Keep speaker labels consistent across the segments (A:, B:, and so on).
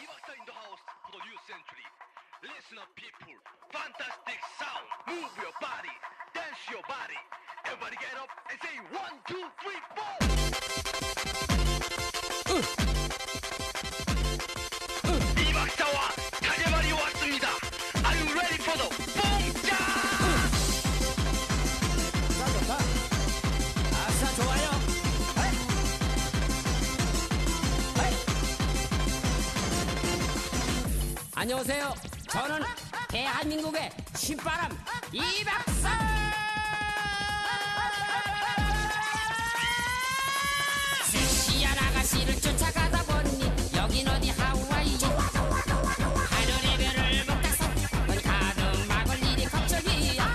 A: Yoksa in the house for the new century. Listen up, people. Fantastic sound. Move your body. Dance your body. Everybody get up and say one, two, three, four. 이 박사와 다재발이 왔습니다. Are you ready for the 뽕짝?
B: 아싸 좋아요. 안녕하세요. 저는 대한민국의 신바람 이박사. 시시한 아가씨를 쫓아가다 보니 여긴 어디 하와이. 하늘의 별을 먹다서 가득 막을 일이 걱정이야.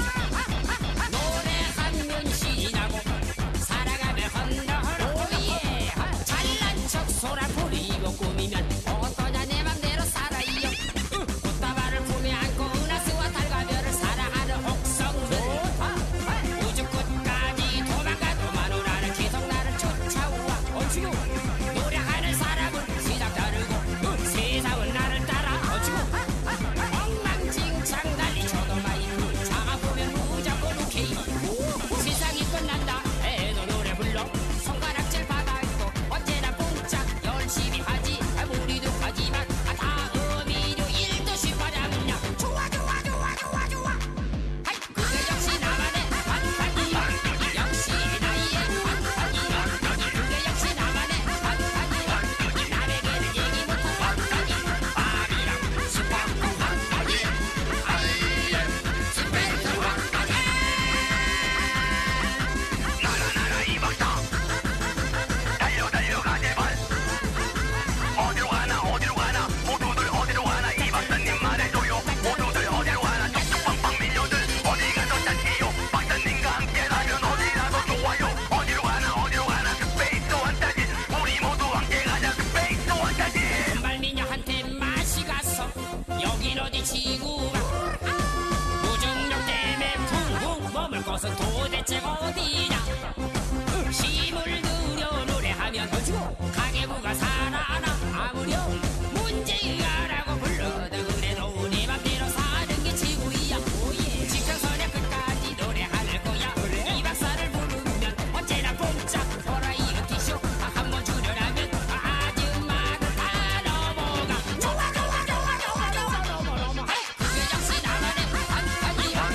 B: 노래하면 신이 나고 살아가며 헌더허러 예 잘난 척 소라 부리고 꾸미면 어떠냐 내 맘대로 살아요 으, 꽃다발을 품에 안고 은하수와 달과별을 사랑하는 혹성들 우주 끝까지 도망가도 마누라는 계속 나를 쫓아와 어쭈 노력하는 사람은 시작 다르고 으, 세상은 나를 따라 어쭈 엉망진창 난리 저도 마이크 장아 보면 무조건 오케이 세상이 끝난다 애도 노래 불러 손가락질 받아 있고 언제나 뽕짝 열심히 하지 아무리도 하지만 아, 다음 일요일도 신바람이야 좋아 좋아 좋아 좋아 좋아 하이 그게 역시 나만의 반반이 역시 나의 반반이 그게 역시 나만의 반반이 남에게는 얘기 못한 반반이 밥이랑 수박과 반반이 I am 스페셜 반반이
A: 나라나라 이 박사. 달려 달려가 제발. 어디로 가나 어디로 가나 모두들 어디로 가나 이 박사님 말해줘요. 모두들 어디로 가나 쪽쪽빵빵 밀려들 어디가 더 짠해요. 박사님과 함께라면 어디라도 좋아요. 어디로 가나 어디로 가나 스페이스 원타지 우리 모두 함께 가자 스페이스 원타지.
B: 말미녀한테 맛이 가서 여긴 어디 지구가 무중력 때문에 붕붕 머물 곳은 도대체 어디냐 힘을 들여 노래하면 가계부가 살아나 아무렴 문제야라고 불러도 그래도 내 맘대로 사는 게 지구야 직장선의 끝까지 노래할 거야 이 박사를 부르면 언제나 뽕짝 돌아 일으키쇼 아, 한번 출연하면 아줌마도 다 넘어가 좋아 좋아 좋아 좋아 좋아 넘어 넘어 헤이! 그게 역시 나만의 반반이야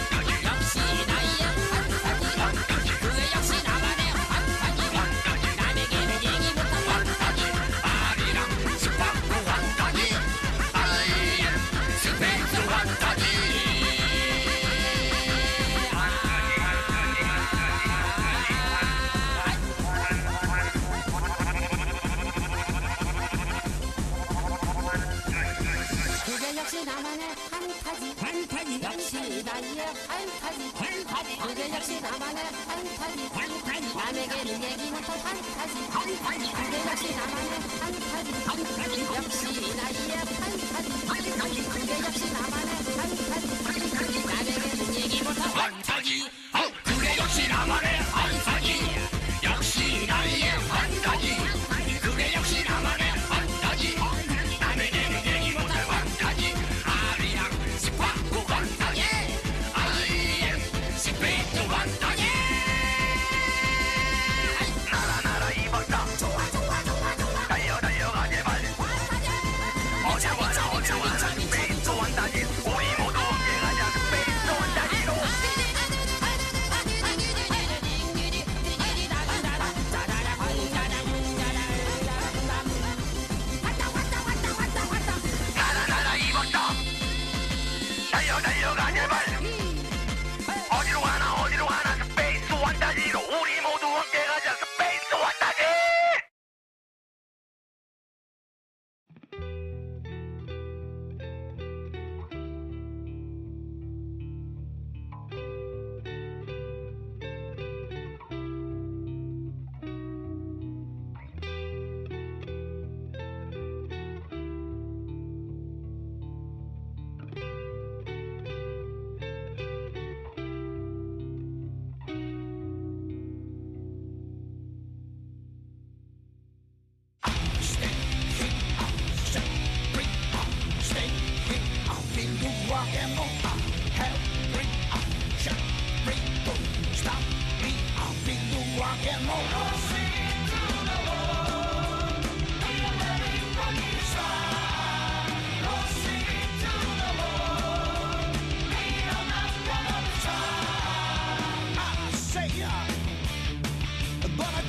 B: 역시 나의 반반이야 그게 역시 나만의 반반이야 남에게는 얘기 못한 반반이 말이랑 식빵도 반반이 아이의 스펙도 반반이 그게 역시 나만의 판타지
C: 환타지
B: 역시 나의 판타지
C: 환타지
B: 그게 역시 나만의 판타지
C: 환타지
B: 남에게는 얘기 못할 판타지 그게 역시 나만의 판타지 역시 나의 판타지 그게 역시 나만의 판타지 남에게는 얘기 못할
A: 환타지 아우 그게 역시 나만의 환타지 역시 나의 환타지 그게 역시 나만의 환타지 남에게는 얘기 못할 환타지 아리랑 스파크 환타지 I am 스페이트 환타지 나라 나라 이 박사 좋아 좋아 좋아 좋아 달려 달려가 제발
B: 판타지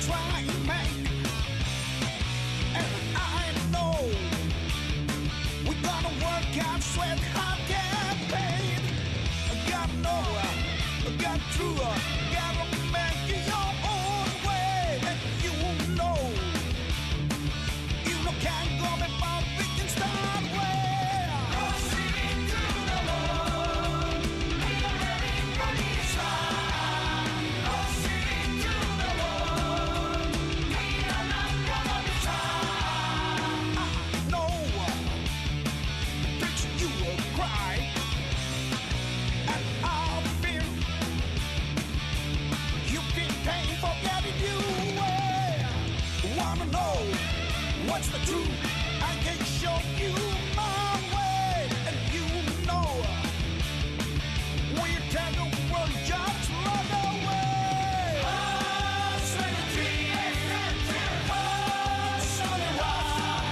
C: Try and make, and I know we're gonna work out, sweat, hot, get paid. I got nowhere, I got through, I gotta make it your own way. And you know, you know, can't go before we can start where. No. Picture you will cry, and I'll fear you get pain for getting you away. Wanna know what's the truth? I can show you my way, and you know we tend to work just right away. Oh, sweet oh, sunny rise,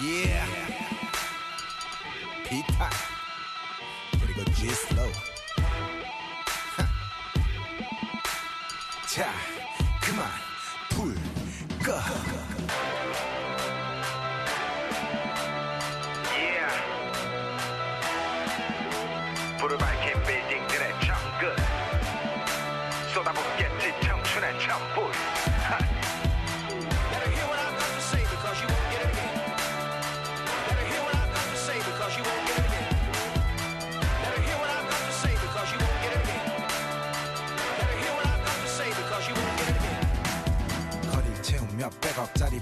D: Yeah. Pete Pop. 그리고 G Slow. 자, 그만 불 꺼.
A: Yeah. 불을 밝힌 빌딩들의 정글 쏟아붓겠지 청춘의 천불 하!
E: Better hear what I've got to say because you won't get it again. Better hear what I've got to say because you won't get it again. Better hear what I've got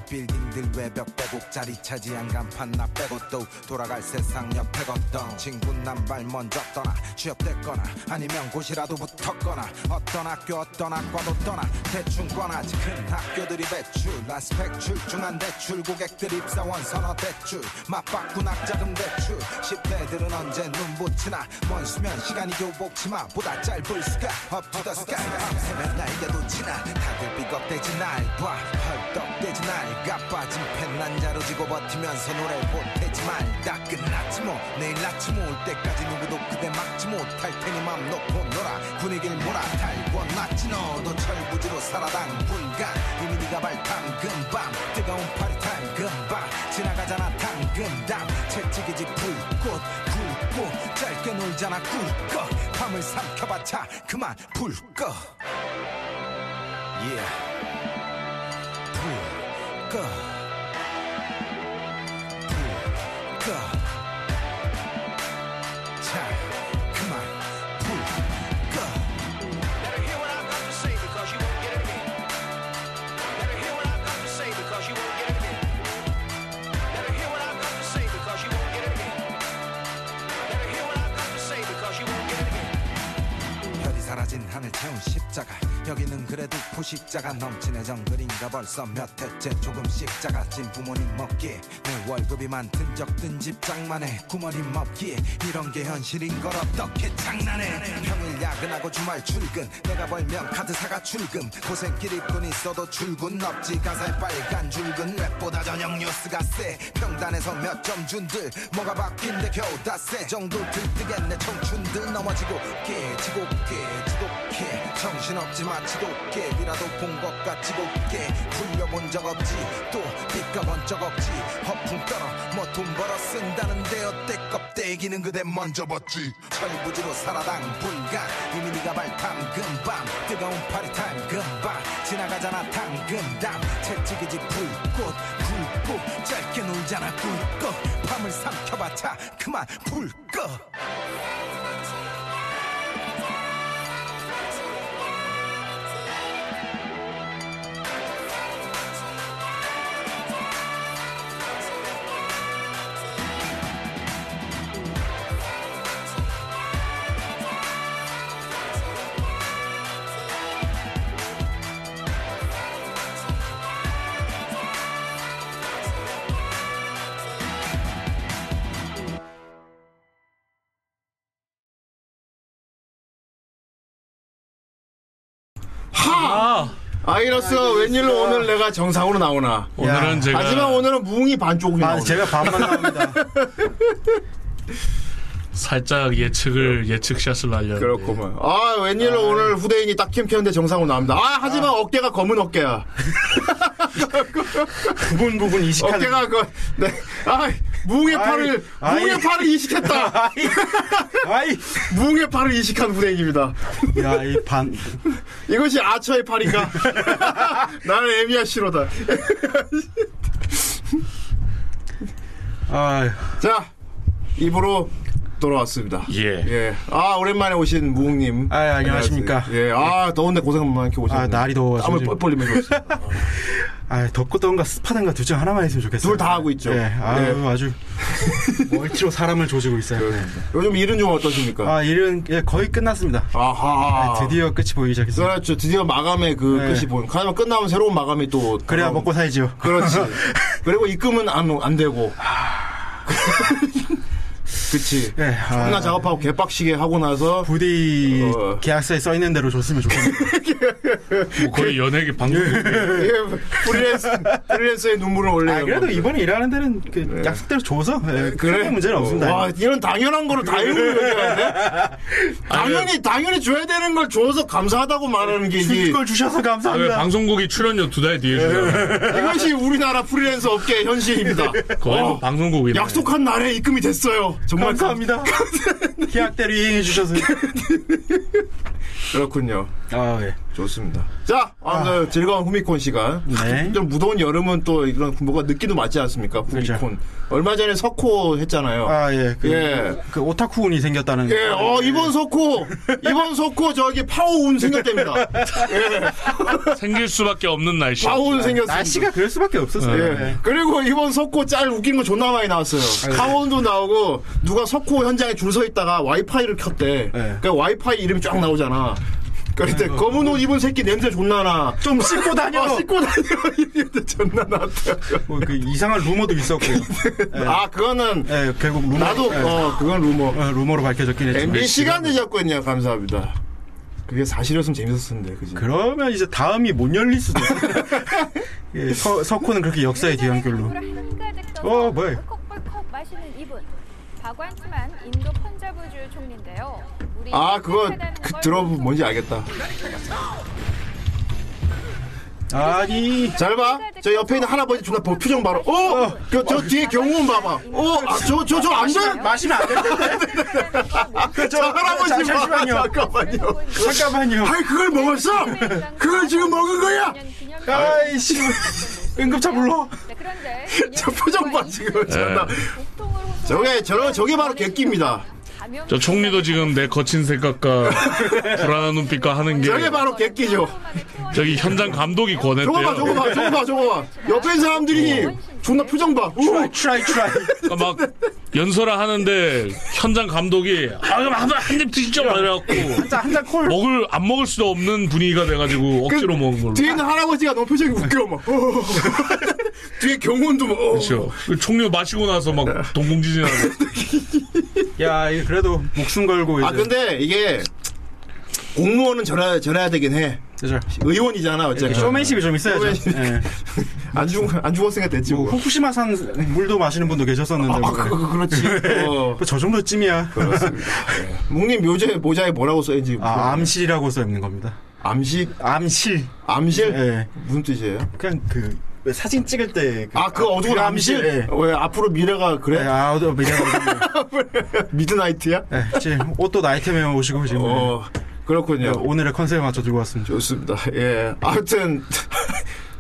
D: 빌딩들 외벽 빼고 자리 차지한 간판 나 빼고 또 돌아갈 세상 옆에 걷던 친구 난발 먼저 떠나 취업됐거나 아니면 곳이라도 붙었거나 어떤 학교 어떤 학과도 떠나 대충 권하지 큰 학교들이 배출 라스펙출 중한 대출 고객들 입사원 선어 대출 맞바꾼 학자금 대출 10대들은 언제 눈 붙이나 먼 수면 시간이 교복 치마 보다 짧을 수가 up to the sky 밤새면 날개도 치나 다들 삐걱대지 날봐 헐떡대지 날가 빠진 펜난 자로지고 버티면서 노래 보태지만 다 끝났지 뭐 내일 아침 올 때까지 누구도 그대 막지 못할 테니 맘 놓고 놀아 분위기를 몰아 달궈놨지 너도 철부지로 살아당 분간 이미 네가 발탄 금방 뜨거운 파리탄 금방 지나가잖아 당근당 채찍이지 불꽃 굵고 짧게 놀잖아 꿀꺽 밤을 삼켜봤자 그만 불꺼 yeah. 불꺼 불꺼 자 그만 불꺼
A: Better hear what I've got to say because you won't get it again. Better hear what I've got to say because you won't get it again. Better hear what I've got to say because you won't get it again. Better hear what I've got to say because you won't get it again.
D: 별이 사라진 하늘 채운 십자가 여기는 그래도 포식자가 넘치네 정글인가 벌써 몇 해째 조금씩 작아진 부모님 먹기에 내 월급이 많든 적든 집장만해 구머리 먹기에 이런 게 현실인 걸 어떻게 장난해 평일 야근하고 주말 출근 내가 벌면 카드 사가 출금 고생길이 뿐 있어도 출근 없지 가사에 빨간 줄근 랩보다 전형 뉴스가 세 평단에서 몇 점 준들 뭐가 바뀐데 겨우 다세 정도 들뜨겠네 청춘들 넘어지고 깨지고 깨지고 깨 정신없지 마치도 깨비라도 본 것 같이 곱게 굴려본 적 없지 또 빚가본 적 없지 허풍 떨어 뭐 돈 벌어 쓴다는데 어때 껍데기는 그대 먼저 벗지 철부지로 살아당 불가 이미 네가 발탄 금방 뜨거운 파리 탄 금방 지나가잖아 당근당 채찍이지 불꽃 굵고 짧게 놀잖아 꿀꺽 밤을 삼켜봤자 그만 불꺼
F: 아이러스가 웬일로 오늘 내가 정상으로 나오나.
G: 오늘은 제가
F: 하지만 오늘은 무궁이 반쪽이
H: 아,
F: 나오네.
H: 제가 반만 나옵니다.
G: 살짝 예측을 예측샷을 날렸는데
F: 그렇구만.
H: 네.
F: 아, 웬일로 오늘 후대인이 딱 캠켰는데 정상으로 나옵니다. 아, 하지만 어깨가 검은 어깨야.
H: 부분 부분 이식하는.
F: 어깨가 그, 네. 아, 무궁의
H: 아이,
F: 팔을,
H: 아이.
F: 무궁의 팔을 이식했다.
H: 아이,
F: 무궁의 팔을 이식한 후대인입니다.
H: 야, 이 반,
F: 이것이 아처의 팔인가? 나는 에미야 시로다.
H: 아,
F: 자, 입으로 돌아왔습니다.
G: 예.
F: 아, 오랜만에 오신 무웅님.
H: 아, 안녕하십니까.
F: 예. 아, 더운데 고생 많게 오셨네.
H: 아, 날이 더워가지고
F: 땀을
H: 지금.
F: 뻘뻘 흘리면서.
H: 아, 덥고던가 습하던가 둘 중 하나만 했으면 좋겠어요.
F: 둘다 하고 있죠.
H: 예, 아유,
F: 예.
H: 아주 멀티로 사람을 조지고 있어요.
F: 요즘 일은 좀 어떠십니까?
H: 아, 일은 예, 거의 끝났습니다.
F: 아하.
H: 드디어 끝이 보이기 시작했어요.
F: 그렇죠. 드디어 마감의 그
H: 네.
F: 끝이 보인. 가면 끝나면 새로운 마감이 또.
H: 그래야
F: 돌아오고.
H: 먹고 살지요.
F: 그렇지. 그리고 입금은 안, 안 되고. 그치.
H: 아. 예, 아.
F: 존나 작업하고 개빡시게 하고 나서.
H: 부디
F: 어.
H: 계약서에 써 있는 대로 줬으면 좋겠네요.
G: 뭐
H: 그
G: 거의 연예계 방송
F: 예, 프리랜서, 프리랜서의 눈물을 올려요.
H: 아, 그래도 이번에 일하는 데는 그 약속대로 줘서 예, 큰 문제는 없습니다.
F: 네.
H: 예.
F: 와, 이런 당연한 거를 다 읽는 거야. 당연히, 당연히 줘야 되는 걸 줘서 감사하다고 말하는 게 이게.
H: 주실 걸 주셔서
G: 왜
H: 감사합니다. 예.
G: 방송국이 출연료 두 달 뒤에 주잖아
F: 이것이 우리나라 프리랜서 업계의 현실입니다.
G: 거의 뭐
F: 어,
G: 방송국이네
F: 약속한 날에 입금이 됐어요. 정말 감-
H: 감사합니다. 계약대로 이행해 주셔서.
F: 그렇군요.
H: 아, 예.
I: 좋습니다.
F: 자, 오늘 즐거운 후미콘 시간.
H: 네.
F: 좀 무더운 여름은 또 이런 뭐가 늦기도 맞지 않습니까? 후미콘. 얼마 전에 석호 했잖아요.
H: 그렇죠. 아, 네. 예. 그,
F: 예.
H: 그 오타쿠운이 생겼다는.
F: 예, 어, 이번 석호, 이번 석호 저기 파워운 생겼답니다.
G: 생길 수밖에 없는 날씨.
F: 파워운 생겼습니다.
H: 날씨가 그럴 수밖에 없었어요.
F: 예. 그리고 이번 석고 짤 웃긴 거 존나 많이 나왔어요.
H: 아, 네.
F: 강원도 나오고 누가 석고 현장에 줄 서 있다가 와이파이를
H: 네.
F: 켰대. 그러니까 와이파이 이름이 쫙 나오잖아. 그때 검은 옷 입은 새끼 냄새 존나 나.
H: 좀 네. 씻고 다녀.
F: 아, 씻고 다니는 이름이 존나 났다.
H: 뭐, 그 이상한 루머도 있었고. 네.
F: 아 그거는
H: 예, 결국 루머.
F: 나도
H: 예,
F: 어 그건 루머.
H: 어, 루머로 밝혀졌긴 했지만.
F: MBC가 늦었군요. 감사합니다. 그게 사실이었으면 재밌었는데 그지.
H: 그러면 이제 다음이 못 열릴 수도 있어. 예, 서, 석호는 그렇게 역사의 뒤안길로. 어,
J: 어
H: 뭐야.
J: 뭐야? 컥컥컥 마시는 이분. 박완치만 인도 펀자브주 총리인데요. 우리
F: 아 그거
J: 착하다는
F: 그,
J: 걸
F: 들어보면 뭔지 알겠다.
H: 아니.
F: 잘 봐. 저 옆에 있는 할아버지 존나 보- 표정 봐라. 어, 그, 저 뒤에 경호원 봐봐. 어, 아, 저, 저, 저 안 돼.
H: 마시면 안 되는데.
F: 그, 저 할아버지 봐.
H: 잠시만요.
F: 잠깐만요.
H: 잠깐만요.
F: 아이, 그걸 먹었어? 그걸 지금 먹은 거야?
H: 아이씨. 응급차 불러.
J: 네, 그런데
F: 저 표정 봐, 지금. 존나. 저게, 저, 저게 바로 객기입니다.
G: 저 총리도 지금 내 거친 생각과 불안한 눈빛과 하는 게
F: 저게 바로 객기죠.
G: 저기 현장 감독이
F: 저거 봐, 저거
G: 권했대요.
F: 봐, 저거 봐, 저거 봐. 옆에 있는 사람들이 존나 표정 봐. 어? 우!
H: 트라이, 트라이.
G: 그러니까 막 연설을 하는데 현장 감독이 아 그럼 한입 드시죠 말해갖고
H: 자, 한 잔 콜. 그
G: 먹을 안 먹을 수도 없는 분위기가 돼가지고 억지로 먹은 걸로.
F: 뒤에 있는 할아버지가 너무 표정이 웃겨, 막. 어. 뒤에 경호원도 막. 어.
G: 그렇죠. 그 총류 마시고 나서 막 동공지진하고
H: 야, 이거 그래도 목숨 걸고.
F: 아, 근데 이게 공무원은 전화, 전화해야 되긴 해.
H: 그죠.
F: 의원이잖아, 어쨌든.
H: 쇼맨십이 좀 있어야죠.
F: 쇼맨십.
H: 예.
F: 안 죽, 안 죽었으니까 됐지,
H: 뭐
F: 뭐.
H: 후쿠시마산 물도 마시는 분도 계셨었는데
F: 아,
H: 뭐.
F: 그, 그렇지. 어.
H: 뭐저 정도쯤이야.
F: 그렇습니다. 묵님 묘제 모자에 뭐라고 써있는지.
H: 아, 암실이라고 써 있는 겁니다.
F: 암시?
H: 암실.
F: 암실?
H: 예.
F: 무슨 뜻이에요?
H: 그냥 그왜 사진 찍을 때. 그,
F: 아, 그거 어두운
H: 그
F: 암실?
H: 예.
F: 왜 앞으로 미래가
H: 예,
F: 그래?
H: 아, 어디 미안.
F: 미드나이트야?
H: 예, 지금 옷도 나이템에 오시고 지금
F: 어,
H: 예,
F: 그렇군요.
H: 오늘의 컨셉에 맞춰 들고 왔습니다.
F: 좋습니다. 예. 아무튼.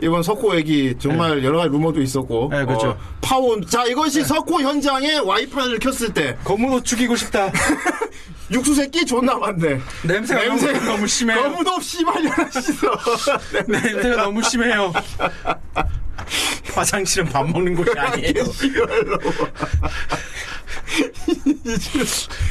F: 이번 석호 얘기 정말 여러 가지 루머도 있었고
H: 예, 그렇죠. 예.
F: 어, 파온 자 이것이 석호 현장에 와이파이를 켰을 때
H: 검은 옷 죽이고 싶다.
F: 육수 새끼 존나 많네
H: 냄새가 너무, 너무 심해요.
F: 너무도 씨발이야 씨어
H: 냄새가 너무 심해요. 화장실은 밥 먹는 곳이 아니에요.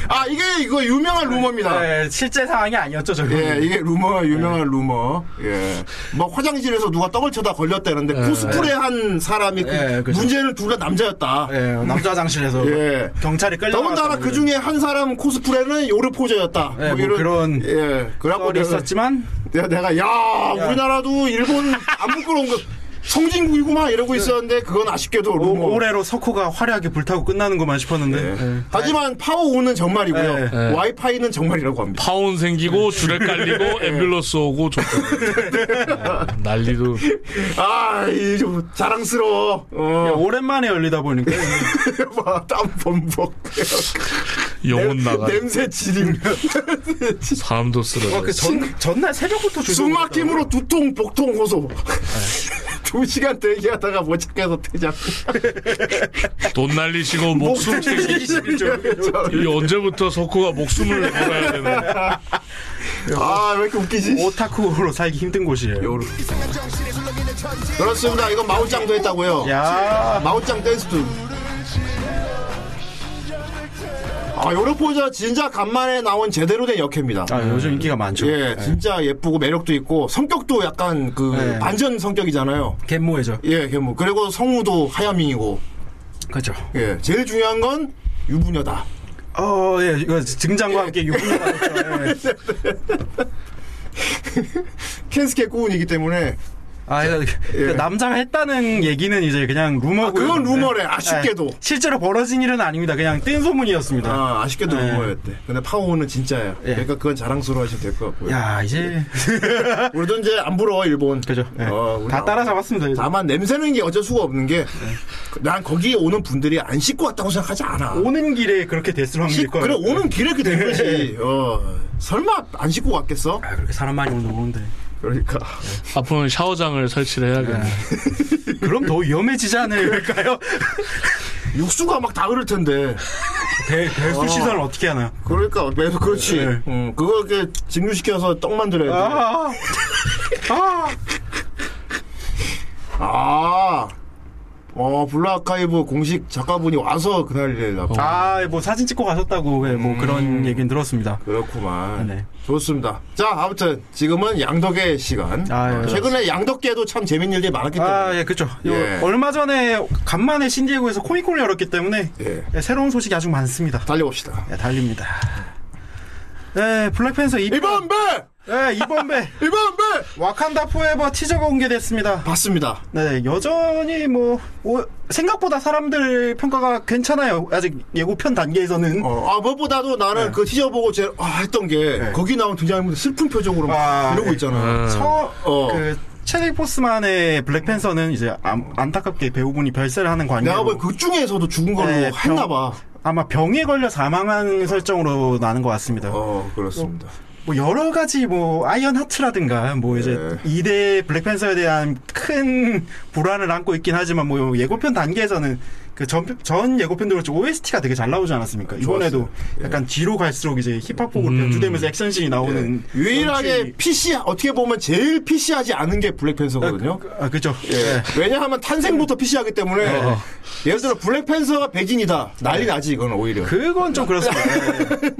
F: 아 이게 이거 유명한 루머입니다
H: 예, 실제 상황이 아니었죠, 저거.
F: 예, 이게 루머
H: 네.
F: 유명한 루머. 예, 뭐 화장실에서 누가 떡을 쳐다 걸렸다는데 코스프레한 사람이 그
H: 예, 네. 그죠. 네.
F: 문제는 둘 다 남자였다.
H: 예,
D: É.
H: 남자 화장실에서
F: 예.
H: 경찰이 끌려.
F: 더군다나 그 중에 한 사람 코스프레는 요르포저였다.
H: 예, 뭐 그런
F: 예, 그래갖고
H: 썰이
F: 내가,
H: 있었지만
F: 내가, 내가, 야, 우리나라도 일본 안 부끄러운 거 성진국이구만 이러고 있었는데 그건 아쉽게도
H: 네. 오-
F: 루머.
H: 올해로 석호가 화려하게 불타고 끝나는구만 싶었는데.
F: 예.
H: 예.
F: 하지만 파워5는 정말이고요.
H: 예,
G: 예.
F: 와이파이는 정말이라고 합니다.
G: 파운 생기고
H: 네.
G: 줄에 깔리고 앰뷸런스 오고 좋다.
H: 네.
G: 난리도
F: 아, 이좀 자랑스러워. 어.
H: 오랜만에 열리다 보니까
F: 네. 봐, 땀 범벅.
H: 네.
G: 영혼 나가.
F: 냄새 지리며
G: 사람도 쓰러져.
H: 그 전, 전날 새벽부터 주소
F: 숨막힘으로 두통 복통 호소. 두 시간 대기하다가 못 찾겠어 퇴장.
G: 돈 날리시고 목숨 튀기. 이 언제부터 석호가
H: 네.
G: 목숨을 걸어야 되나?
F: 아왜 이렇게 웃기지?
H: 오타쿠로 살기 힘든 곳이에요.
F: 요르. 그렇습니다. 이건 마오짱도
H: 예.
F: 했다고요.
H: 야,
F: 마오짱 댄스도. 아 요르포자 진짜 간만에 나온 제대로 된 역회입니다.
H: 아, 요즘 인기가 많죠.
F: 네. 예, 진짜 예쁘고 매력도 있고 성격도 약간 그
H: 네.
F: 반전 성격이잖아요.
H: 갯모해죠.
F: 예, 뭐 그리고 성우도 하야밍이고.
H: 그렇죠.
F: 예, 제일 중요한 건 유부녀다.
H: 어, 예, 이거 등장과 함께 유부녀가 됐죠. 예.
F: 켄스케 꾸운이기 때문에
H: 아, 그러니까 그 남자가 했다는 얘기는 이제 그냥 루머고.
F: 예. 아, 그건 루머래, 아쉽게도.
H: 실제로 벌어진 일은 아닙니다. 그냥 뜬 소문이었습니다.
F: 아, 아쉽게도
H: 예.
F: 루머였대. 근데 파워는 진짜예요.
H: 예.
F: 그러니까 그건 자랑스러워 하시면 될 것 같고요.
H: 야, 이제
F: 우리도 이제 안 부러워 일본.
H: 그죠. 예.
F: 예. 어, 우리
H: 다
F: 안-
H: 따라잡았습니다. 이제.
F: 다만 냄새는 게 어쩔 수가 없는 게 난 거기에 오는 분들이 안 씻고 왔다고 생각하지 않아.
H: 네. 오는 네. 길에 그렇게 됐을 확률일
F: 씻-
H: 거예요.
F: 그래 오는 길에 이렇게 된 거지. 어, 설마 안 씻고 왔겠어?
H: 아, 그렇게 사람 많이 오는 오는데.
F: 그러니까
G: 앞으로는 샤워장을 설치를 해야겠네.
H: 그럼 더 위험해지지 않을까요?
F: 육수가 막 다 흐를 텐데
H: 배, 배수 시설을 어떻게 하나요?
F: 그러니까 매서 그렇지
H: 네.
F: 응, 그거 이렇게 직류시켜서 떡 만들어야 돼
H: 아, 아,
F: 아, 어, 블루아카이브 공식 작가분이 와서 그날을 납
G: 어.
H: 아, 뭐 사진 찍고 가셨다고 예, 뭐 그런 얘기는 들었습니다.
F: 그렇구만.
H: 네.
F: 좋습니다. 자, 아무튼 지금은 양덕의 시간.
H: 아, 예.
F: 최근에 양덕계도 참 재밌는 일이 많았기 때문에.
H: 아, 예, 그렇죠.
F: 예.
H: 얼마 전에 간만에 신디에고에서 코믹콘을 열었기 때문에
F: 예.
H: 예, 새로운 소식이 아주 많습니다.
F: 달려봅시다.
H: 예, 달립니다. 예, 블랙팬서 2번,
F: 이번 배!
H: 예, 이번 배
F: 이번 배!
H: 와칸다 포에버 티저가 공개됐습니다.
F: 봤습니다.
H: 네, 여전히 뭐 오, 생각보다 사람들 평가가 괜찮아요. 아직 예고편 단계에서는.
F: 어, 아, 무엇보다도 나는 그 티저 보고 제, 아, 했던 게,
H: 네.
F: 거기 나온 등장인물 슬픈 표정으로 막
H: 아,
F: 이러고
H: 예.
F: 있잖아.
H: 서,
F: 어.
H: 그 체리 포스만의 블랙팬서는 이제 암- 안타깝게 배우분이 별세를 하는
F: 내가
H: 관계로
F: 볼그 중에서도 죽은 걸로
H: 네,
F: 했나봐.
H: 아마 병에 걸려 사망한 설정으로 나는 것 같습니다.
F: 어, 그렇습니다.
H: 뭐 여러 가지 뭐 아이언 하트라든가 뭐 이제
F: 네.
H: 이 2대 블랙팬서에 대한 큰 불안을 안고 있긴 하지만 뭐 예고편 단계에서는 그 전 예고편대로 OST가 되게 잘 나오지 않았습니까? 이번에도
F: 좋았어요. 예.
H: 약간 뒤로 갈수록 이제 힙합곡으로
F: 음.
H: 변주되면서 액션씬이 나오는
F: 예. 유일하게
H: 연출이-
F: PC, 어떻게 보면 제일 PC하지 않은 게 블랙팬서거든요.
H: 아 그죠?
F: 예. 왜냐하면 탄생부터 PC하기 때문에
H: 네.
F: 예를 들어 블랙팬서가 백인이다 난리 나지 이건 오히려
H: 그건 좀 그렇습니다. 예.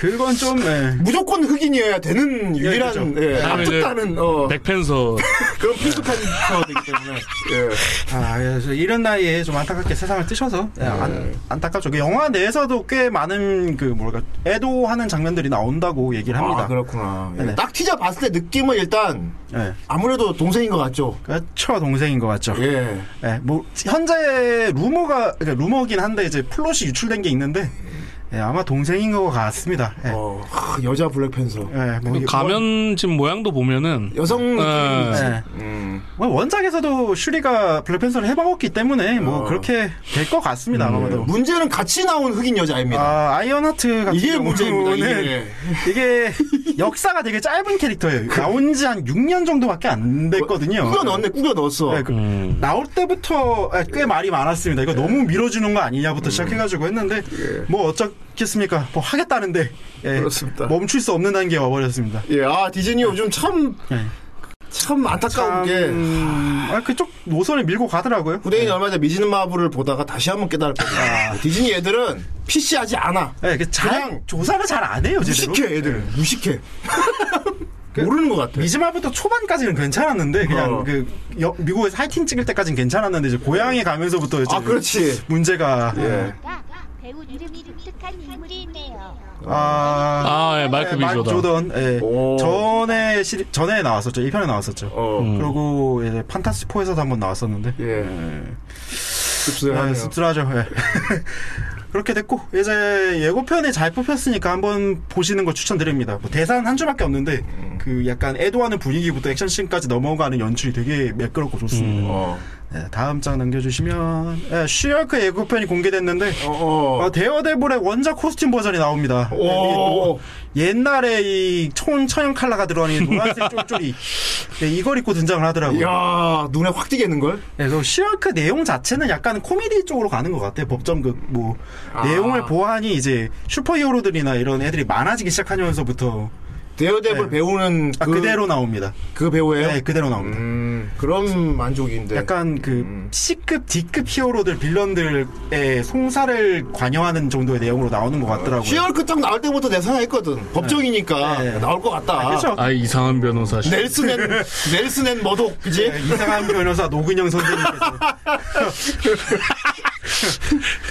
H: 그건 좀 예.
F: 무조건 흑인이어야 되는 유일한
H: 네, 그죠. 네.
F: 예,
G: 왜냐면 이제
F: 압축다는 어,
G: 백팬서
F: 그런 필수팬서가 되기 때문에 예.
H: 아, 그래서 이런 나이에 좀 안타깝게 세상을 뜨셔서
F: 네.
H: 예, 안, 안타깝죠. 그 영화 내에서도 꽤 많은 그 뭐랄까 애도하는 장면들이 나온다고 얘기를 합니다.
F: 아 그렇구나 예.
H: 네네.
F: 딱 티저 봤을 때 느낌은 일단
H: 예.
F: 아무래도 동생인 것 같죠
H: 그쵸 동생인 것 같죠. 예.
F: 예.
H: 뭐 현재 루머가 그러니까 루머긴 한데 이제 플롯이 유출된 게 있는데 예, 아마 동생인 것 같습니다. 예.
F: 어, 하, 여자 블랙팬서
H: 예, 뭐 이게
G: 가면 지금 모양도 보면은
F: 여성
G: 예.
H: 원- 예.
F: 음.
H: 뭐 원작에서도 슈리가 블랙팬서를 해먹었기 때문에
F: 어.
H: 뭐
F: 음.
H: 그렇게 될 것 같습니다.
G: 음.
H: 아마도.
F: 문제는 같이 나온 흑인 여자입니다
H: 아, 아이언하트 같은
F: 이게
H: 경우는
F: 문제입니다 이게
H: 이게 역사가 되게 짧은 캐릭터예요. 나온 지 한 6년 정도밖에 안 됐거든요.
F: 꾸겨 넣었네 꾸겨 넣었어
H: 네, 그-
G: 음.
H: 나올 때부터 아, 꽤 말이 많았습니다. 이거 너무 밀어주는 거 아니냐부터
F: 음.
H: 시작해가지고 했는데 뭐 어쩌겠습니까? 뭐 하겠다는데 예,
F: 예. 그렇습니다.
H: 멈출 수 없는 단계에 와버렸습니다.
F: 예, 아 디즈니 요즘 참,
H: 네.
F: 참 안타까운 게
H: 음, 아, 그쪽 노선을 밀고 가더라고요.
F: 후대인이 얼마 전에 미즈는 마블을 보다가 다시 한번 깨달았거든요.
H: 아.
F: 디즈니 애들은 PC하지 않아.
H: 예, 그 잘,
F: 그냥
H: 조사를 잘 안 해요. 제대로. 예.
F: 무식해 애들. 무식해. 모르는 것 같아.
H: 미즈마부터 초반까지는 괜찮았는데 그냥
F: 어.
H: 그 여- 미국에서 하이틴 찍을 때까지는 괜찮았는데 이제 고향에 가면서부터 이제
F: 아 그렇지.
H: 문제가
J: 네.
F: 예.
J: 배우 이름이 독특한 인물이 있네요.
H: 아,
G: 아, 예, 마이크
H: 마-
G: 비조다.
H: 예.
F: 오.
H: 전에 시 전에 나왔었죠. 1편에 나왔었죠.
F: 어.
G: 음.
H: 그리고 예, 판타스4에서도 한번 나왔었는데.
F: 예.
H: 네.
F: 아,
H: 예,
F: 씁쓸하네요.
H: 씁쓸하죠. 예. 그렇게 됐고 이제 예고편에 잘 뽑혔으니까 한번 보시는 거 추천드립니다. 뭐 대사는 한 줄밖에 없는데
F: 음.
H: 그 약간 애도하는 분위기부터 액션씬까지 넘어가는 연출이 되게 매끄럽고 좋습니다.
F: 어.
H: 예, 다음 장 남겨주시면 예, 슈얼크 예고편이 공개됐는데
F: 어. 어.
H: 어, 데어데블의 원작 코스튬 버전이 나옵니다.
F: 오.
H: 예, 노- 옛날에 이 총, 천연 칼라가 들어가는 노란색 쫄쫄이. 네, 이걸 입고 등장을 하더라고요.
F: 이야 눈에 확 띄겠는 걸?
H: 예, 그래서 시어크 내용 자체는 약간 코미디 쪽으로 가는 것 같아요. 법정극, 뭐.
F: 아.
H: 내용을 보아하니 이제 슈퍼 히어로들이나 이런 애들이 많아지기 시작하면서부터
F: 데어데블
H: 네.
F: 배우는 그,
H: 아, 그, 대로 나옵니다.
F: 그 배우예요.
H: 네, 그대로 나옵니다.
F: 음, 그런 만족인데.
H: 약간 그 C급, D급 히어로들, 빌런들의 송사를 관여하는 정도의 내용으로 나오는 것 같더라고요.
F: 시얼크 딱 나올 때부터 내 생각했거든. 법정이니까
H: 네.
F: 나올 것 같다.
H: 아, 그렇죠.
G: 아 이상한 변호사. 씨.
F: 넬슨 앤 넬슨 앤 머독 그지?
H: 네, 이상한 변호사 노근영 선생님께서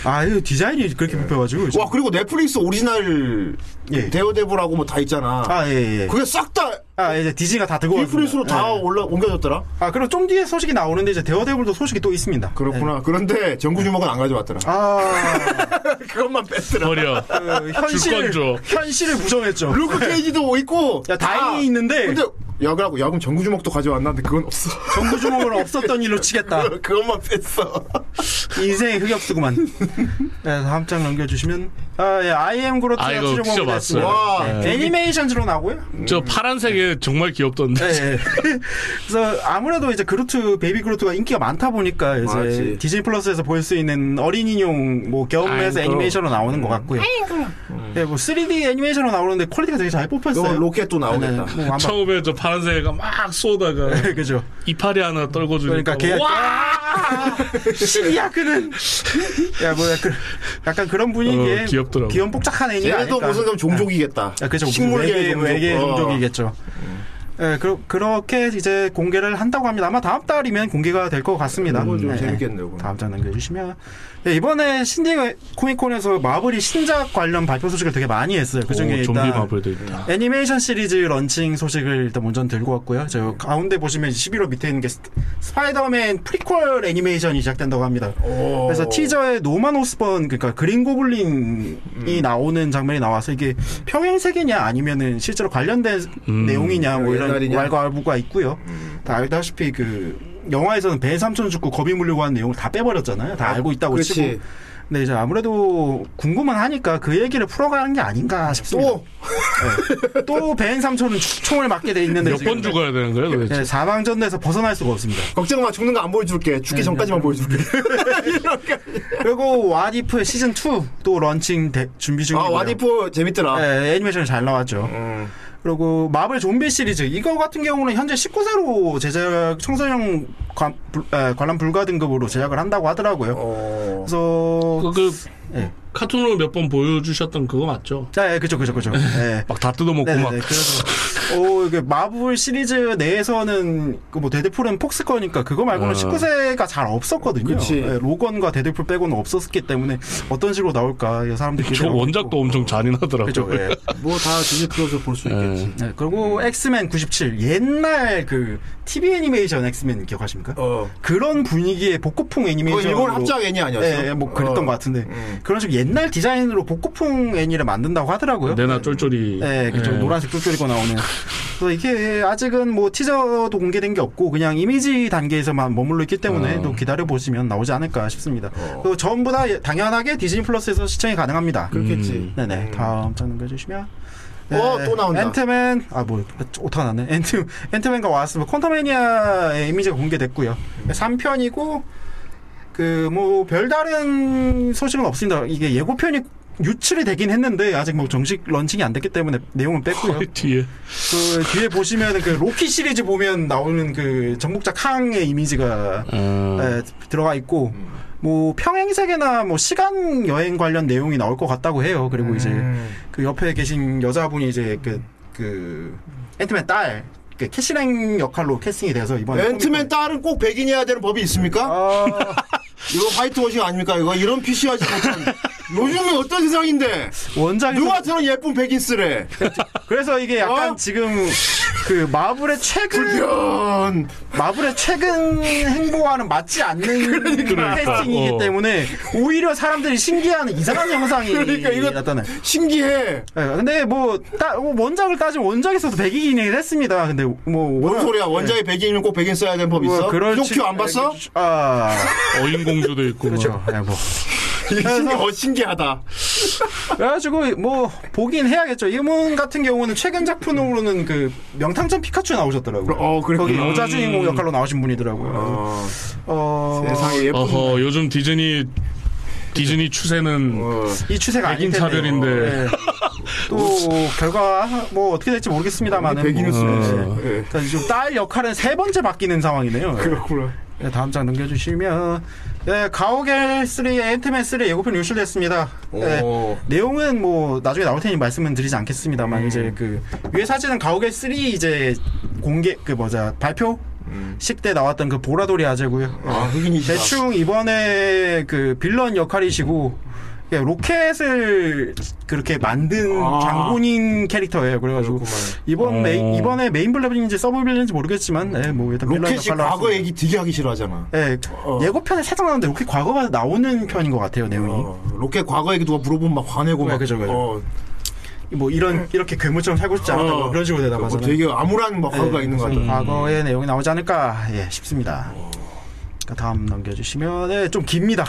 H: 아, 이 디자인이 그렇게 뽑혀가지고
F: 네. 와 그리고 넷플릭스 오리지널
H: 예.
F: 데어데블하고 뭐 다 있잖아.
H: 아, 예, 예.
F: 그게 싹 다
H: 아, 이제 디즈니가 다 들고
F: 넷플릭스로
H: 왔습니다.
F: 다
H: 예.
F: 올라 옮겨졌더라.
H: 아, 그럼 좀 뒤에 소식이 나오는데 이제 데어데블도 소식이 또 있습니다.
F: 그렇구나. 그런데 정구 주먹은 안 가져왔더라.
H: 예. 아,
F: 그것만 뺐더라.
G: 버려.
H: 그 현실
G: 아, 줄 건죠.
H: 현실을 부정했죠.
F: 루크 케이지도 뭐 있고
H: 야, 다행히
F: 다.
H: 있는데
F: 근데
K: 야구라고 야구 전구주먹도 가져왔나는데 그건 없어.
H: 전구주먹으로 없었던 일로 치겠다.
K: 그것만 뺐어.
H: 인생의 흑역수구만. 네, 다음 장 넘겨주시면 아, 예, I am
G: 아,
H: 그로트가
G: 이거 네.
H: 추종
G: 진짜 봤어요.
K: 와.
H: 예. 애니메이션으로 나오고요.
G: 저 파란색이 정말 귀엽던데.
H: 예, 예. 그래서 아무래도 이제 그루트 베이비 그루트가 인기가 많다 보니까 이제
K: 맞지.
H: 디즈니 플러스에서 볼 수 있는 어린이용 뭐 경험에서
G: 아이고.
H: 애니메이션으로 나오는 것 같고요. 예, 뭐 3D 애니메이션으로 나오는데 퀄리티가 되게 잘
K: 이거
H: 뽑혔어요.
K: 로켓 또 나오겠다.
H: 네, 네. 뭐 아마
G: 처음에 저 파란색이가 막 쏘다가
H: 그죠.
G: 이파리 하나 떨고 주니까
H: 그러니까 걔
G: 와!
H: 시리야 그는 야 뭐 약간, 약간 그런 분위기에
G: 어, 귀엽더라고.
H: 귀염 복잡한 애니
K: 얘네도 무슨 그럼 종족이겠다.
H: 아, 그죠.
K: 식물계
H: 외계,
K: 종족.
H: 외계
K: 어. 음.
H: 종족이겠죠. 예, 그러, 그렇게 이제 공개를 한다고 합니다. 아마 다음 달이면 공개가 될 것 같습니다.
K: 이거 좀
H: 예,
K: 재밌겠네요, 그럼.
H: 다음 장 남겨주시면. 예, 이번에 신디 코믹콘에서 마블이 신작 관련 발표 소식을 되게 많이 했어요. 그 중에
G: 오, 좀비
H: 일단 네.
G: 마블도 있다.
H: 애니메이션 시리즈 런칭 소식을 일단 먼저 들고 왔고요. 저 가운데 보시면 11호 밑에 있는 게 스- 스파이더맨 프리퀄 애니메이션이 시작된다고 합니다.
K: 오.
H: 그래서 티저에 노만 오스번 그러니까 그린 고블린이
K: 음.
H: 나오는 장면이 나와서 이게 평행 세계냐 아니면은 실제로 관련된
G: 음.
H: 내용이냐 뭐 이런
K: 옛날이냐? 음.
H: 왈가왈부가 있고요. 다 알다시피 그 영화에서는 배 삼촌 죽고 겁이 물리고 하는 내용을 다 빼버렸잖아요. 다
K: 아,
H: 알고 있다고
K: 그렇지.
H: 치고. 근데 이제 아무래도 궁금은 하니까 그 얘기를 풀어가는 게 아닌가 싶습니다.
K: 또
H: 네. 또 벤 삼촌은 추- 총을 맞게 돼 있는데
G: 몇 번
H: 지금.
G: 죽어야 되는 거야 도대체?
H: 네, 사방전대에서 벗어날 수가 없습니다.
K: 걱정 마 죽는 거 안 보여줄게. 죽기 전까지만 보여줄게.
H: 그리고 와디프의 시즌 2도 런칭 대- 준비
K: 아
H: 중이고요.
K: 와디프 재밌더라.
H: 예, 애니메이션이 잘 나왔죠.
K: 음.
H: 그리고 마블 좀비 시리즈 이거 같은 경우는 현재 19세로 제작 청소년 관, 불- 에, 관람 불가 등급으로 제작을 한다고 하더라고요.
K: 어.
H: 그래서
G: 그, 그
H: 예.
G: 카툰으로 몇 번 보여주셨던 그거 맞죠?
H: 자, 예, 그죠, 그죠, 그죠. 예.
G: 막 다 뜯어먹고
H: 네네네.
G: 막
H: 그래서 어, 이게 마블 시리즈 내에서는 그뭐 데드풀은 폭스 거니까 그거 말고는
G: 어.
H: 19세가 잘 없었거든요.
K: 그치.
H: 예, 로건과 데드풀 빼고는 없었기 때문에 어떤 식으로 나올까 이게 사람들이
G: 저
H: 기대하고
G: 원작도 엄청
H: 있고. 그죠.
G: 잔인하더라고요.
H: 예.
K: 뭐다 디즈니 플러스 볼 수 있겠지.
H: 네, 그리고 엑스맨 97 옛날 그 TV 애니메이션 엑스맨 기억하십니까?
K: 어.
H: 그런 분위기의 복고풍
K: 그거
H: 애니메이션
K: 일본 합작 애니 아니었어?
H: 예, 예, 뭐 그랬던
K: 어.
H: 것 같은데 그런 식으로 옛날 디자인으로 복고풍 애니를 만든다고 하더라고요.
G: 내나 쫄쫄이.
H: 예, 그죠.
G: 예.
H: 노란색 쫄쫄이고 나오는. 그래서 이게 아직은 뭐 티저도 공개된 게 없고 그냥 이미지 단계에서만 머물러 있기 때문에
G: 어.
H: 또 기다려 보시면 나오지 않을까 싶습니다. 그 전부 다 예, 당연하게 디즈니 플러스에서 시청이 가능합니다.
K: 그렇겠지.
G: 음.
H: 네네. 다음 장 넘겨주시면.
K: 어,
H: 네,
K: 또 나온다.
H: 앤트맨, 아, 뭐, 오타가 났네. 앤트, 앤트맨과 와스프, 퀀터매니아의 이미지가 공개됐고요.
K: 음.
H: 3편이고, 그, 뭐, 별다른 소식은 없습니다. 이게 예고편이 유출이 되긴 했는데, 아직 뭐 정식 런칭이 안 됐기 때문에 내용은 뺐고요.
G: 거의 뒤에.
H: 그 뒤에 보시면 그 로키 시리즈 보면 나오는 그 정복자 캉의 이미지가
G: 어,
H: 예, 들어가 있고 뭐 평행 세계나 뭐 시간 여행 관련 내용이 나올 것 같다고 해요. 그리고 이제
K: 음.
H: 그 옆에 계신 여자분이 이제 그, 그 앤트맨 딸, 그 캐시랭 역할로 캐스팅이 돼서 이번에
K: 앤트맨 딸은 꼭 백인이어야 되는 법이 있습니까?
H: 아,
K: 이거 화이트워싱 아닙니까? 이거 이런 PC하지 못한. 요즘은 어떤 세상인데?
H: 원작에서
K: 누가 저런 예쁜 백인 쓰래?
H: 그래서 이게 약간
K: 어?
H: 지금 그 마블의 최근
K: 연.
H: 마블의 최근 행보와는 맞지 않는
G: 그러니까.
H: 캐스팅이기
G: 어.
H: 때문에 오히려 사람들이 신기한 이상한 영상이
K: 그러니까 이거-
H: 나타나요.
K: 신기해.
H: 예, 근데 뭐, 따, 뭐 원작을 따지면 원작에서도 백이긴 했습니다. 근데 뭐
K: 뭔
H: 워낙-
K: 소리야? 원작이 백인이면 꼭 백인 써야 되는 법
H: 뭐
K: 있어?
H: 그럴
K: 피노키오 안
H: 치-
K: 봤어?
H: 아
G: 어인공주도 있고. 막.
H: 그렇죠. 예, 뭐.
K: 신기, 어, 신기하다.
H: 그래가지고 뭐 보긴 해야겠죠. 이문 같은 경우는 최근 작품으로는 그 명탐정 피카츄 나오셨더라고요.
K: 어, 그랬구나.
H: 거기 여자
G: 음.
H: 주인공 역할로 나오신 분이더라고요.
K: 어,
H: 어,
K: 세상에 예쁜.
G: 어허, 요즘 디즈니, 디즈니 추세는
K: 어.
H: 이 추세가 아닌
G: 백인
H: 텐데요.
G: 차별인데.
H: 예. 또 결과 뭐 어떻게 될지 모르겠습니다만은. 뭐.
K: 백인을
G: 어.
K: 쓰네. 예.
H: 딸 역할은 세 번째 바뀌는 상황이네요. 예.
K: 그렇구나.
H: 네, 다음 장 넘겨주시면 네, 가오갤 3의 앤트맨 3 예고편 유출됐습니다. 네,
K: 오.
H: 내용은 뭐 나중에 나올 테니 말씀은 드리지 않겠습니다만
K: 음.
H: 이제 그 위에 사진은 가오갤 3 이제 공개 그 뭐자 발표
K: 음.
H: 식때 나왔던 그 보라돌이 아재고요.
K: 아, 흑인이시다.
H: 대충 이번에 그 빌런 역할이시고 예, 로켓을 그렇게 만든
K: 아.
H: 장본인 캐릭터예요. 그래가지고 이번
G: 어.
H: 메인, 이번에 메인 블랙인지 서브 빌런인지 모르겠지만 예, 뭐 일단 빌런
K: 로켓이
H: 역할로
K: 과거
H: 왔습니다.
K: 얘기 되게 하기 싫어하잖아.
H: 예,
K: 어.
H: 예고편에 살짝 나오는데 이렇게 과거가 나오는 편인 것 같아요 내용이.
K: 어, 로켓 과거 얘기 누가 물어보면 막 화내고
H: 네,
K: 막.
H: 그죠, 그죠.
K: 어,
H: 뭐 이런 이렇게 괴물처럼 살고 싶지 않다
F: 어.
H: 뭐 그런 식으로
K: 뭐
H: 대답하잖아요.
K: 되게 암울한 막
H: 예,
K: 화가 있는 것
H: 그래서
K: 같아요.
H: 과거의 내용이 나오지 않을까 예, 싶습니다. 그러니까 다음 넘겨주시면 예, 좀 깁니다.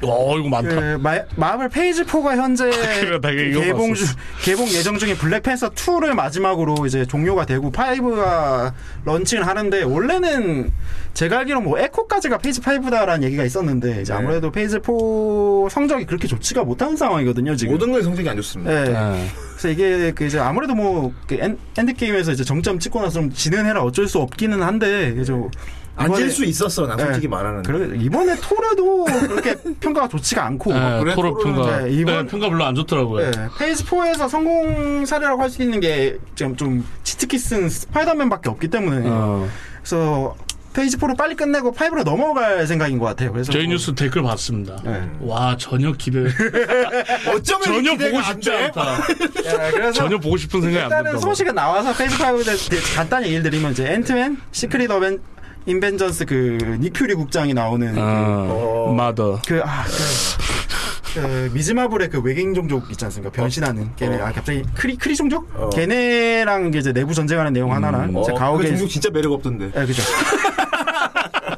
G: 어 이거 많다.
H: 그 마, 마블 페이지 4가 현재
G: 그래, 나 이거
H: 개봉
G: 봤어.
H: 중 개봉 예정 중인 블랙팬서 2를 마지막으로 이제 종료가 되고 5가 런칭을 하는데 원래는 제가 알기로 뭐 에코까지가 페이지 5다라는 얘기가 있었는데
G: 네.
H: 이제 아무래도 페이지 4 성적이 그렇게 좋지가 못한 상황이거든요 지금.
F: 모든 거에 성적이 안 좋습니다.
H: 예. 그래서 이게 그 이제 아무래도 뭐그 엔드 게임에서 이제 정점 찍고 나서 좀 진행해라 어쩔 수 없기는 한데 이제
F: 앉을
H: 이번에- 예.
F: 수 있었어, 나 솔직히 말하는데.
H: 그래 이번에 토레도 그렇게 평가가 좋지가 않고
G: 예, 토로 평가.
H: 네, 뭐 이번-
G: 네, 평가 별로 안 좋더라고요.
H: 네, 페이지 4에서 성공 사례라고 할 수 있는 게 지금 좀 치트키스는 스파이더맨밖에 없기 때문에
G: 어.
H: 그래서 페이지 4로 빨리 끝내고 5로 넘어갈 생각인 것 같아요. 그래서 뭐
G: 저희 뉴스 댓글 봤습니다.
H: 네.
G: 와 전혀 기대
K: 어쩌면
G: 전혀
K: 기대가
G: 보고
K: 안
G: 싶지
K: 돼?
G: 않다.
H: 예, 그래서
G: 전혀 보고 싶은 생각이 안
H: 일단은
G: 든다.
H: 소식이 나와서 페이지 5에 대해서 대- 간단히 얘기를 드리면 이제 앤트맨, 시크릿 어벤 인벤전스 그닉 퓨리 국장이 나오는
G: 어, 마더.
H: 그, 아, 그, 그 미즈마블의 그 외계인 종족 있지 않습니까?
F: 어.
H: 변신하는 걔네. 아, 갑자기 크리, 크리 종족? 걔네랑 이제 내부 전쟁하는
G: 음.
H: 내용 하나랑 이제
F: 어, 그
H: 가오게.
F: 종족 진짜 매력 없던데.
H: 예, 그죠.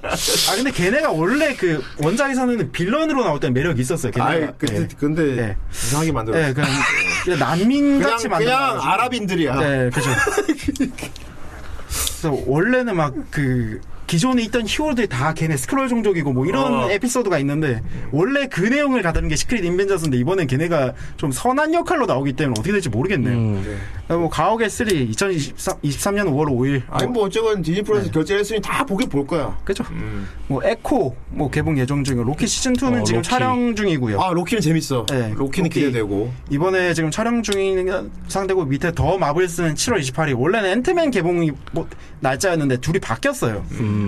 H: 아, 근데 걔네가 원래 그 원작에서는 빌런으로 나올 때는 매력이 있었어요. 걔네가.
F: 아이, 그, 근데,
H: 예.
F: 근데
H: 네.
F: 이상하게 만들어.
H: 예, 그냥, 그냥 난민같이
F: 그냥,
H: 만들어.
F: 그냥 아랍인들이야.
H: 네, 그죠. 그래서 원래는 막 그 기존에 있던 히어로들이 다 걔네 스크롤 종족이고 뭐 이런
F: 어.
H: 에피소드가 있는데 원래 그 내용을 다루는 게 시크릿 인벤져스인데 이번엔 걔네가 좀 선한 역할로 나오기 때문에 어떻게 될지 모르겠네요. 뭐 가오게 3 2023년 5월 5일
F: 아니, 뭐, 어쨌건 디즈니 플러스
H: 네.
F: 결제했으니 다 보긴 볼 거야.
H: 그죠? 뭐 에코 뭐 개봉 예정 중이고 로키 시즌 2는
G: 어,
H: 지금
G: 로키.
H: 촬영 중이고요.
F: 아, 로키는 재밌어.
H: 네,
F: 로키는
H: 로키.
F: 기대되고.
H: 이번에 지금 촬영 중인 상대고 밑에 더 마블스는 7월 28일 원래는 앤트맨 개봉이 뭐 날짜였는데 둘이 바뀌었어요.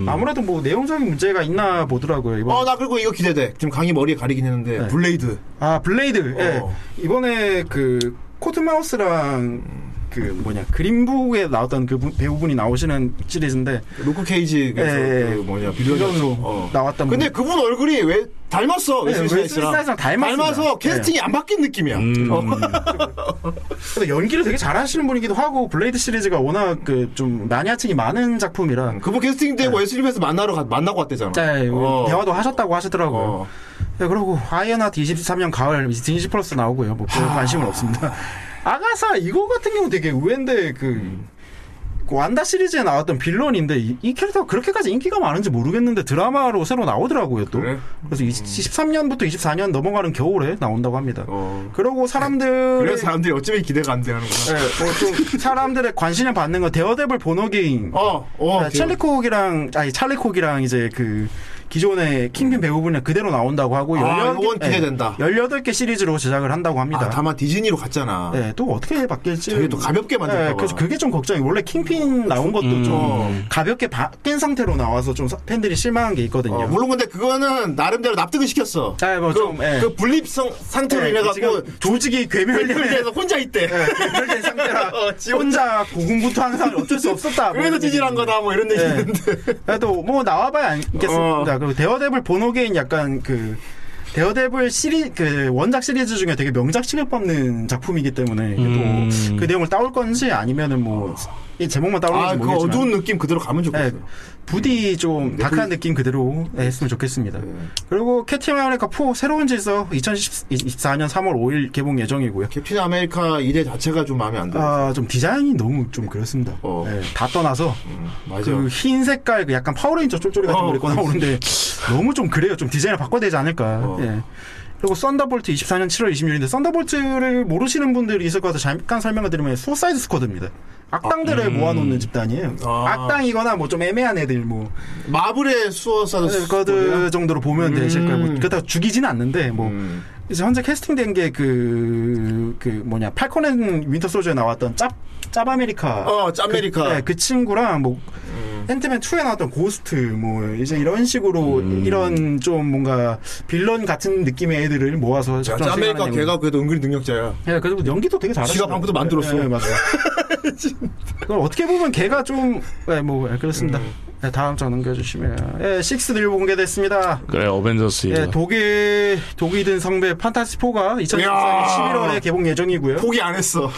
H: 아무래도 뭐 내용적인 문제가 있나 보더라고요. 이번
F: 어, 나 그리고 이거 기대돼. 지금 강의 머리에 가리긴 했는데,
H: 네.
F: 블레이드.
H: 아 블레이드 예.
F: 어.
H: 이번에 그 코트마우스랑 그 뭐냐 그린북에 나왔던 그 분- 배우분이 나오시는 시리즈인데
F: 로크 케이지, 그래서
H: 예, 예.
F: 그 뭐냐,
H: 빌런으로
F: 빌런으로. 어.
H: 나왔던
F: 근데
H: 분.
F: 그분 얼굴이 왜 닮았어?
H: 네,
F: 웨슬리
H: 웨슬리
F: 스나이스랑.
H: 스나이스랑 닮았습니다. 네.
F: 닮아서 캐스팅이 안 바뀐 느낌이야. 어.
H: 근데 연기를 되게 잘하시는 분이기도 하고 블레이드 시리즈가 워낙 그 좀 마니아층이 많은 작품이라
F: 그분 캐스팅 되고 웨슬리에서 만나러 가, 만나고 왔대잖아.
H: 네. 자,
F: 어.
H: 네, 그 대화도 하셨다고 하시더라고요.
F: 어.
H: 네, 그리고 아이언아 D23년 가을 디즈니 플러스 나오고요. 뭐
F: 아.
H: 별 관심은 없습니다. 아가사 이거 같은 경우 되게 의외인데 그, 그 완다 시리즈에 나왔던 빌런인데 이, 이 캐릭터가 그렇게까지 인기가 많은지 모르겠는데 드라마로 새로 나오더라고요 또.
F: 그래? 음.
H: 래서 13년부터 24년 넘어가는 겨울에 나온다고 합니다.
F: 어.
H: 그러고 사람들 네,
F: 그래서 사람들이 어쩌면 기대가 안 되는구나.
H: 뭐좀 사람들의 관심을 받는 건 데어데블 번호게임
F: 어, 어.
H: 네, 찰리콕이랑 아니 찰리콕이랑 이제 그 기존의 킹핀 배우분이랑 그대로 나온다고 하고
F: 네. 아,
H: 열여덟 개-
F: 요건 기대된다.
H: 네, 18개 시리즈로 제작을 한다고 합니다.
F: 아, 다만 디즈니로 갔잖아.
H: 네, 또 어떻게 바뀔지 네,
F: 저게 또 가볍게 만들까 봐.
H: 그래서 그게 좀 걱정이. 원래 킹핀 나온 것도 좀
F: 음.
H: 가볍게 바뀐 상태로 나와서 좀 사- 팬들이 실망한 게 있거든요.
F: 어, 물론 근데 그거는 나름대로 납득을 시켰어.
H: 아, 네. 뭐
F: 그,
H: 좀, 예.
F: 그 분립성 상태로
H: 네,
F: 인해갖고
H: 지금 네. 조직이 괴멸된
F: 그래서 혼자 있대.
H: 괴멸된 상태라
F: 어, 지
H: 혼자 고군분투하는 사람 어쩔 수 없었다. 뭐
F: 그래서
H: 이런
F: 찌질한
H: 얘기인데.
F: 거다 뭐 이런
H: 예.
F: 얘기인데.
H: 그래도 뭐 나와봐야 알겠습니다.
F: 어.
H: 그리고 데어데블 본호게인 약간 그 데어데블 시리 그 원작 시리즈 중에 되게 명작 시을 뽑는 작품이기 때문에 또 그 내용을 따올 건지 아니면은 뭐 이
F: 음.
H: 제목만
F: 아,
H: 따올는지
F: 그
H: 모르겠지만
F: 어두운 느낌 음. 네, 그대로 가면
H: 예,
F: 좋겠어.
H: 부디 좀 다크한 느낌 그대로 네, 했으면 좋겠습니다.
F: 네.
H: 그리고 캡틴 아메리카 4 새로운 질서 2024년 3월 5일 개봉 예정이고요.
F: 캡틴 아메리카 이래 자체가 좀 마음에 안 들어.
H: 아, 좀 디자인이 너무 좀 그렇습니다.
F: 어.
H: 예, 다 떠나서
F: 음, 맞아.
H: 그 흰 색깔 그 약간 파워레인저 쫄쫄이 같은
F: 어,
H: 걸 입고 나오는데 너무 좀 그래요. 좀 디자인을 바꿔야 되지 않을까.
F: 어.
H: 예. 그리고 썬더볼트 24년 7월 26일인데 썬더볼트를 모르시는 분들이 있을 것 같아서 잠깐 설명을 드리면 소사이드 스쿼드입니다. 악당들을 모아놓는 집단이에요.
F: 아.
H: 악당이거나 뭐 좀 애매한 애들 뭐
F: 마블의 수어사드
H: 네, 스쿼드 정도로 보면 되실 거예요. 뭐
F: 음.
H: 그렇다고 죽이진 않는데 뭐
F: 음.
H: 그래서 현재 캐스팅된 게 그 그 뭐냐 팔콘 앤 윈터 소저에 나왔던 짭짭 아메리카
F: 어, 짭메리카. 음.
H: 네, 그 친구랑 뭐 앤트맨 2에 나왔던 고스트 뭐 이제 이런 식으로
F: 음.
H: 이런 좀 뭔가 빌런 같은 느낌의 애들을 모아서
F: 야,
H: 작전 수행하는
F: 짭메리카
H: 내용.
F: 걔가 그래도 은근히 능력자야.
H: 예, 그래서 연기도 되게 잘하시고
F: 지가 방구도 만들었어.
H: 맞아요. 그걸 어떻게 보면 걔가 좀 예, 뭐 예, 그렇습니다. 네, 다음 장 넘겨주시면. 예, 6도 일부 공개됐습니다.
G: 그래 어벤져스 이거
H: 예, 독일 독이 든 성배 판타스포가 2024년 11월에 개봉 예정이고요.
F: 포기 안 했어.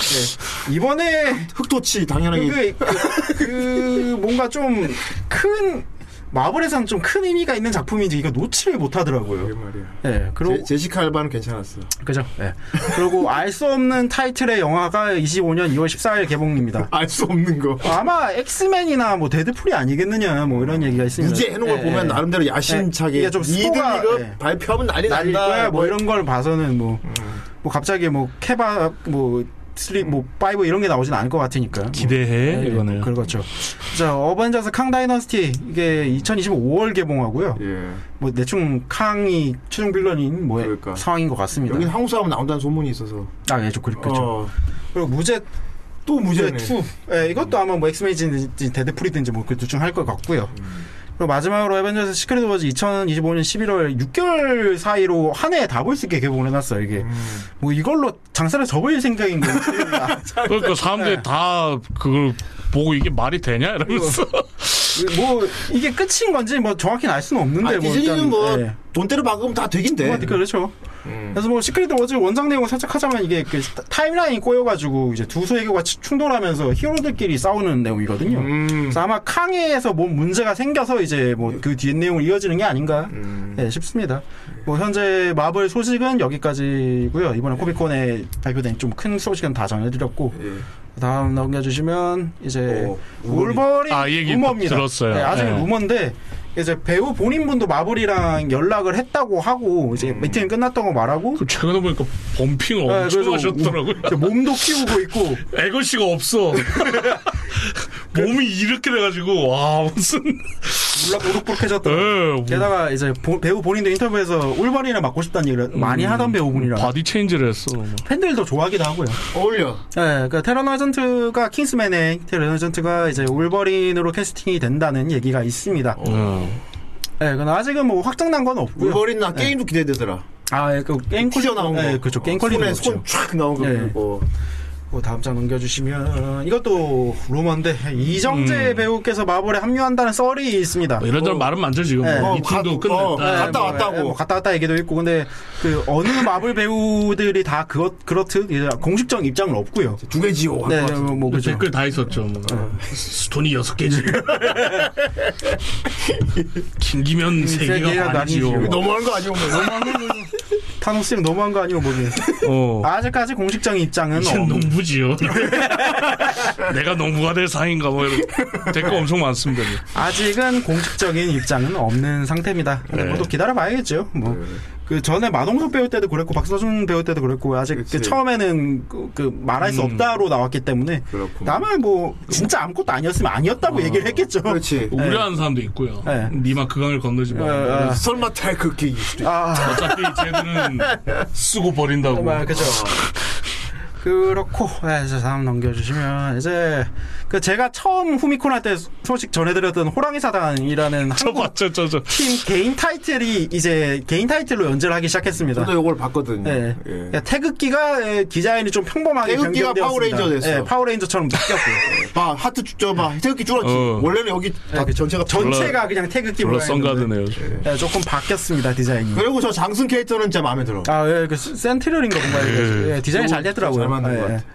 H: 이번에
F: 흑도치 당연하게
H: 네. 그, 그, 그 뭔가 좀 큰 마블에서는 좀 큰 의미가 있는 작품인지 이거 놓치를 못하더라고요.
F: 말이야.
H: 예, 그리고
F: 제, 제시카 알바는 괜찮았어.
H: 그죠. 예. 그리고 알 수 없는 타이틀의 영화가 25년 2월 14일 개봉입니다.
F: 알 수 없는 거.
H: 아마 엑스맨이나 뭐 데드풀이 아니겠느냐 뭐 이런 얘기가 있습니다.
F: 이제 해놓은 걸
H: 예,
F: 보면
H: 예.
F: 나름대로
H: 예,
F: 야심차게
H: 이게 좀 스포가,
F: 이거
H: 예.
F: 발표하면 난리
H: 날릴 거야
F: 난다.
H: 뭐 이런 걸 봐서는 뭐, 뭐 갑자기 뭐 케바 뭐 슬립 뭐 파이브 이런 게 나오진 않을 것 같으니까
G: 기대해
H: 네,
G: 이거는
H: 그렇죠. 자, 어벤져스 캉 다이너스티 이게 2025 5월 개봉하고요.
F: 예.
H: 뭐 대충 캉이 최종 빌런인 뭐
F: 그러니까.
H: 상황인 것 같습니다.
F: 여기 한국 사람 나온다는 소문이 있어서.
H: 아, 예, 좀 그렇- 그렇죠.
F: 어,
H: 그리고 무제
F: 또 무죄네. 아,
H: 투. 예, 이것도 아마 뭐 엑스맨이든지 데드풀이든지 뭐그둘중할것 같고요.
F: 음.
H: 그리고 마지막으로 에벤져스 시크릿 워즈 2025년 11월 6개월 사이로 한 해에 다 볼 수 있게 개봉을 해놨어요. 이게
F: 음.
H: 뭐 이걸로 장사를 접을 생각인 거예요.
G: 그러니까
H: 예.
G: 사람들이 다 그걸 보고 이게 말이 되냐 이러면서
H: 뭐 이게 끝인 건지 뭐 정확히 알 수는 없는데
F: 아,
H: 뭐
F: 디즈니는
H: 일단,
F: 뭐,
H: 예.
F: 돈대로 박으면 다 되긴 돼.
H: 뭐, 그렇죠. 그래서 뭐 시크릿 워즈 원작 내용을 살짝 하자면 이게 그 타- 타임라인이 꼬여가지고 이제 두 세계가 치- 충돌하면서 히어로들끼리 싸우는 내용이거든요.
F: 음.
H: 그래서 아마 캉에에서 뭔 문제가 생겨서 이제 뭐 그 뒤에 내용을 이어지는 게 아닌가
F: 음.
H: 예, 싶습니다. 뭐 현재 마블 소식은 여기까지고요. 이번에 코비콘에 발표된 좀 큰 소식은 다 전해드렸고 다음 넘겨주시면 이제
F: 오,
H: 울버린
G: 아, 이 얘기
H: 루머입니다.
G: 들었어요.
H: 네, 아직
G: 네.
H: 루머인데 이제 배우 본인분도 마블이랑 연락을 했다고 하고 이제 미팅 끝났다고 말하고
G: 그 최근에 보니까 범핑을
H: 네,
G: 엄청
H: 그래서
G: 하셨더라고요.
H: 이제 몸도 키우고 있고
G: 애건 씨가 없어. 몸이 이렇게 돼가지고 와 무슨
H: 몰라
G: 에,
H: 부룩부룩해졌다.
G: 뭐
H: 게다가 이제 보- 배우 본인도 인터뷰에서 울버린을 맡고 싶다는 얘기를
G: 음.
H: 많이 하던 배우분이라
G: 바디 체인지를 했어. 뭐.
H: 팬들도 좋아하기도 하고요.
F: 어울려.
H: 네, 그러니까 테런 허전트가 킹스맨의 테런 허전트가 이제 울버린으로 캐스팅이 된다는 얘기가 있습니다.
G: 어.
H: 네, 그건 아직은 뭐 확정난 건 없고요.
F: 울버린 나 게임도 기대되더라.
H: 아, 예, 그 게임
F: 튀어
H: 퀄리티
F: 나온 거.
H: 예, 그렇죠. 게임 퀄리티
F: 손에
H: 그렇죠.
F: 손쫙 나온 거.
H: 예.
F: 그리고
H: 그 다음 장 넘겨주시면 이것도 루머인데 이정재 배우께서 마블에 합류한다는 썰이 있습니다.
G: 뭐 이런저런 말은 많죠 지금.
H: 네.
G: 뭐
F: 어,
G: 미팅도
F: 가-
G: 끝냈다.
F: 어,
H: 예,
F: 갔다
H: 뭐,
F: 왔다고.
H: 예, 뭐 갔다 왔다 얘기도 있고 근데 그 어느 마블 배우들이 다 그것 그렇듯 이제 공식적 입장은 없고요.
F: 두 개지요.
H: 네,
F: 네.
H: 뭐, 뭐 그렇죠. 어.
G: 댓글 다 있었죠. 뭐. 스톤이 여섯 개지. 긴기면 세
H: 음, 세 개가
G: 개가 반이지요.
H: 반이지요.
F: 너무한 거 아니야?
H: 타노스는 너무한 거 아니고 뭐게?
G: 어.
H: 아직까지 공식적 입장은
G: 이젠
H: 없.
G: 농부지요. 내가 농부가 될 상인가 뭐 이런 댓글 엄청 많습니다.
H: 네. 아직은 공식적인 입장은 없는 상태입니다.
G: 네.
H: 뭐또 기다려봐야겠죠.
F: 네.
H: 뭐. 그 전에 마동석 배우 때도 그랬고 박서준 배우 때도 그랬고 아직 그
F: 그치.
H: 처음에는 그, 그 말할 수
G: 음.
H: 없다로 나왔기 때문에
F: 그렇구나.
H: 다만 뭐 진짜 아무것도 아니었으면 아니었다고 얘기를 했겠죠.
F: 그렇지.
G: 우려하는 사람도 있고요.
H: 네.
G: 니마 그강을 건너지 마.
H: 어, 어.
F: 아, 설마 탈극기일 수도 있
H: 아,
G: 어차피 쟤들은 쓰고 버린다고.
H: 정말 네, 그죠.
F: 어,
H: 그렇고 네, 이제 다음 넘겨주시면 이제 그 제가 처음 후미콘 할 때 소식 전해드렸던 호랑이 사단이라는
G: 저
H: 한국
G: 봤죠, 저, 저.
H: 팀 개인 타이틀이 이제 개인 타이틀로 연재를 하기 시작했습니다.
F: 저도 요걸 봤거든요.
H: 예.
F: 예.
H: 그러니까 태극기가 예, 디자인이 좀 평범하게
F: 태극기가
H: 변경되었습니다.
F: 파워레인저 됐어요. 예.
H: 예, 파워레인저처럼 바뀌었고요.
F: 봐, 하트 쭉 봐. 태극기 줄었지.
G: 어.
F: 원래는 여기 다
H: 예,
F: 전체가
H: 전체가 그냥 태극기
G: 블러
H: 모양이었는데,
G: 선가드네요.
H: 예, 조금 바뀌었습니다 디자인이.
F: 그리고 저 장승 캐릭터는 진짜 마음에 들어.
H: 아, 예, 그 센트럴인가 뭔가 이게.
G: 예.
H: 예, 디자인 잘 됐더라고요.
F: 잘 맞는
H: 예,
F: 것
H: 예.
F: 같아.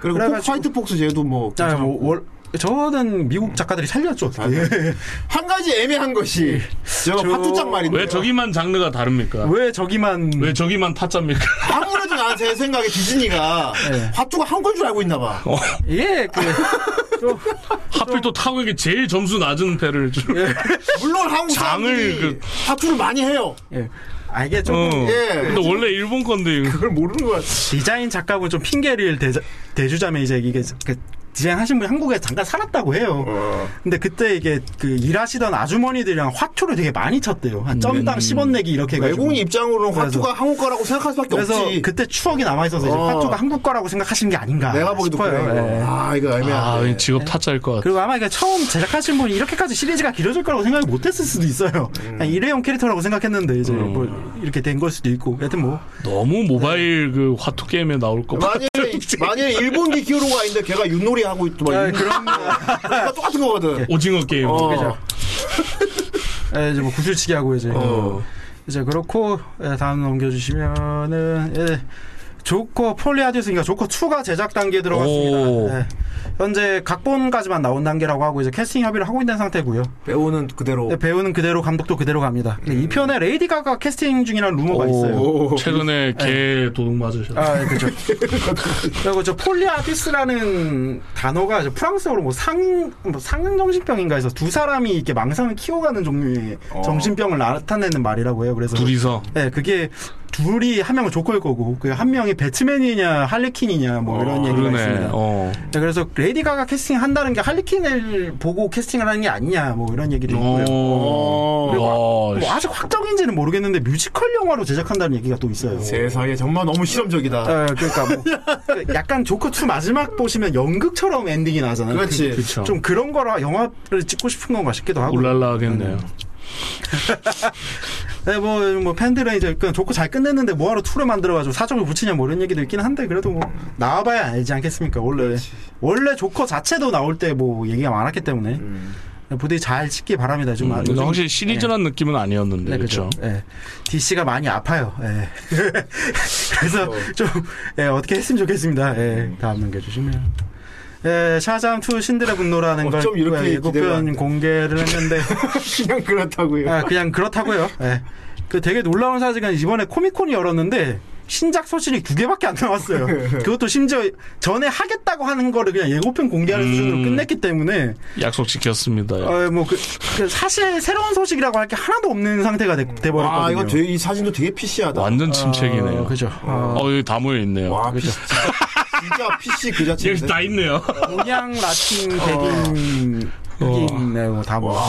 F: 그리고 폭,
H: 그래가지고-
F: 화이트 폭스 쟤도 뭐. 아, 네.
H: 자,
F: 괜찮고.
H: 뭐 월, 저는 미국 작가들이 살렸죠. 어떻게. 예.
F: 한 가지 애매한 것이 저
H: 저-
F: 화투짝 말인데.
G: 왜 저기만 장르가 다릅니까?
H: 왜 저기만
G: 왜 저기만 타짜입니까?
F: 아무래도 난제 생각에 디즈니가
H: 예.
F: 화투가 한 건 줄 알고 있나 봐.
G: 어,
H: 예, 그 좀-
G: 하필 또 타국에게 제일 점수 낮은 패를 줄.
H: 예.
F: 물론 한국
G: 장을
F: 사람들이
G: 그-
F: 화투를 많이 해요.
H: 예. 아 이게 좀
G: 어.
F: 예.
G: 근데 원래 일본 건데. 이거.
F: 그걸 모르는 거야.
H: 디자인 작가분 좀 핑계를 대자, 대주자면 이제 이게 그 디자인 하신 분이 한국에 잠깐 살았다고 해요.
F: 어.
H: 근데 그때 이게 그 일하시던 아주머니들이랑 화투를 되게 많이 쳤대요. 한 점당 10원 내기 이렇게 해가지고.
F: 음. 외국인 입장으로는
H: 그래서-
F: 화투가 한국 거라고 생각할 수밖에
H: 그래서
F: 없지.
H: 그때 추억이 남아있어서 이제
F: 어.
H: 화투가 한국 거라고 생각하시는 게 아닌가.
F: 내가 보기도
H: 싶어요.
F: 그래.
H: 예.
F: 아 이거
G: 아,
F: 애매하네.
G: 직업 타짜일 것 같아.
H: 그리고 아마 이게 처음 제작하신 분이 이렇게까지 시리즈가 길어질 거라고 생각을 못했을 수도 있어요.
F: 음.
H: 그냥 일회용 캐릭터라고 생각했는데 이제 뭐 이렇게 된 걸 수도 있고. 여튼 뭐 예.
G: 너무 모바일 그 화투 게임에 나올 것 같아.
F: 만약에 만약에 일본기 히어로가 있는데 걔가 윷놀이
K: 하고 있고 막
H: 아,
F: 음.
H: 예,
K: 이런 그거 똑같은 거거든.
G: 오징어 게임.
K: 어.
H: 그죠. 예, 이제 뭐 구슬치기 하고 이제
F: 어.
H: 이제 그렇고 예, 다음 넘겨주시면은 예, 조커 폴리아디스니까 조커 2가 제작 단계에
G: 오.
H: 들어갔습니다. 예, 현재 각본까지만 나온 단계라고 하고 이제 캐스팅 협의를 하고 있는 상태고요.
F: 배우는 그대로. 음.
H: 예, 배우는 그대로 감독도 그대로 갑니다. 근데 이 편에 레이디 가가 캐스팅 중이라는 루머가 있어요.
G: 최근에 개 도둑 맞으셨.
H: 예. 아, 예, 그죠. 그리고 저 폴리아디스라는 단어가 저 프랑스어로 뭐 상, 뭐 상정신병인가 해서 두 사람이 이렇게 망상을 키워가는 종류의 정신병을 나타내는 말이라고 해요. 그래서.
G: 어. 둘이서
H: 네, 그게 둘이 한 명은 조커일 거고, 그 한 명이 배트맨이냐, 할리퀸이냐, 뭐 이런 얘기가
G: 아, 그러네.
H: 있습니다.
G: 어.
H: 네, 그래서 레이디 가가 캐스팅 한다는 게 할리퀸을 보고 캐스팅을 하는 게 아니냐, 뭐 이런 얘기도 있고요.
G: 어. 오. 와,
H: 뭐 아직 확정인지는 모르겠는데 뮤지컬 영화로 제작한다는 얘기가 또 있어요.
G: 네.
F: 세상에 정말 너무 실험적이다.
H: 예, 그러니까 뭐 그 약간 조커 2 마지막 보시면 연극처럼 엔딩이 나잖아요.
F: 그렇지. 그렇죠.
H: 그-
G: 그쵸.
H: 좀 그런 거라 영화를 찍고 싶은 건가 싶기도 하고.
G: 울랄라 하겠네요.
H: 음. 네, 뭐, 뭐 팬들은 이제 그냥 조커 잘 끝냈는데 뭐하러 2를 만들어가지고 사적을 붙이냐 뭐 이런 얘기도 있긴 한데 그래도 뭐 나와봐야 알지 않겠습니까? 원래 원래 조커 자체도 나올 때 뭐 얘기가 많았기 때문에
F: 음.
H: 부디 잘 찍기 바랍니다. 좀 아-
G: 음, 근데
H: 요즘-
G: 확실히 시리즈란 느낌은 아니었는데
H: 네,
G: 그렇죠.
H: 그죠. 예. DC가 많이 아파요. 예. 그래서
F: 그렇죠.
H: 좀 예, 어떻게 했으면 좋겠습니다. 예. 다음 넘겨주시면. 예, 샤잠 2 신들의 분노라는
F: 어,
H: 걸
F: 좀 이렇게 기대가 안
H: 예고편 공개를 했는데
F: 그냥 그렇다고요.
H: 아, 그냥 그렇다고요. 예. 그 되게 놀라운 사실은 이번에 코미콘이 열었는데 신작 소식이 두 개밖에 안 나왔어요. 그것도 심지어 전에 하겠다고 하는 거를 그냥 예고편 공개하는
G: 음.
H: 수준으로 끝냈기 때문에
G: 약속 지켰습니다.
H: 어, 뭐 그, 그 사실 새로운 소식이라고 할 게 하나도 없는 상태가 돼, 돼버렸거든요.
F: 아, 이거 되게, 이 사진도 되게 PC하다.
G: 완전 침체기네요.
H: 어, 그죠. 어,
G: 어, 여기 다 모여 있네요.
F: 와, PC. 진짜 PC 그
G: 여기
F: 자체인데.
G: 다 있네요.
H: 동양 라틴 백인 흑인 네, 뭐, 다 뭐.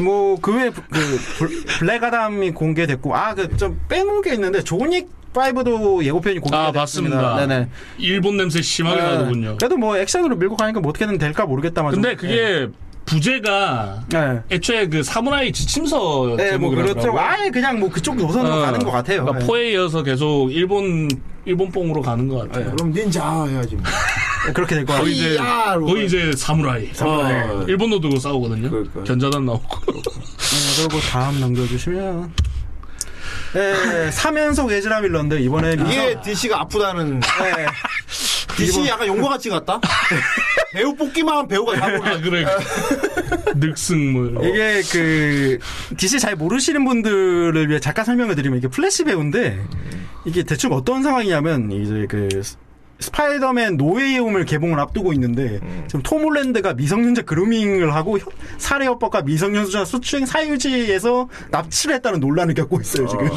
H: 뭐그 외에 부- 그 블- 블랙아담이 공개됐고 아 그 좀 빼놓은 게 있는데 조닉 5도 예고편이 공개됐습니다.
G: 아, 봤습니다.
H: 네, 네네.
G: 일본 냄새 심하게 나더군요.
H: 그래도 뭐 액션으로 밀고 가니까 뭐 어떻게든 될까 모르겠다만. 좀-
G: 근데 그게 부제가
H: 예.
G: 애초에 그 사무라이 지침서
H: 예, 뭐 그렇더라고.
G: 제목이라고.
H: 아예 그냥 뭐 그쪽 노선으로 가는 것 같아요.
G: 그러니까
H: 예.
G: 포에 이어서 계속 일본 일본 뽕으로 가는 것
H: 예.
G: 같아요.
F: 그럼 닌자 해야지. 뭐.
H: 그렇게 될 것 네. 같아요.
G: 거의 이제
F: 이야,
G: 거의 이제 사무라이.
F: 어.
G: 일본도 들고 싸우거든요.
F: 그러니까요.
G: 견자단 나오고.
H: 네, 그리고 다음 넘겨주시면. 예, 3연속 예지라 밀런데 이번에
F: 이게 DC가 아프다는. DC 약간 용과 네. 같이 같다? 배우 뽑기만 한 배우가 다 뽑-
G: 아 그래. 늑승 뭐 이런. 거.
H: 이게 그 DC 잘 모르시는 분들을 위해 잠깐 설명을 드리면 이게 플래시 배우인데 이게 대충 어떤 상황이냐면 이제 그 스- 스파이더맨 노웨이 홈을 개봉을 앞두고 있는데
G: 음.
H: 지금 톰 홀랜드가 미성년자 그루밍을 하고 혀- 살해 협박과 미성년자 수추행 사유지에서 납치를 했다는 논란을 겪고 있어요 지금.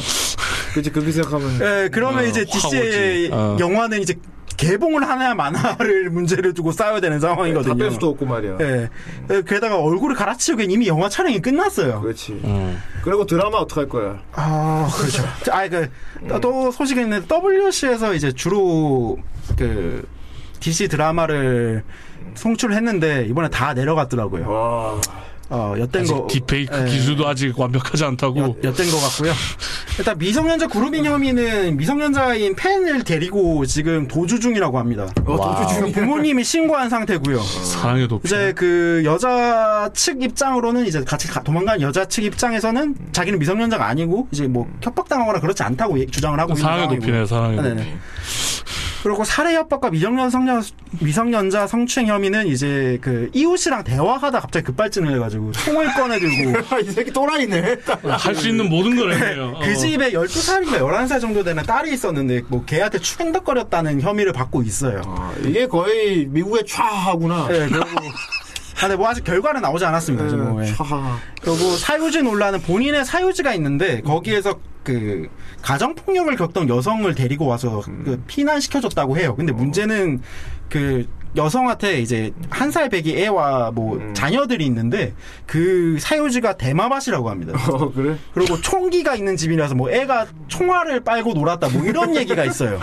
F: 그치, 그렇게 생각하면.
H: 예, 그러면
G: 어,
H: 이제 DC의
G: 화오지. 어.
H: 영화는 이제 개봉을 하냐 만화를 문제를 두고 싸워야 되는 상황이거든요.
F: 다뺄 수도 없고 말이야.
H: 예. 예, 게다가 얼굴을 갈아치우기엔 이미 영화 촬영이 끝났어요.
F: 그렇지.
G: 음.
F: 그리고 드라마 어떡할 거야?
H: 아, 그렇죠. 아, 그, 또 소식이 있는데, WC에서 이제 주로, 그, DC 드라마를 송출했는데, 이번에 다 내려갔더라고요.
F: 와.
H: 어, 엿된
G: 아직
H: 거.
G: 딥페이크
H: 예,
G: 기술도 아직 완벽하지 않다고.
H: 엿, 엿된 거 같고요. 일단 미성년자 그룹인 혐의는 미성년자인 팬을 데리고 지금 도주 중이라고 합니다.
F: 어, 도주 중이야.
H: 부모님이 신고한 상태고요.
G: 사랑의 도피.
H: 이제 그 여자 측 입장으로는 이제 같이 가- 도망간 여자 측 입장에서는 자기는 미성년자가 아니고 이제 뭐 협박당하거나 그렇지 않다고 예- 주장을 하고 있는
G: 사랑의
H: 상황이고요.
G: 도피네 사랑의
H: 네,
G: 도피.
H: 네. 그리고 살해 협박과 미성년 성년 미성년자 성추행 혐의는 이제 그 이웃이랑 대화하다 갑자기 급발진을 해가지고 총을 꺼내들고
F: 아, 이 새끼 또라이네.
G: 할 수 있는 모든 걸 했네요.
H: 그
G: 어.
H: 집에 12살인가 11살 정도 되는 딸이 있었는데 뭐 걔한테 추행덕거렸다는 혐의를 받고 있어요.
F: 아, 이게 거의 미국의 촤하구나. 네.
H: 네, 그리고 아, 근데 뭐 아직 결과는 나오지 않았습니다. 이제 뭐, 예.
F: 촤하.
H: 그리고 사유지 논란은 본인의 사유지가 있는데 거기에서 그 가정 폭력을 겪던 여성을 데리고 와서 그 피난시켜줬다고 해요. 근데 문제는 그 여성한테 이제 한 살 배기 애와 뭐 자녀들이 있는데 그 사유지가 대마밭이라고 합니다.
F: 어, 그래?
H: 그리고 총기가 있는 집이라서 뭐 애가 총알을 빨고 놀았다 뭐 이런 얘기가 있어요.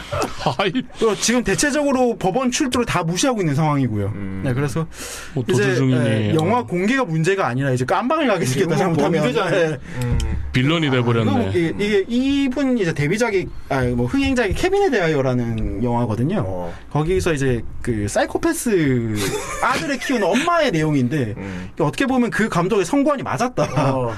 G: 아이,
H: 그리고 지금 대체적으로 법원 출두를 다 무시하고 있는 상황이고요. 네, 그래서
G: 뭐 어. 도주
H: 이제
G: 중이니
H: 예, 영화 공개가 문제가 아니라 이제 깜방을 가게 생겼다
F: 이건 뭐
H: 잘못하면
F: 범죄잖아요. 음.
H: 예.
G: 빌런이
H: 그리고
G: 돼버렸네.
H: 이게, 이게 이분 이제 아, 뭐
F: 어.
H: 데뷔작이 아뭐 흥행작이 케빈에 대하여라는 영화거든요. 거기서 이제 그 사이코 사이코패스 아들을 키우는 엄마의 내용인데
F: 음.
H: 이게 어떻게 보면 그 감독의 성관이 맞았다.
F: 어.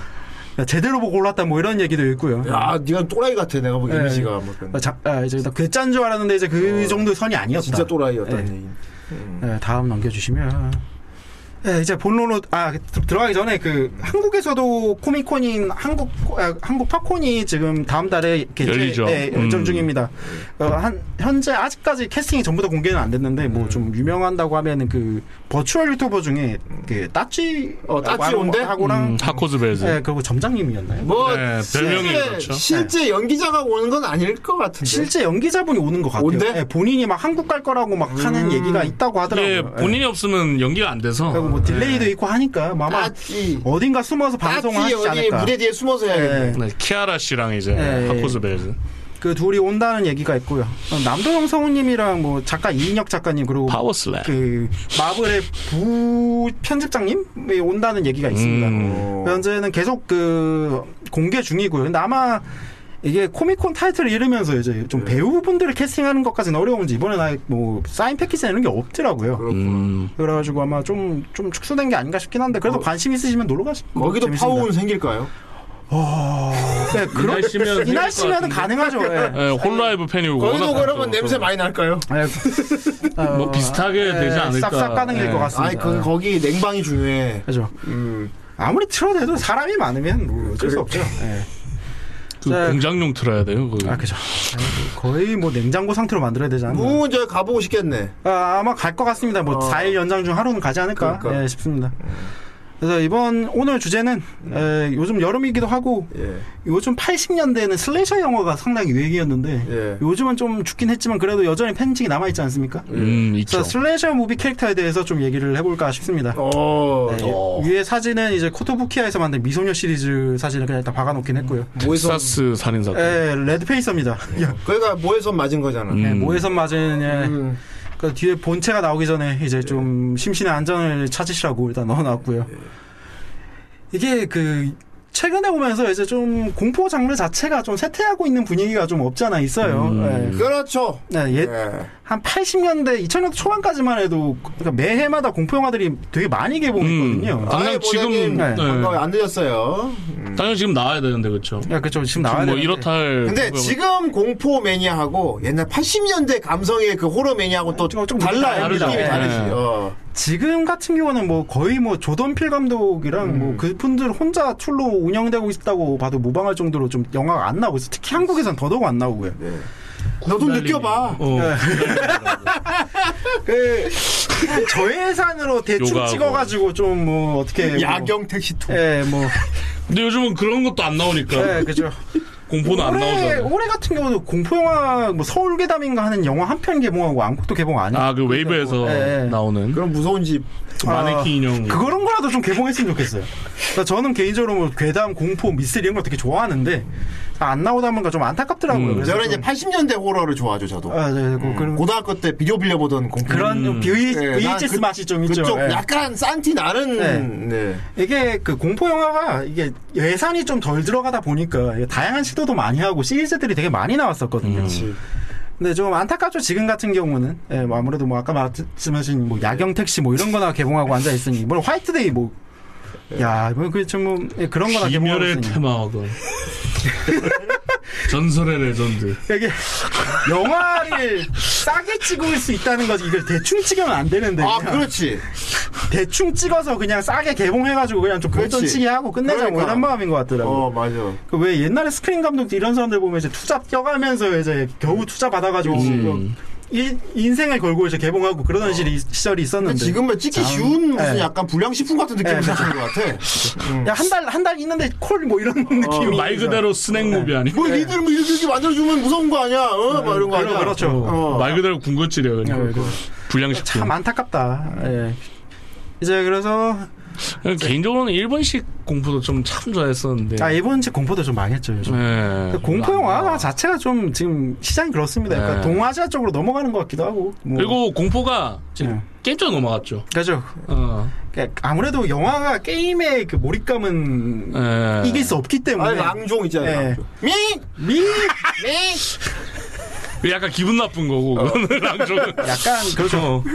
H: 야, 제대로 보고 올랐다 뭐 이런 얘기도 있고요.
F: 야, 네가 또라이 같아. 내가 보기
H: 예.
F: 이미지가 뭐 그런.
H: 아, 자, 아, 이제 나 괴짠 줄 알았는데 이제 그 정도 선이 아니었다.
F: 어. 진짜 또라이였다는
H: 예.
F: 얘기.
H: 예, 다음 넘겨주시면. 예, 이제 본론으로 아 들- 들어가기 전에 그 한국에서도 코미콘인 한국 코- 아, 한국 팝콘이 지금 다음 달에 이렇게
G: 열리죠.
H: 예, 열전
G: 음.
H: 중입니다. 어, 한 현재 아직까지 캐스팅이 전부 다 공개는 안 됐는데 뭐 좀 유명한다고 하면은 그 버추얼 유튜버 중에 그 따찌
F: 어, 따찌 온대?
H: 하고랑
G: 음, 하코즈베즈.
H: 예, 그리고 점장님이었나요?
F: 뭐
G: 네, 별명이
F: 실제,
G: 그렇죠.
F: 실제 연기자가 오는 건 아닐 것 같은데.
H: 실제 연기자분이 오는 것 같아요.
F: 온대?
H: 예, 본인이 막 한국 갈 거라고 막 하는 얘기가 있다고 하더라고요. 예. 네.
G: 이게 본인이 없으면 연기가 안 돼서.
H: 그리고 뭐 딜레이도 있고 하니까 뭐 아마
F: 따찌.
H: 어딘가 숨어서
F: 따찌
H: 방송을 하시지
F: 어디
H: 않을까.
F: 무대 뒤에 숨어서 해야겠네.
H: 예,
G: 네, 키아라 씨랑 이제
H: 예, 예.
G: 하코즈베즈.
H: 그 둘이 온다는 얘기가 있고요. 어, 남도영 성우님이랑 뭐 작가 이인혁 작가님 그리고
G: 파워슬랩.
H: 그 마블의 부 편집장님이 온다는 얘기가 있습니다. 뭐,
G: 음.
H: 현재는 계속 그 공개 중이고요. 근데 아마 이게 코미콘 타이틀을 잃으면서 이제 좀
F: 네.
H: 배우분들을 캐스팅하는 것까지는 어려운지 이번에 나뭐 사인 패키지 내는 게 없더라고요. 뭐.
G: 음.
H: 그래가지고 아마 좀 좀 축소된 게 아닌가 싶긴 한데 그래도 관심 있으시면 놀러 가시면
F: 뭐 거기도
H: 재밌습니다.
F: 파워는 생길까요?
H: 네, 그런
G: 이날 씨면
H: 이
G: 생길 것
H: 날씨면
G: 같은데.
H: 가능하죠. 예.
G: 예, 홀라이브 팬이고.
F: 거기도
G: 워낙
F: 그러면
G: 많죠.
F: 냄새 많이 날까요?
H: 어,
G: 뭐 비슷하게
H: 예,
G: 되지 않을까. 아,
H: 싹싹 가능일
G: 예.
H: 것 같습니다.
F: 아니 그 거기 냉방이 중요해.
H: 그죠.
F: 음. 그렇죠.
H: 아무리 틀어대도 사람이 많으면 뭐 어쩔 수 없죠. 예.
G: 그
H: 자,
G: 공장용 틀어야 돼요. 그거.
H: 예. 아 그죠. 거의 뭐 냉장고 상태로 만들어야 되지 않나.
F: 무은 저 가보고 싶겠네.
H: 아, 아마 갈 것 같습니다. 뭐
F: 어.
H: 4일 연장 중 하루는 가지 않을까
F: 그러니까.
H: 예, 싶습니다. 그래서 이번 오늘 주제는 예, 요즘 여름이기도 하고
F: 예.
H: 요즘 80년대에는 슬래셔 영화가 상당히 유행이었는데
F: 예.
H: 요즘은 좀 죽긴 했지만 그래도 여전히 팬층이 남아 있지 않습니까?
G: 음, 있죠.
H: 예. 그래서 슬래셔 무비 캐릭터에 대해서 좀 얘기를 해볼까 싶습니다.
F: 어.
H: 네, 위에 사진은 이제 코토부키아에서 만든 미소녀 시리즈 사진을 그냥 일단 박아놓긴 했고요.
G: 음.
F: 모에서
G: 텍사스 살인 사건.
H: 예, 레드페이서입니다.
F: 그러니까 모에서 맞은 거잖아.
G: 음.
H: 예, 모해선 맞은 예,
F: 음.
H: 그 뒤에 본체가 나오기 전에 이제 좀 심신의 안전을 찾으시라고 일단 넣어놨고요. 이게 그 최근에 오면서 이제 좀 공포 장르 자체가 좀 쇠퇴하고 있는 분위기가 좀 없지 않아 있어요.
G: 음.
F: 그렇죠.
H: 예. 네, 옛-
F: 예.
H: 한 80년대, 2000년대 초반까지만 해도 그러니까 매해마다 공포 영화들이 되게 많이 개봉했거든요.
G: 음. 당장
F: 아예
G: 지금-
F: 모자님
H: 네.
F: 반가워요. 안 늦었어요.
G: 당연히 지금 나와야 되는데 그렇죠.
H: 야, 예, 그쵸. 지금 네. 나와야
G: 지금 뭐
H: 되는데.
G: 이렇다 할.
F: 근데
G: 그거-
F: 지금 공포 매니아하고 옛날 80년대 감성의 그 호러 매니아하고 또
H: 조금
F: 달라요.
G: 다르죠.
F: 느낌이
G: 예.
F: 다르지. 어.
H: 지금 같은 경우는 뭐 거의 뭐 조던필 감독이랑
F: 음.
H: 뭐 그분들 혼자 툴로 운영되고 있다고 봐도 모방할 정도로 좀 영화가 안 나오고 있어. 특히 한국에선 더더욱 안 나오고요.
F: 네. 너도
G: 날리기.
F: 느껴봐.
G: 어.
H: 네. 그 저예산으로 대충
G: 요가하고.
H: 찍어가지고 좀 뭐 어떻게
F: 야경 택시 투.
H: 뭐, 예, 뭐,
G: 근데 요즘은 그런 것도 안 나오니까
H: 예, 그죠.
G: 공포는 안
H: 올해,
G: 나오잖아요.
H: 올해 같은 경우도 공포영화, 뭐, 서울괴담인가 하는 영화 한 편 개봉하고 안국도 개봉 안 해요.
G: 아 그 웨이브에서
H: 예, 예.
G: 나오는
F: 그럼 무서운 집.
G: 아, 마네킹 인형.
H: 그런 거라도 좀 개봉했으면 좋겠어요. 그러니까 저는 개인적으로 뭐 괴담, 공포, 미스터리 이런 거 되게 좋아하는데 안 나오다 보니까 좀 안타깝더라고요.
G: 음.
H: 그래서
F: 저는 이제
H: 좀-
F: 80년대 호러를 좋아하죠, 저도.
H: 아, 네,
F: 음.
H: 그, 그런
F: 고등학교 때 비디오 빌려보던 공포.
H: 그런 좀 VH,
F: 예, 난
H: VHS
F: 그-
H: 맛이 좀 있죠.
F: 그쪽
H: 예.
F: 약간 싼티 나는 네.
H: 이게 그 공포 영화가 이게 예산이 좀 덜 들어가다 보니까 이게 다양한 시도도 많이 하고 시리즈들이 되게 많이 나왔었거든요. 근데 좀 안타깝죠 지금 같은 경우는 예, 뭐 아무래도 뭐 아까 말씀하신 뭐 야경 택시 뭐 이런 거나 개봉하고 앉아 있으니 이번 화이트데이 뭐
F: 네.
H: 야, 뭐, 그, 좀, 뭐, 예, 그런 거나 개봉하고
G: 이멸의
H: 있으니.
G: 테마학원. 전설의 레전드.
H: 이게 영화를 싸게 찍을 수 있다는 거지 이걸 대충 찍으면 안 되는데
F: 아,
H: 그냥
F: 그렇지.
H: 대충 찍어서 그냥 싸게 개봉해가지고 그냥 좀
F: 그렇지.
H: 골전치게 하고 끝내자 뭐
F: 그러니까.
H: 이런 마음인 것 같더라고.
F: 어, 맞아.
H: 그 왜 옛날에 스크린 감독들 이런 사람들 보면 이제 투자 껴가면서 이제 겨우 투자 받아가지고
F: 뭐
G: 음.
H: 일- 인생을 걸고 이제 개봉하고 그러던 시리- 시절이
F: 근데
H: 있었는데
F: 지금은 뭐 찍기
H: 참,
F: 쉬운 무슨
H: 예.
F: 약간 불량식품 같은 느낌을
H: 예.
F: 사시는 것 같아. 음.
H: 야 한 달 한 달 있는데 콜 뭐 이런 느낌이
G: 말 그대로 스낵
H: 네.
G: 무비 네. 아니?
F: 뭐 니들 뭐 이렇게, 이렇게 만들어주면 무서운 거 아니야? 어, 막 이런 거
H: 예. 그렇-
F: 아니야?
H: 그렇죠.
F: 어.
G: 말 그대로 군것질이야 그냥. 불량식품.
H: 아, 참 아, 안타깝다. 예. 이제 그래서
G: 네, 개인적으로는 일본식 공포도 좀 참 좋아했었는데.
H: 네. 아 일본식 공포도 좀 망했죠 요즘. 그
G: 예.
H: 공포
G: 안 나와.
H: 영화 자체가 좀 지금 시장이 그렇습니다. 약간
G: 네.
H: 동아시아 쪽으로 넘어가는 것 같기도 하고. 뭐.
G: 그리고 공포가 지금
H: 네.
G: 깨져 넘어갔죠.
H: 그죠.
G: 어.
H: 그러니까 아무래도 영화가 게임의 그 몰입감은
G: 예.
H: 이길 수 없기 때문에.
F: 아니, 랑종 있잖아요.
H: 예.
F: 랑종. 미!
H: 미!
G: 약간 기분 나쁜 거고
H: 어.
G: 그거는 양쪽은
H: 약간 그렇죠.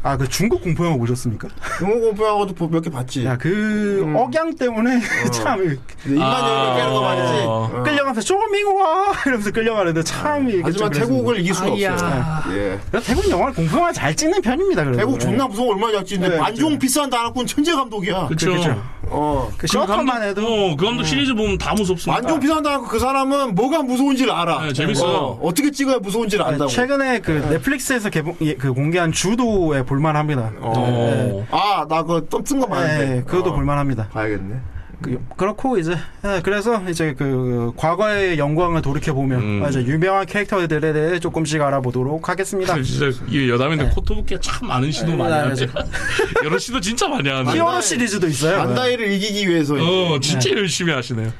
H: 아, 그 중국 공포영화 보셨습니까?
F: 중국 공포영화도 몇 개 봤지.
H: 야, 그
F: 음.
H: 억양 때문에
F: 어.
H: 참
F: 입만 열면 깨는 거 맞지?
H: 아. 어. 끌려가면서 쇼밍와 이러면서 끌려가는데 참 이게
F: 하지만 태국을 이길 수는 없어요. 예.
H: 태국 영화 공포영화 잘 찍는 편입니다. 그래도.
F: 태국 존나 무서워 얼마나 잘 찍는데
H: 네,
F: 반종 비싼 단학군 천재 감독이야.
G: 그쵸.
H: 그쵸.
F: 어.
H: 그 아.
G: 그 감독,
H: 셔터만 해도 음.
G: 어, 그 감독 시리즈 보면 다 무섭습니다.
F: 반종 비싼 단학군 그 사람은 뭐가 무서운지를 알아.
G: 네, 재밌어요.
F: 어, 어떻게 찍어야 무서운지를 안다고.
H: 아,
F: 네.
H: 최근에 그 넷플릭스에서 개봉 예, 그 공개한 주도에 볼만합니다.
G: 어.
F: 아, 나 그거 뜬거
H: 예,
F: 봤는데.
H: 네. 그것도
F: 어.
H: 볼만합니다.
F: 봐야겠네.
H: 그, 그렇고 이제 예, 그래서 이제 그 과거의 영광을 돌이켜 보면 아,
G: 음.
H: 이제 유명한 캐릭터들에 대해 조금씩 알아보도록 하겠습니다.
G: 네, 진짜 이 여담인데 코토부키가 참 많은 시도 많이
H: 네,
G: 하지. 여러 시도 진짜 많이 하네.
H: 히어로 시리즈도 있어요.
F: 반다이를 이기기 위해서.
G: 어, 진짜 열심히 하시네요.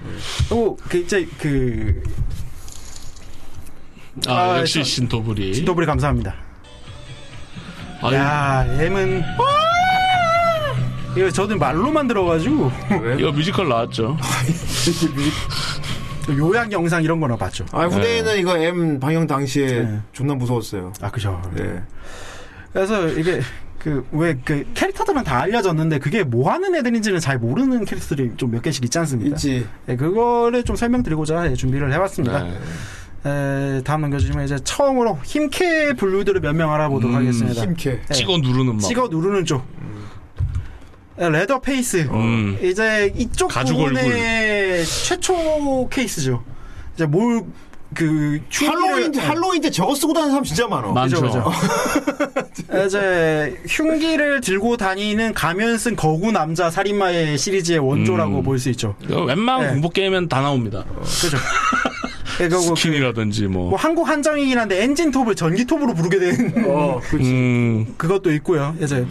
H: 또 그, 이제 그
G: 아,
H: 아,
G: 역시
H: 저-
G: 신토부리.
H: 진도불이 감사합니다.
G: 아유,
H: 야, 엠은 이거 저도 말로만 들어가지고
G: 이거 뮤지컬 나왔죠.
H: 요약 영상 이런 거나 봤죠.
F: 아, 후대에는 이거 M 방영 당시에
H: 네.
F: 존나 무서웠어요.
H: 아, 그죠.
F: 네.
H: 그래서 이게 그 왜 그 캐릭터들은 다 알려졌는데 그게 뭐 하는 애들인지는 잘 모르는 캐릭터들이 좀 몇 개씩 있지 않습니까?
F: 있지.
H: 예, 그거를 좀 설명드리고자 예, 준비를 해봤습니다.
G: 네.
H: 에, 다음 넘겨주시면 이제 처음으로 힘캐 분류들을 몇 명 알아보도록
G: 음,
H: 하겠습니다.
F: 힘캐.
H: 예,
G: 찍어 누르는 막.
H: 찍어 누르는 쪽. 예, 레더
F: 어.
H: 페이스.
G: 음.
H: 이제 이쪽
G: 가죽
H: 부분의 최초 케이스죠. 이제 뭘그 어,
F: 할로윈,
H: 네.
F: 할로윈 때 저거 쓰고 다니는 사람 진짜 많아.
G: 많죠.
H: 그죠, 이제 흉기를 들고 다니는 가면 쓴 거구 남자 살인마의 시리즈의 원조라고
G: 음.
H: 볼 수 있죠.
G: 이거 웬만한
H: 네.
G: 공포 게임엔 다 나옵니다.
H: 그죠. 예, 그리고 그,
G: 스킨이라든지 뭐.
H: 뭐 한국 한정이긴 한데 엔진 톱을 전기 톱으로 부르게 된
F: 어, 그,
G: 음,
H: 그것도 있고요. 이제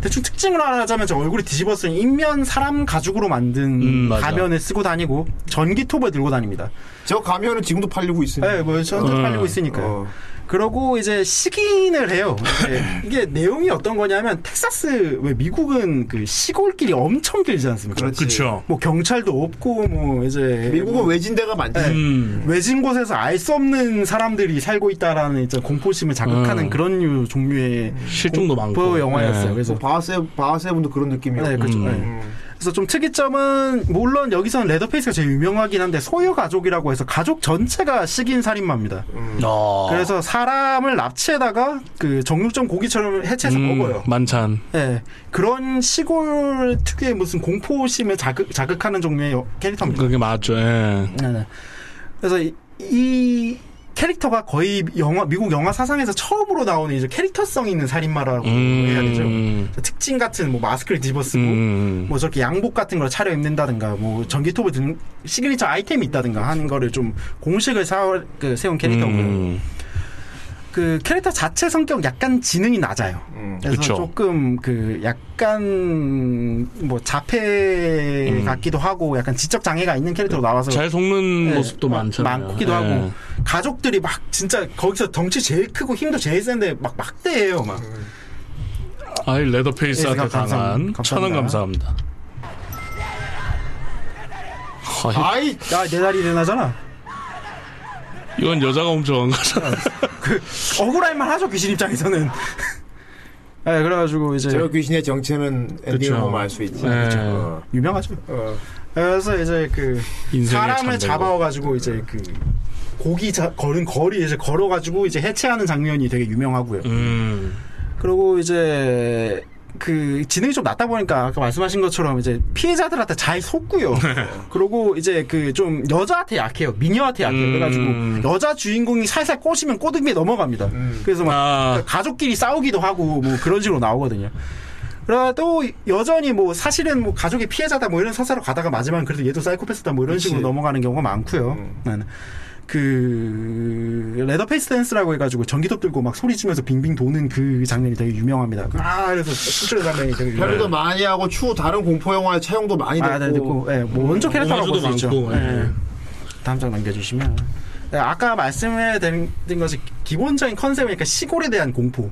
H: 대충 특징을 하자면 저 얼굴이 뒤집어 쓴 인면 사람 가죽으로 만든
G: 음, 맞아.
H: 가면을 쓰고 다니고 전기 톱을 들고 다닙니다.
F: 저 가면은 지금도 팔리고 있으니
H: 예, 뭐 저한테
G: 음.
H: 팔리고 있으니까요.
F: 어.
H: 그러고 이제 식인을 해요. 이제 이게 내용이 어떤 거냐면 텍사스 왜 미국은 그 시골길이 엄청 길지 않습니까?
F: 그렇지.
G: 그쵸.
H: 뭐 경찰도 없고 뭐 이제
F: 미국은
H: 뭐
F: 외진데가 많지.
G: 음.
H: 외진 곳에서 알 수 없는 사람들이 살고 있다라는 이제 공포심을 자극하는
G: 음.
H: 그런 유 종류의
G: 실종도 많고.
H: 공포 영화였어요.
G: 네.
H: 그래서
F: 바하세, 바하세분도 그런 느낌이고.
H: 네, 그죠.
G: 음.
H: 네. 그래서 좀 특이점은 물론 여기서는 레더페이스가 제일 유명하긴 한데 소유 가족이라고 해서 가족 전체가 식인 살인마입니다.
G: 어.
H: 그래서 사람을 납치에다가 그 정육점 고기처럼 해체해서
G: 음,
H: 먹어요.
G: 만찬.
H: 예. 그런 시골 특유의 무슨 공포심을 자극, 자극하는 종류의 여- 캐릭터입니다.
G: 그게 맞죠. 예.
H: 네네. 그래서 이, 이 캐릭터가 거의 영화, 미국 영화 사상에서 처음으로 나오는 이제 캐릭터성 있는 살인마라고 해야 되죠.
G: 음.
H: 특징 같은 뭐 마스크를 뒤집어 쓰고
G: 음.
H: 뭐 저렇게 양복 같은 걸 차려 입는다든가 뭐 전기톱을 든 시그니처 아이템이 있다든가 하는 거를 좀 공식을 사, 그, 세운 캐릭터고요.
G: 음.
H: 그 캐릭터 자체 성격 약간 지능이 낮아요. 그래서
G: 그쵸.
H: 조금 그 약간 뭐 자폐
G: 음. 네.
H: 같기도 하고 약간 지적 장애가 있는 캐릭터로 나와서
G: 잘 속는
H: 예,
G: 모습도
H: 마-
G: 많잖아요.
H: 많기도
G: 예.
H: 하고 가족들이 막 진짜 거기서 덩치 제일 크고 힘도 제일 센데 막 막대해요 막.
G: 아이 레더페이스한테
H: 예,
G: 강한
H: 감사합니다. 감사합니다.
G: 천원 감사합니다. 아,
F: 아이,
H: 야내 다리 일어나잖아.
G: 이건 여자가 훔쳐간 거잖아.
H: 그 억울할 만하죠 귀신 입장에서는. 예, 그래가지고 이제
F: 저 귀신의 정체는
G: 그쵸.
F: 엔딩을
H: 그렇죠.
F: 보면 알 수 있지.
G: 네.
F: 그쵸.
H: 유명하죠.
F: 어. 어.
H: 그래서 이제 그
G: 인생의 네.
H: 사람을
G: 참된
H: 잡아와가지고 이제 그 고기 자, 걸은 거리 이제 걸어가지고 이제 해체하는 장면이 되게 유명하고요.
G: 음.
H: 그리고 이제 그 지능이 좀 낮다 보니까 아까 말씀하신 것처럼 이제 피해자들한테 잘 속고요.
G: 네.
H: 그리고 이제 그 좀 여자한테 약해요. 미녀한테 약해요.
G: 음.
H: 그래가지고 여자 주인공이 살살 꼬시면 꼬등비에 넘어갑니다. 그래서 막
G: 아,
H: 그러니까 가족끼리 싸우기도 하고 뭐 그런 식으로 나오거든요. 그래도 여전히 뭐 사실은 뭐 가족이 피해자다 뭐 이런 서사로 가다가 마지막은 그래도 얘도 사이코패스다 뭐 이런 식으로 넘어가는 경우가 많고요. 네. 그 레더페이스 댄스라고 해가지고 전기톱 들고 막 소리 지면서 빙빙 도는 그 장면이 되게 유명합니다. 아 그래서 춤추는 장면이 되게
F: 별로도
H: 유명해요.
F: 많이 하고 추후 다른 공포 영화의 차용도 많이 됐고.
H: 네. 아, 네, 듣고, 예, 뭐 원조 캐릭터라고 볼 수
G: 오마주도
H: 있죠.
G: 많고, 예.
H: 예. 다음 장 넘겨주시면. 네, 아까 말씀드린 것이 기본적인 컨셉이니까 시골에 대한 공포.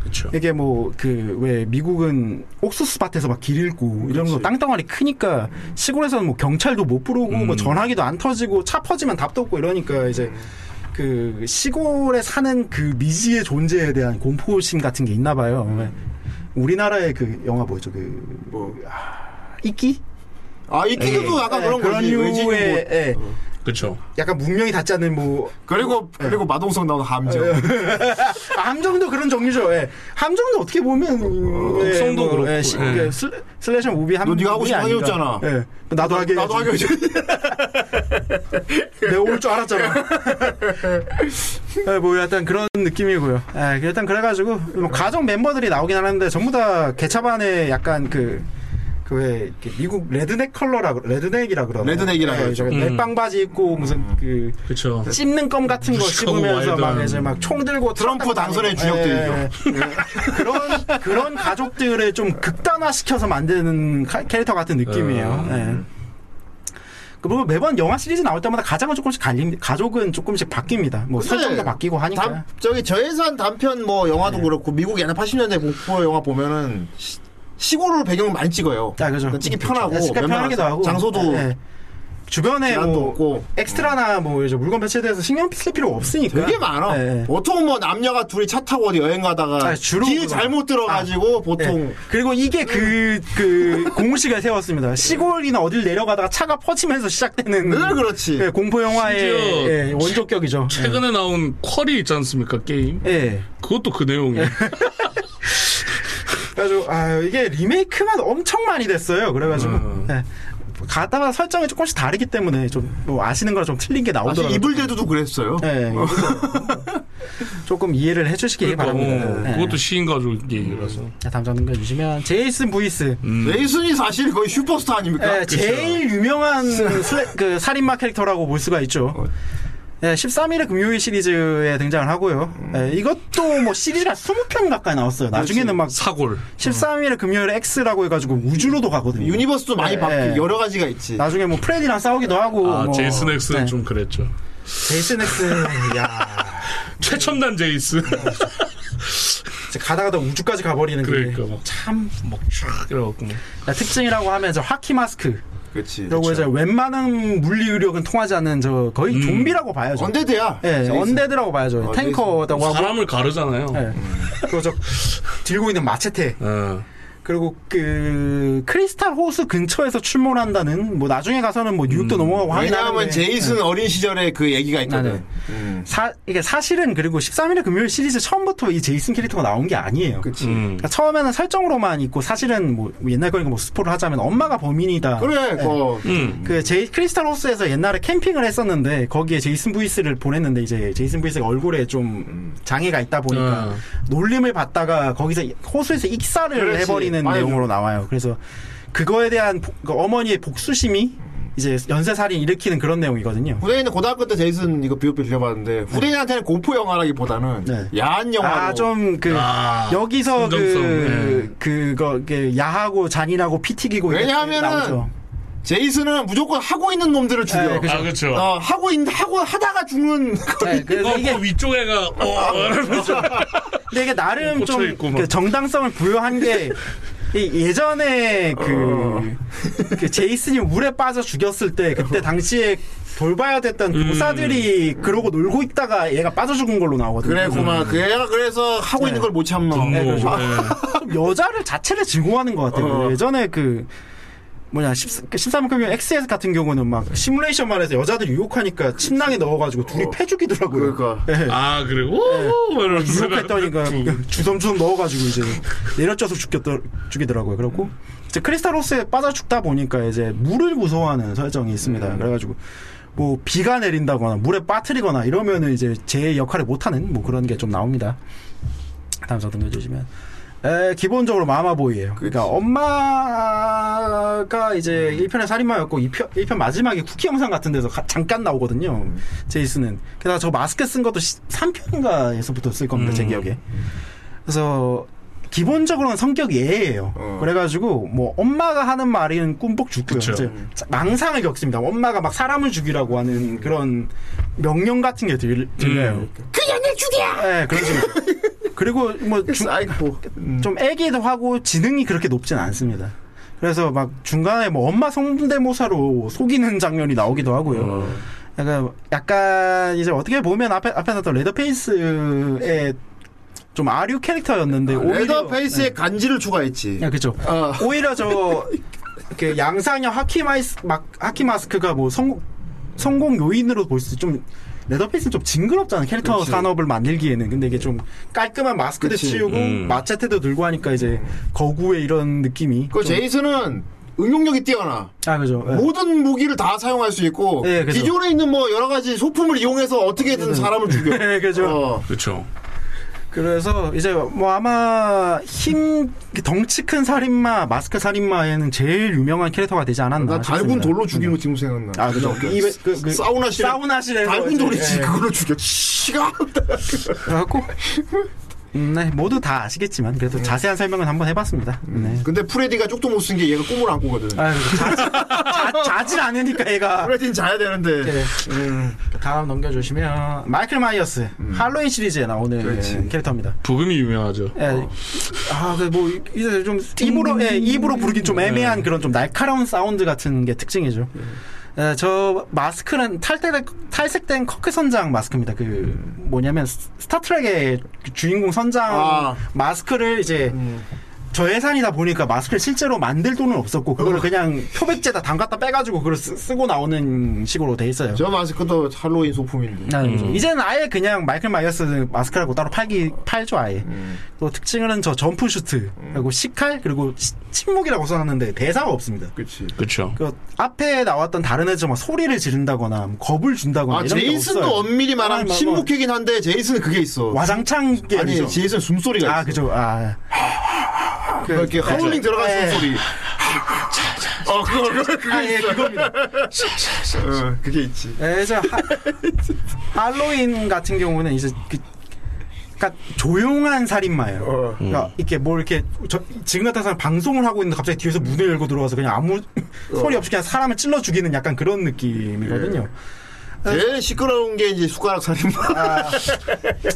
G: 그렇죠.
H: 이게 뭐 그 왜 미국은 옥수수 밭에서 막 길 잃고 이런 거 땅덩어리 크니까 시골에서는 뭐 경찰도 못 부르고 뭐 전화기도 안 터지고 차 퍼지면 답도 없고 이러니까 이제 그 시골에 사는 그 미지의 존재에 대한 공포심 같은 게 있나 봐요. 네. 우리나라의 그 영화 뭐죠? 그 뭐, 아, 이끼?
F: 아, 이끼도 약간 그런
H: 네. 그런
F: 거지. 뭐
H: 류의
F: 외지인
H: 예.
G: 그렇죠.
H: 약간 문명이 닿지 않는 뭐
F: 그리고 그리고 마동석 나오는 함정.
H: 네. 아, 함정도 그런 종류죠. 예. 함정도 어떻게 보면
F: 어,
H: 예,
G: 성도 그렇고,
H: 예, 시,
G: 예.
H: 그 슬- 슬래셔 무비 함.
F: 너 네가 하고 싶은
H: 무비
F: 하게
H: 아닌가.
F: 해줬잖아.
H: 예. 나도 하게.
F: 나도 하게
H: 해야지. 내가 올 줄 알았잖아. 예, 뭐 약간 그런 느낌이고요. 예, 일단 그래가지고
F: 예.
H: 뭐 가족 멤버들이 나오긴 하는데 전부 다 개차반에 약간 그. 그왜 미국 레드넥 컬러라 그- 레드넥이라 그러나
F: 레드넥이라
H: 예,
F: 그러죠.
H: 저기 넥방바지 입고 무슨 그
G: 그렇죠.
H: 씹는 껌 같은 거
G: 무식하고
H: 씹으면서 막
G: 와일드한.
H: 이제 막 총 들고
F: 트럼프 당선의
H: 예,
F: 네.
H: 예. 그런 그런 가족들을 좀 극단화 시켜서 만드는 카- 캐릭터 같은 느낌이에요.
F: 음.
H: 예. 그리고 매번 영화 시리즈 나올 때마다 가장은 조금씩 갈림, 가족은 조금씩 바뀝니다. 뭐 설정도 바뀌고 하니까. 네.
F: 단, 저기 저예산 단편 뭐 영화도 그렇고 미국 옛날 80년대 공포 영화 보면은 시, 시골을 배경을 많이 찍어요.
H: 아, 그죠.
F: 찍기 편하고
H: 예, 시간
F: 웬만한
H: 편하기도 하고
F: 장소도
H: 예. 주변에
F: 제한도
H: 뭐
F: 없고.
H: 엑스트라나 뭐 이제 물건 배치에 대해서 신경 쓸 필요 없으니까.
F: 되게 많아.
H: 예, 예.
F: 보통 뭐 남녀가 둘이 차 타고 어디 여행 가다가
H: 아, 주로
F: 길
H: 그런-
F: 잘못 들어가지고 보통
H: 네. 그리고 이게 그, 그, 공식을 세웠습니다. 시골이나 어딜 내려가다가 차가 퍼지면서 시작되는.
F: 늘 그렇지.
H: 예, 공포 영화의
G: 심지어
H: 예, 원조격이죠.
G: 최근에 나온 쿼리 있지 않습니까 게임?
H: 예. 예.
G: 그것도 그 내용이에요.
H: 그래가지고, 아, 이게 리메이크만 엄청 많이 됐어요. 그래가지고.
G: 음.
H: 예. 가다가 설정이 조금씩 다르기 때문에 좀, 뭐 아시는 거랑 좀 틀린 게
F: 사실
H: 나오더라고요.
F: 이불대도도 그랬어요.
H: 예. 그래서 조금 이해를 해주시기
G: 그러니까,
H: 바랍니다.
G: 어,
H: 예.
G: 그것도 시인 가족 얘기라서.
H: 자, 다음 장면 주시면, 제이슨 부이스.
F: 음. 레이슨이 사실 거의 슈퍼스타 아닙니까?
G: 그렇죠.
H: 예, 제일 유명한 슬래, 그 살인마 캐릭터라고 볼 수가 있죠.
G: 어.
H: 예, 13일의 금요일 시리즈에 등장을 하고요.
G: 음.
H: 예, 이것도 뭐 시리즈가 20편 가까이 나왔어요. 나중에는 막
G: 사골.
H: 13일의 금요일에 X라고 해가지고 우주로도 가거든요.
G: 음.
F: 유니버스도 많이
H: 예,
F: 바뀌고
H: 예.
F: 여러 가지가 있지.
H: 나중에 뭐 프레디랑 싸우기도 하고.
G: 아
H: 뭐,
G: 제이슨 엑스는
H: 네.
G: 좀 그랬죠.
H: 제이슨 X. 야
G: 최첨단 제이슨.
H: 예. 이제 가다 가다 우주까지 가버리는
G: 그러니까
H: 게.
G: 막
H: 참
G: 촥 이래갖고 막.
H: 야, 특징이라고 하면 이제 화키 마스크.
F: 그렇지. 그렇죠.
H: 그리고
G: 그렇죠.
H: 이제 웬만한 물리 의력은 통하지 않는 저
G: 음.
H: 거의 좀비라고 봐야죠.
F: 언데드야.
H: 예,
F: 제이슨.
H: 언데드라고 봐야죠.
F: 어,
H: 탱커라고 하고.
G: 사람을 가르잖아요.
H: 예. 그리고 저 들고 있는 마체테.
G: 어.
H: 그리고 그 크리스탈 호수 근처에서 출몰한다는 뭐 나중에 가서는 뭐 뉴욕도 넘어가고 하긴
F: 음. 왜냐하면
H: 하는데.
F: 제이슨 어린 시절에 그 얘기가
H: 아,
F: 있거든. 음.
H: 네. 사, 이게 사실은 그리고 13일의 금요일 시리즈 처음부터 이 제이슨 캐릭터가 나온 게 아니에요.
F: 그치.
G: 음.
H: 그러니까 처음에는 설정으로만 있고 사실은 뭐 옛날 거니까 뭐 스포를 하자면 엄마가 범인이다.
F: 그래, 그
G: 음.
H: 그 제이 크리스탈 호스에서 옛날에 캠핑을 했었는데 거기에 제이슨 부이스를 보냈는데 이제 제이슨 부이스가 얼굴에 좀 장애가 있다 보니까
G: 어.
H: 놀림을 받다가 거기서 호수에서 익사를
F: 그렇지.
H: 해버리는
F: 아이고.
H: 내용으로 나와요. 그래서 그거에 대한 복- 그 어머니의 복수심이 이제 연쇄살인 일으키는 그런 내용이거든요.
F: 후대인은 고등학교 때 제이슨 이거 비웃비 들려봤는데 후대인한테는 공포 영화라기보다는
H: 네.
F: 야한 영화로
H: 아 좀 그
G: 아,
H: 여기서
G: 순정성,
H: 그 그거 그 야하고 잔인하고 피 튀기고 이렇게
F: 왜냐하면은
H: 나오죠.
F: 제이슨은 무조건 하고 있는 놈들을 죽여.
H: 네, 그죠.
G: 아 그렇죠.
F: 어, 하고 있는 하고 하다가 죽는
H: 네, 그래서
G: 어,
H: 이게 아,
G: 그 위쪽 애가 어 이러면서
H: 근데 이게
F: 어,
H: 나름 좀
G: 꽂혀있고 막.
H: 그 정당성을 부여한 게 이 예전에
F: 어.
H: 그, 그 제이슨이 물에 빠져 죽였을 때 그때 당시에 돌봐야 됐던
F: 음.
H: 교사들이 그러고 놀고 있다가 얘가 빠져 죽은 걸로 나오거든요.
F: 그래구만. 그 애가 그래서 하고 있는 걸 못 참는.
G: 네,
F: 거.
G: 그렇죠.
F: 아,
H: 좀 여자를 자체를 증오하는 것 같아요.
F: 어.
H: 예전에 그 뭐냐 13일 금요 XS 같은 경우는 막 시뮬레이션 말해서 여자들 유혹하니까 침낭에 넣어가지고 둘이 패 죽이더라고요.
F: 그러니까.
H: 예.
G: 아 그리고 오,
H: 네.
G: 막 이러면서
H: 유혹했다니까 그
G: 음.
H: 주섬주섬 넣어가지고 이제 내려쪄서 죽겠더, 죽이더라고요. 그렇고 이제 크리스탈로스에 빠져 죽다 보니까 이제 물을 무서워하는 설정이 있습니다. 그래가지고 뭐 비가 내린다거나 물에 빠뜨리거나 이러면은 이제 제 역할을 못하는 뭐 그런 게 좀 나옵니다. 다음 장 넘겨주시면. 에, 기본적으로 마마보이예요. 그러니까 엄마가 이제 1편의 살인마였고 2편, 1편 마지막에 쿠키 영상 같은 데서 가- 잠깐 나오거든요. 제이슨은. 게다가 저 마스크 쓴 것도 3편인가에서부터 쓸 겁니다. 제 기억에. 그래서 기본적으로는 성격이 애예요. 그래가지고 뭐 엄마가 하는 말은 꿈뻑 죽고요.
G: 그쵸.
H: 이제 망상을 겪습니다. 엄마가 막 사람을 죽이라고 하는 그런 명령 같은 게 들, 들려요. 그냥 내 죽여. 예, 음. 그런 식으로. 그리고 뭐 중-
F: 아이고.
H: 좀 애기도 하고 지능이 그렇게 높진 않습니다.
F: 어.
H: 그래서 막 중간에 뭐 엄마 성대모사로 속이는 장면이 나오기도 하고요. 약간, 약간 이제 어떻게 보면 앞에 앞에 나왔던 레더페이스의 좀 아류 캐릭터였는데
F: 네, 레더페이스에 간지를 추가했지.
H: 아, 그죠.
F: 어.
H: 오히려 저, 그 양상형 하키마이스, 막, 하키마스크가 뭐 성, 성공 요인으로 볼 수, 좀, 레더페이스는 좀 징그럽잖아, 캐릭터
F: 그치.
H: 산업을 만들기에는. 근데 이게 좀 깔끔한 마스크도
F: 그치.
H: 치우고,
F: 음.
H: 마체테도 들고 하니까 이제, 거구의 이런 느낌이.
F: 그
H: 좀-
F: 제이슨은 응용력이 뛰어나.
H: 아, 그죠.
F: 네.
H: 예.
F: 모든 무기를 다 사용할 수 있고
H: 예, 그죠.
F: 기존에 있는 뭐 여러 가지 소품을 이용해서 어떻게든 사람을 죽여. 어.
H: 예, 그죠.
G: 그렇죠.
H: 그래서 이제 뭐 아마 힘 덩치 큰 살인마 마스크 살인마에는 제일 유명한 캐릭터가 되지 않았나.
F: 나 달군
H: 싶습니다.
F: 돌로 죽이는 거 지금 생각나.
H: 아, 그죠.
F: 네. 그,
H: 입에- 그- 그-
F: 사우나실 네.
H: 사우나실에서
F: 달군
H: 이제,
F: 돌이지
H: 예.
F: 그걸로 죽여. 시가
H: 그래갖고 음, 네 모두 다 아시겠지만 그래도 자세한 설명은 한번 해봤습니다. 네.
F: 근데 프레디가 쪽도 못 쓴 게 얘가 꿈을 안 꾸거든.
H: 아, 자지, 자, 자질 않으니까 얘가.
F: 프레디는 자야 되는데.
H: 네. 다음 넘겨주시면 마이클 마이어스 할로윈 시리즈에 나오는
G: 그렇지.
H: 캐릭터입니다.
G: 부금이 유명하죠.
H: 예. 아, 그 뭐 이제 좀 입으로 예, 입으로 부르긴 좀 애매한 그런 좀 날카로운 사운드 같은 게 특징이죠. 예, 저 마스크는 탈색 탈색된 커크 선장 마스크입니다. 그 뭐냐면 스- 스타트rek의 그 주인공 선장
F: 아.
H: 마스크를 이제 저예산이다 보니까 마스크를 실제로 만들 돈은 없었고 그거를 그냥 표백제다 담갔다 빼가지고 그걸 쓰, 쓰고 나오는 식으로 돼 있어요.
F: 저 마스크도 할로윈 소품인데.
H: 아, 그죠. 이제는 아예 그냥 마이클 마이어스 마스크라고 따로 팔기 팔죠 아예.
F: 음.
H: 또 특징은 저 점프 슈트 그리고 시칼 그리고 시- 침묵이라고 써놨는데 대사가 없습니다.
F: 그렇지.
G: 그렇죠.
H: 그 앞에 나왔던 다른 애들 막 소리를 지른다거나 뭐 겁을 준다거나
F: 아
H: 이런 게
F: 제이슨도
H: 없어요.
F: 엄밀히
H: 아,
F: 말하면
H: 뭐-
F: 침묵이긴 한데 제이슨은 그게 있어.
H: 와장창 게
F: 아니
H: 아니죠.
F: 제이슨 숨소리가 있어.
H: 아 그죠. 아
F: 그, 이렇게 하울링 들어간
H: 예.
F: 숨소리. 어 그거 그거
H: 아, 예,
F: 있어.
H: 그겁니다.
F: 어, 그게 있지.
H: 예, 그래서 하, 할로윈 같은 경우는 이제 그, 그러니까 조용한 살인마예요.
F: 어.
H: 그러니까 이렇게 뭐 이렇게 저, 지금 같은 사람 방송을 하고 있는데 갑자기 뒤에서 문을 열고 들어와서 그냥 아무 소리 없이 그냥 사람을 찔러 죽이는 약간 그런 느낌이거든요.
F: 제일 시끄러운 게 이제 숟가락 살인마.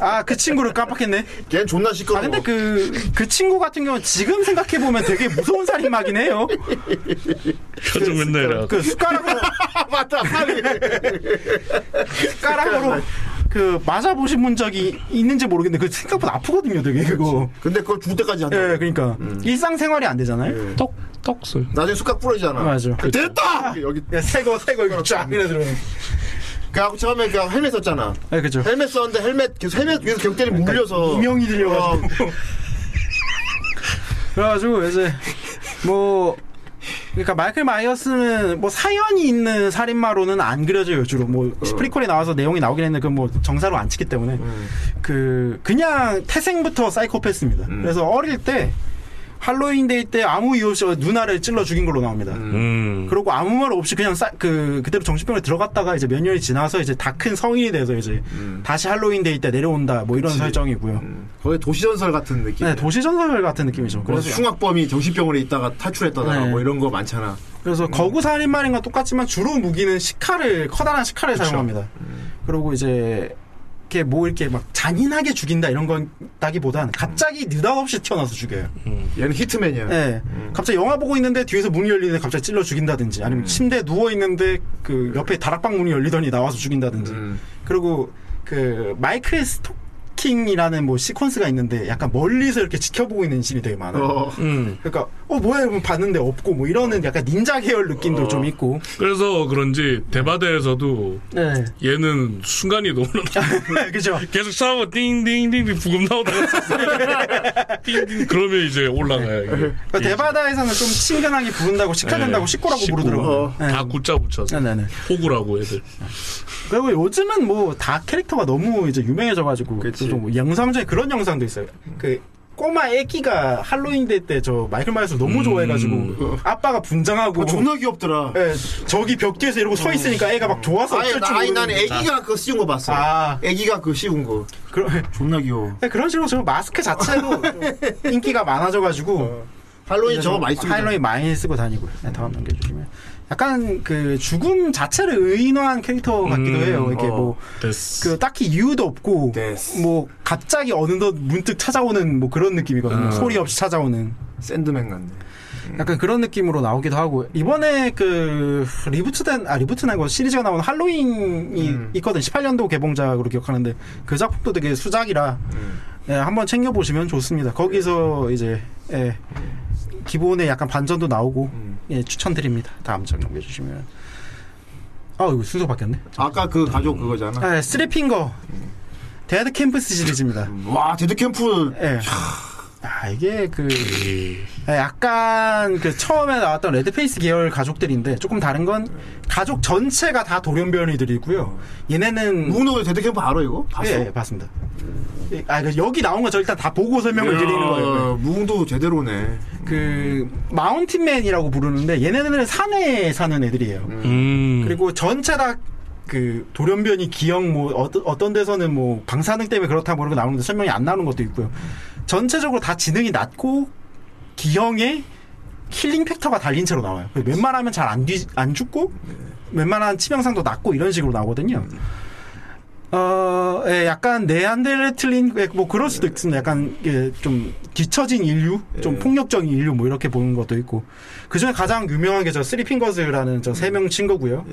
H: 아 그 친구를 깜빡했네.
F: 걔 존나
H: 아
F: 시끄러워.
H: 근데 그 그 친구 같은 경우 는 지금 생각해 보면 되게 무서운 살인마긴 해요.
G: 표정 맨날 이래.
H: 그 숟가락으로
F: 맞다. 빨리.
H: 숟가락으로 그 맞아 보신 분 적이 있는지 모르겠는데 그 생각보다 아프거든요, 되게 그거.
F: 근데 그걸 죽을 때까지 한다.
H: 예, 그러니까 일상생활이 안 되잖아요.
G: 떡떡 소리.
F: 나중에 숟가락 부러지잖아.
H: 맞아. 그렇죠.
F: 그, 됐다. 여기
H: 야, 새거 새거 이거 쫙 이래 들어.
F: 그래갖고 처음에 그 헬멧 썼잖아.
H: 아, 그죠.
F: 헬멧 썼는데 헬멧 계속 헬멧 위에서 경찰이 물려서
H: 그러니까 이명이 들려가지고.
F: 어,
H: 그래가지고 이제 뭐 그러니까 마이클 마이어스는 뭐 사연이 있는 살인마로는 안 그려져요 주로 뭐 프리퀄이 나와서 내용이 나오긴 했는데 그 뭐 정사로 안 치기 때문에 그 그냥 태생부터 사이코패스입니다. 그래서 어릴 때 할로윈데이 때 아무 이유 없이 누나를 찔러 죽인 걸로 나옵니다.
G: 음.
H: 그러고 아무 말 없이 그냥 싸, 그 그대로 정신병원에 들어갔다가 이제 몇 년이 지나서 이제 다 큰 성인이 돼서 이제 다시 할로윈데이 때 내려온다 뭐 이런 설정이고요.
F: 거의 도시전설 같은 느낌.
H: 네, 도시 전설 같은 느낌이죠.
F: 뭐
H: 그래서
F: 흉악범이 정신병원에 있다가 탈출했다더라
H: 네.
F: 뭐 이런 거 많잖아.
H: 그래서 거구 살인마인과 똑같지만 주로 무기는 시칼을 커다란 시칼을 사용합니다. 그리고 이제 이렇게 뭐 이렇게 막 잔인하게 죽인다 이런 건다기보단 갑자기 느닷없이 튀어나와서 죽여요.
F: 얘는 히트맨이야.
H: 예. 갑자기 영화 보고 있는데 뒤에서 문이 열리는데 갑자기 찔러 죽인다든지 아니면 침대에 누워 있는데 그 옆에 다락방 문이 열리더니 나와서 죽인다든지.
F: 음.
H: 그리고 그 마이클 스토킹이라는 뭐 시퀀스가 있는데 약간 멀리서 이렇게 지켜보고 있는 신이 되게 많아요.
F: 어.
G: 음.
H: 그러니까 어 뭐야 이러면 봤는데 없고 뭐 이러는 약간 닌자 계열 느낌도 좀 있고.
G: 그래서 그런지 대바대에서도
H: 네.
G: 얘는 순간이 너무
H: 그죠.
G: 계속 싸우고 띵띵띵 부금 나오다가 띵띵 그러면 이제 올라가요. 이게.
H: 그러니까 대바다에서는 좀 친근하게 부른다고 시카된다고
G: 네.
H: 식구라고
G: 예. 식구.
H: 부르더라고요. 네.
G: 다 굿자 붙여서
H: 네네네.
G: 호구라고 애들.
H: 그리고 요즘은 뭐 다 캐릭터가 너무 이제 유명해져가지고
F: 그치.
H: 좀 영상 중에 그런 영상도 있어요. 그 꼬마 애기가 할로윈 데이 때 저 마이클 마이어스 너무 좋아해가지고 아빠가 분장하고
F: 음. 어, 존나 귀엽더라.
H: 예, 저기 벽 뒤에서 이러고 서 있으니까 애가 막 좋아서
F: 아니,
H: 어쩔 줄
F: 나, 아니 난
H: 모르는
F: 애기가 그거 씌운 거 봤어.
H: 아.
F: 애기가 그거 씌운 거.
H: 그런 네,
F: 존나 귀여워.
H: 그런 식으로 저 마스크 자체도 좀 인기가 많아져가지고
F: 할로윈 어. 저거 많이 쓰고.
H: 하이로이 많이 쓰고 다니고요. 네, 다음 넘겨주시면. 약간 그 죽음 자체를 의인화한 캐릭터 같기도
G: 음,
H: 해요. 이렇게
F: 어.
H: 뭐
G: 됐어.
H: 그 딱히 이유도 없고
F: 네.
H: 뭐 갑자기 어느덧 문득 찾아오는 뭐 그런 느낌이거든요.
G: 어.
H: 소리 없이 찾아오는.
L: 샌드맨 같네.
H: 약간 그런 느낌으로 나오기도 하고 이번에 그 리부트된 아 리부트는 아니고 시리즈가 나온 할로윈이 있거든 18년도 개봉작으로 기억하는데 그 작품도 되게 수작이라 예, 한번 챙겨 보시면 좋습니다. 거기서 이제 예, 기본에 약간 반전도 나오고 예, 추천드립니다. 다음 장 넘겨주시면 아 이거 순서 바뀌었네.
F: 아까 그 가족 그거잖아.
H: 아, 스트리핑거 데드 캠프 시리즈입니다.
F: 와 데드 캠프.
H: 예. 아 이게 그 예, 약간 그 처음에 나왔던 레드페이스 계열 가족들인데 조금 다른 건 가족 전체가 다 돌연변이들이고요. 얘네는
F: 무노 데드 캠프 알아 이거? 봤어?
H: 예, 예, 봤습니다. 예, 아, 그 여기 나온 거 저 일단 다 보고 설명을
F: 이야,
H: 드리는 거예요.
L: 무궁도 제대로네.
H: 그 마운틴맨이라고 부르는데 얘네들은 산에 사는 애들이에요.
G: 음.
H: 그리고 전체 다 그 돌연변이 기형 뭐 어떤 어떤 데서는 뭐 방사능 때문에 그렇다 모르고 나오는데 설명이 안 나오는 것도 있고요. 전체적으로 다 지능이 낮고 기형에 힐링 팩터가 달린 채로 나와요. 그래서 웬만하면 잘 안 죽고 웬만한 치명상도 낮고 이런 식으로 나오거든요. 어, 예, 약간 네안데르틀린 예, 뭐 그럴 수도 있습니다. 약간 예, 좀 뒤처진 인류, 좀 폭력적인 인류 뭐 이렇게 보는 것도 있고 그 중에 가장 유명한 게 저 쓰리핑거즈라는 저 세 명 친구고요.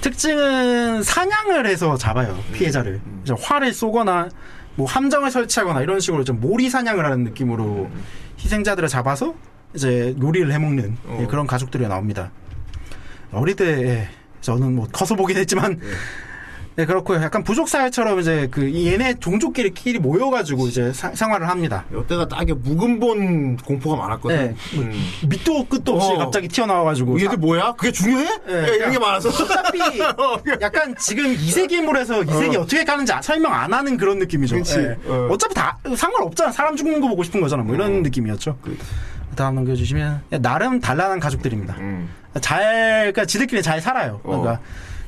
H: 특징은 사냥을 해서 잡아요 피해자를 이제 활을 쏘거나 뭐 함정을 설치하거나 이런 식으로 좀 모리 사냥을 하는 느낌으로 희생자들을 잡아서 이제 요리를 해먹는 예, 그런 가족들이 나옵니다. 어릴 때 예, 저는 뭐 커서 보긴 했지만 네, 그렇고요. 약간 부족 사회처럼 이제 그 얘네 종족끼리끼리 모여가지고 이제 사- 생활을 합니다.
F: 여태가 딱이 묵은본 공포가 많았거든. 음.
H: 네. 밑도 끝도 없이
F: 어.
H: 갑자기 튀어나와가지고
F: 얘들 뭐야? 그게 중요해?
H: 예,
F: 야, 이런 게 많아서.
H: 어차피 약간 지금 2세기물에서 2세기
F: 어.
H: 어. 떻게 가는지 아- 설명 안 하는 그런 느낌이죠.
F: 그치. 어.
H: 차피다 상관없잖아. 사람 죽는 거 보고 싶은 거잖아. 뭐 이런 느낌이었죠.
F: 그렇죠.
H: 다음 넘겨주시면 야, 나름 단란한 가족들입니다.
F: 음.
H: 잘 그러니까 지들끼리 잘 살아요.
F: 어.
H: 그러니까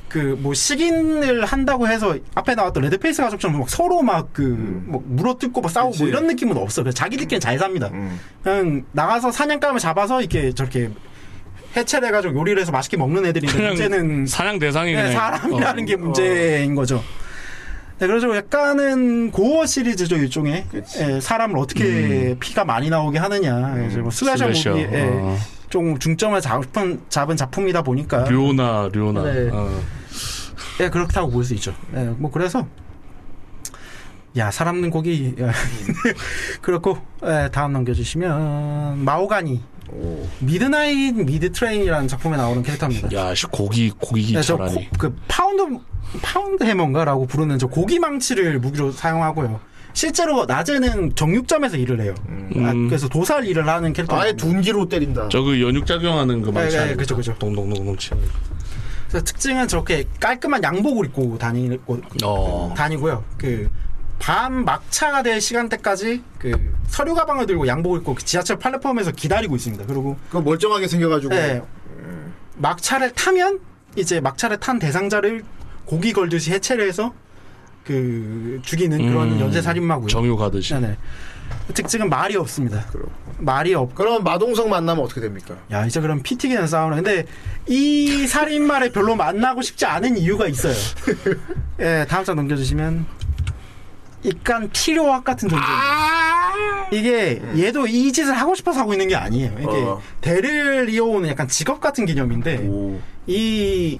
H: 그 뭐 식인을 한다고 해서 앞에 나왔던 레드페이스 가족처럼 막 서로 막 그
F: 음.
H: 물어뜯고 막 싸우고 뭐 이런 느낌은 없어. 그냥 자기들끼리 잘 삽니다.
F: 음.
H: 그냥 나가서 사냥감을 잡아서 이렇게 저렇게 해체를 해가지고 요리를 해서 맛있게 먹는 애들인데
G: 그냥
H: 문제는
G: 사냥 대상이
H: 네,
G: 그냥
H: 사람이라는
G: 어.
H: 게 문제인 거죠. 네, 그래서 약간은 고어 시리즈죠 일종의 예, 사람을 어떻게 피가 많이 나오게 하느냐 그래서 뭐 슬래셔
G: 슬래셔.
H: 무비 예,
G: 어.
H: 좀 중점을 잡은, 잡은 작품이다 보니까
G: 료나 료나.
H: 네.
G: 어.
H: 예, 그렇다고 볼 수 있죠. 예, 뭐 그래서 야 사람는 고기 야, 그렇고 예, 다음 넘겨주시면 마오가니 미드나잇 미드트레인이라는 작품에 나오는 캐릭터입니다.
G: 야, 씨 고기 고기
H: 네, 저
G: 기차라니.
H: 코- 그 파운드 파운드 해머인가라고 부르는 저 고기 망치를 무기로 사용하고요. 실제로 낮에는 정육점에서 일을 해요. 아, 그래서 도살 일을 하는 캐릭터.
F: 아예 둔기로 때린다.
G: 음. 저그 연육 작용하는 그
H: 네, 네,
G: 망치. 아닙니까?
H: 그죠, 네. 그죠.
G: 동동동동 치.
H: 그래서 특징은 저렇게 깔끔한 양복을 입고 다니고
G: 어.
H: 다니고요. 그 밤 막차가 될 시간대까지 그 서류 가방을 들고 양복을 입고 그 지하철 플랫폼에서 기다리고 있습니다. 그리고
F: 그 멀쩡하게 생겨가지고.
H: 네. 막차를 타면 이제 막차를 탄 대상자를 고기 걸듯이 해체를 해서 그 죽이는 그런
G: 음.
H: 연쇄 살인마고요.
G: 정유 가듯이.
H: 네. 특징은 말이 없습니다. 말이 없.
F: 그럼 마동석 만나면 어떻게 됩니까?
H: 야 이제 그럼 피 튀기는 싸우는. 근데 이 살인마를 별로 만나고 싶지 않은 이유가 있어요. 예, 다음 장 넘겨주시면 약간 치료학 같은 존재.
F: 아!
H: 이게 얘도 이 짓을 하고 싶어서 하고 있는 게 아니에요. 이게
F: 음. 어.
H: 대를 이어오는 약간 직업 같은 개념인데 이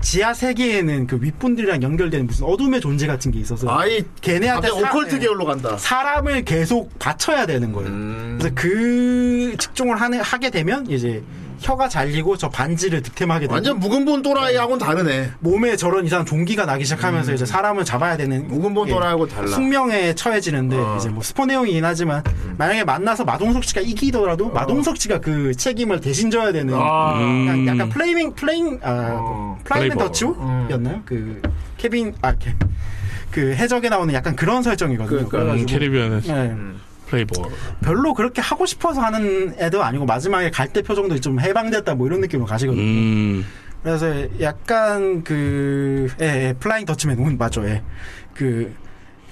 H: 지하 세계에는 그 윗분들이랑 연결되는 무슨 어둠의 존재 같은 게 있어서
F: 아이
H: 뭐, 걔네한테
F: 갑자기
H: 사-
F: 오컬트
H: 예.
F: 계열로 간다.
H: 사람을 계속 바쳐야 되는 거예요.
F: 음.
H: 그래서 그 직종을 하는, 하게 되면 이제 혀가 잘리고 저 반지를 득템하게 되고
F: 완전 묵은본 또라이하고는 다르네.
H: 몸에 저런 이상한 종기가 나기 시작하면서 이제 사람을 잡아야 되는
F: 묵은본
H: 예,
F: 음. 또라이하고 달라.
H: 숙명에 처해지는데
F: 어. 음.
H: 이제 뭐 스포 내용이긴 하지만 만약에 만나서 마동석 씨가 이기더라도 마동석 씨가 그 책임을 대신 져야 되는
F: 어. 아.
G: 음.
F: 어.
H: 약간, 약간 플레이밍 플레잉 아 플라이맨
G: 플레이버.
F: 음.
H: 더치였나요? 그 케빈 아그 해적에 나오는 약간 그런 설정이거든요.
F: 그러니까.
H: 그래가지고
G: 음, 캐리비안의
H: 예.
G: 플레이볼.
H: 별로 그렇게 하고 싶어서 하는 애도 아니고 마지막에 갈 때 표정도 좀 해방됐다 뭐 이런 느낌으로 가시거든요.
G: 음.
H: 그래서 약간 그 예, 예, 플라잉 더치맨 운 맞죠. 예. 그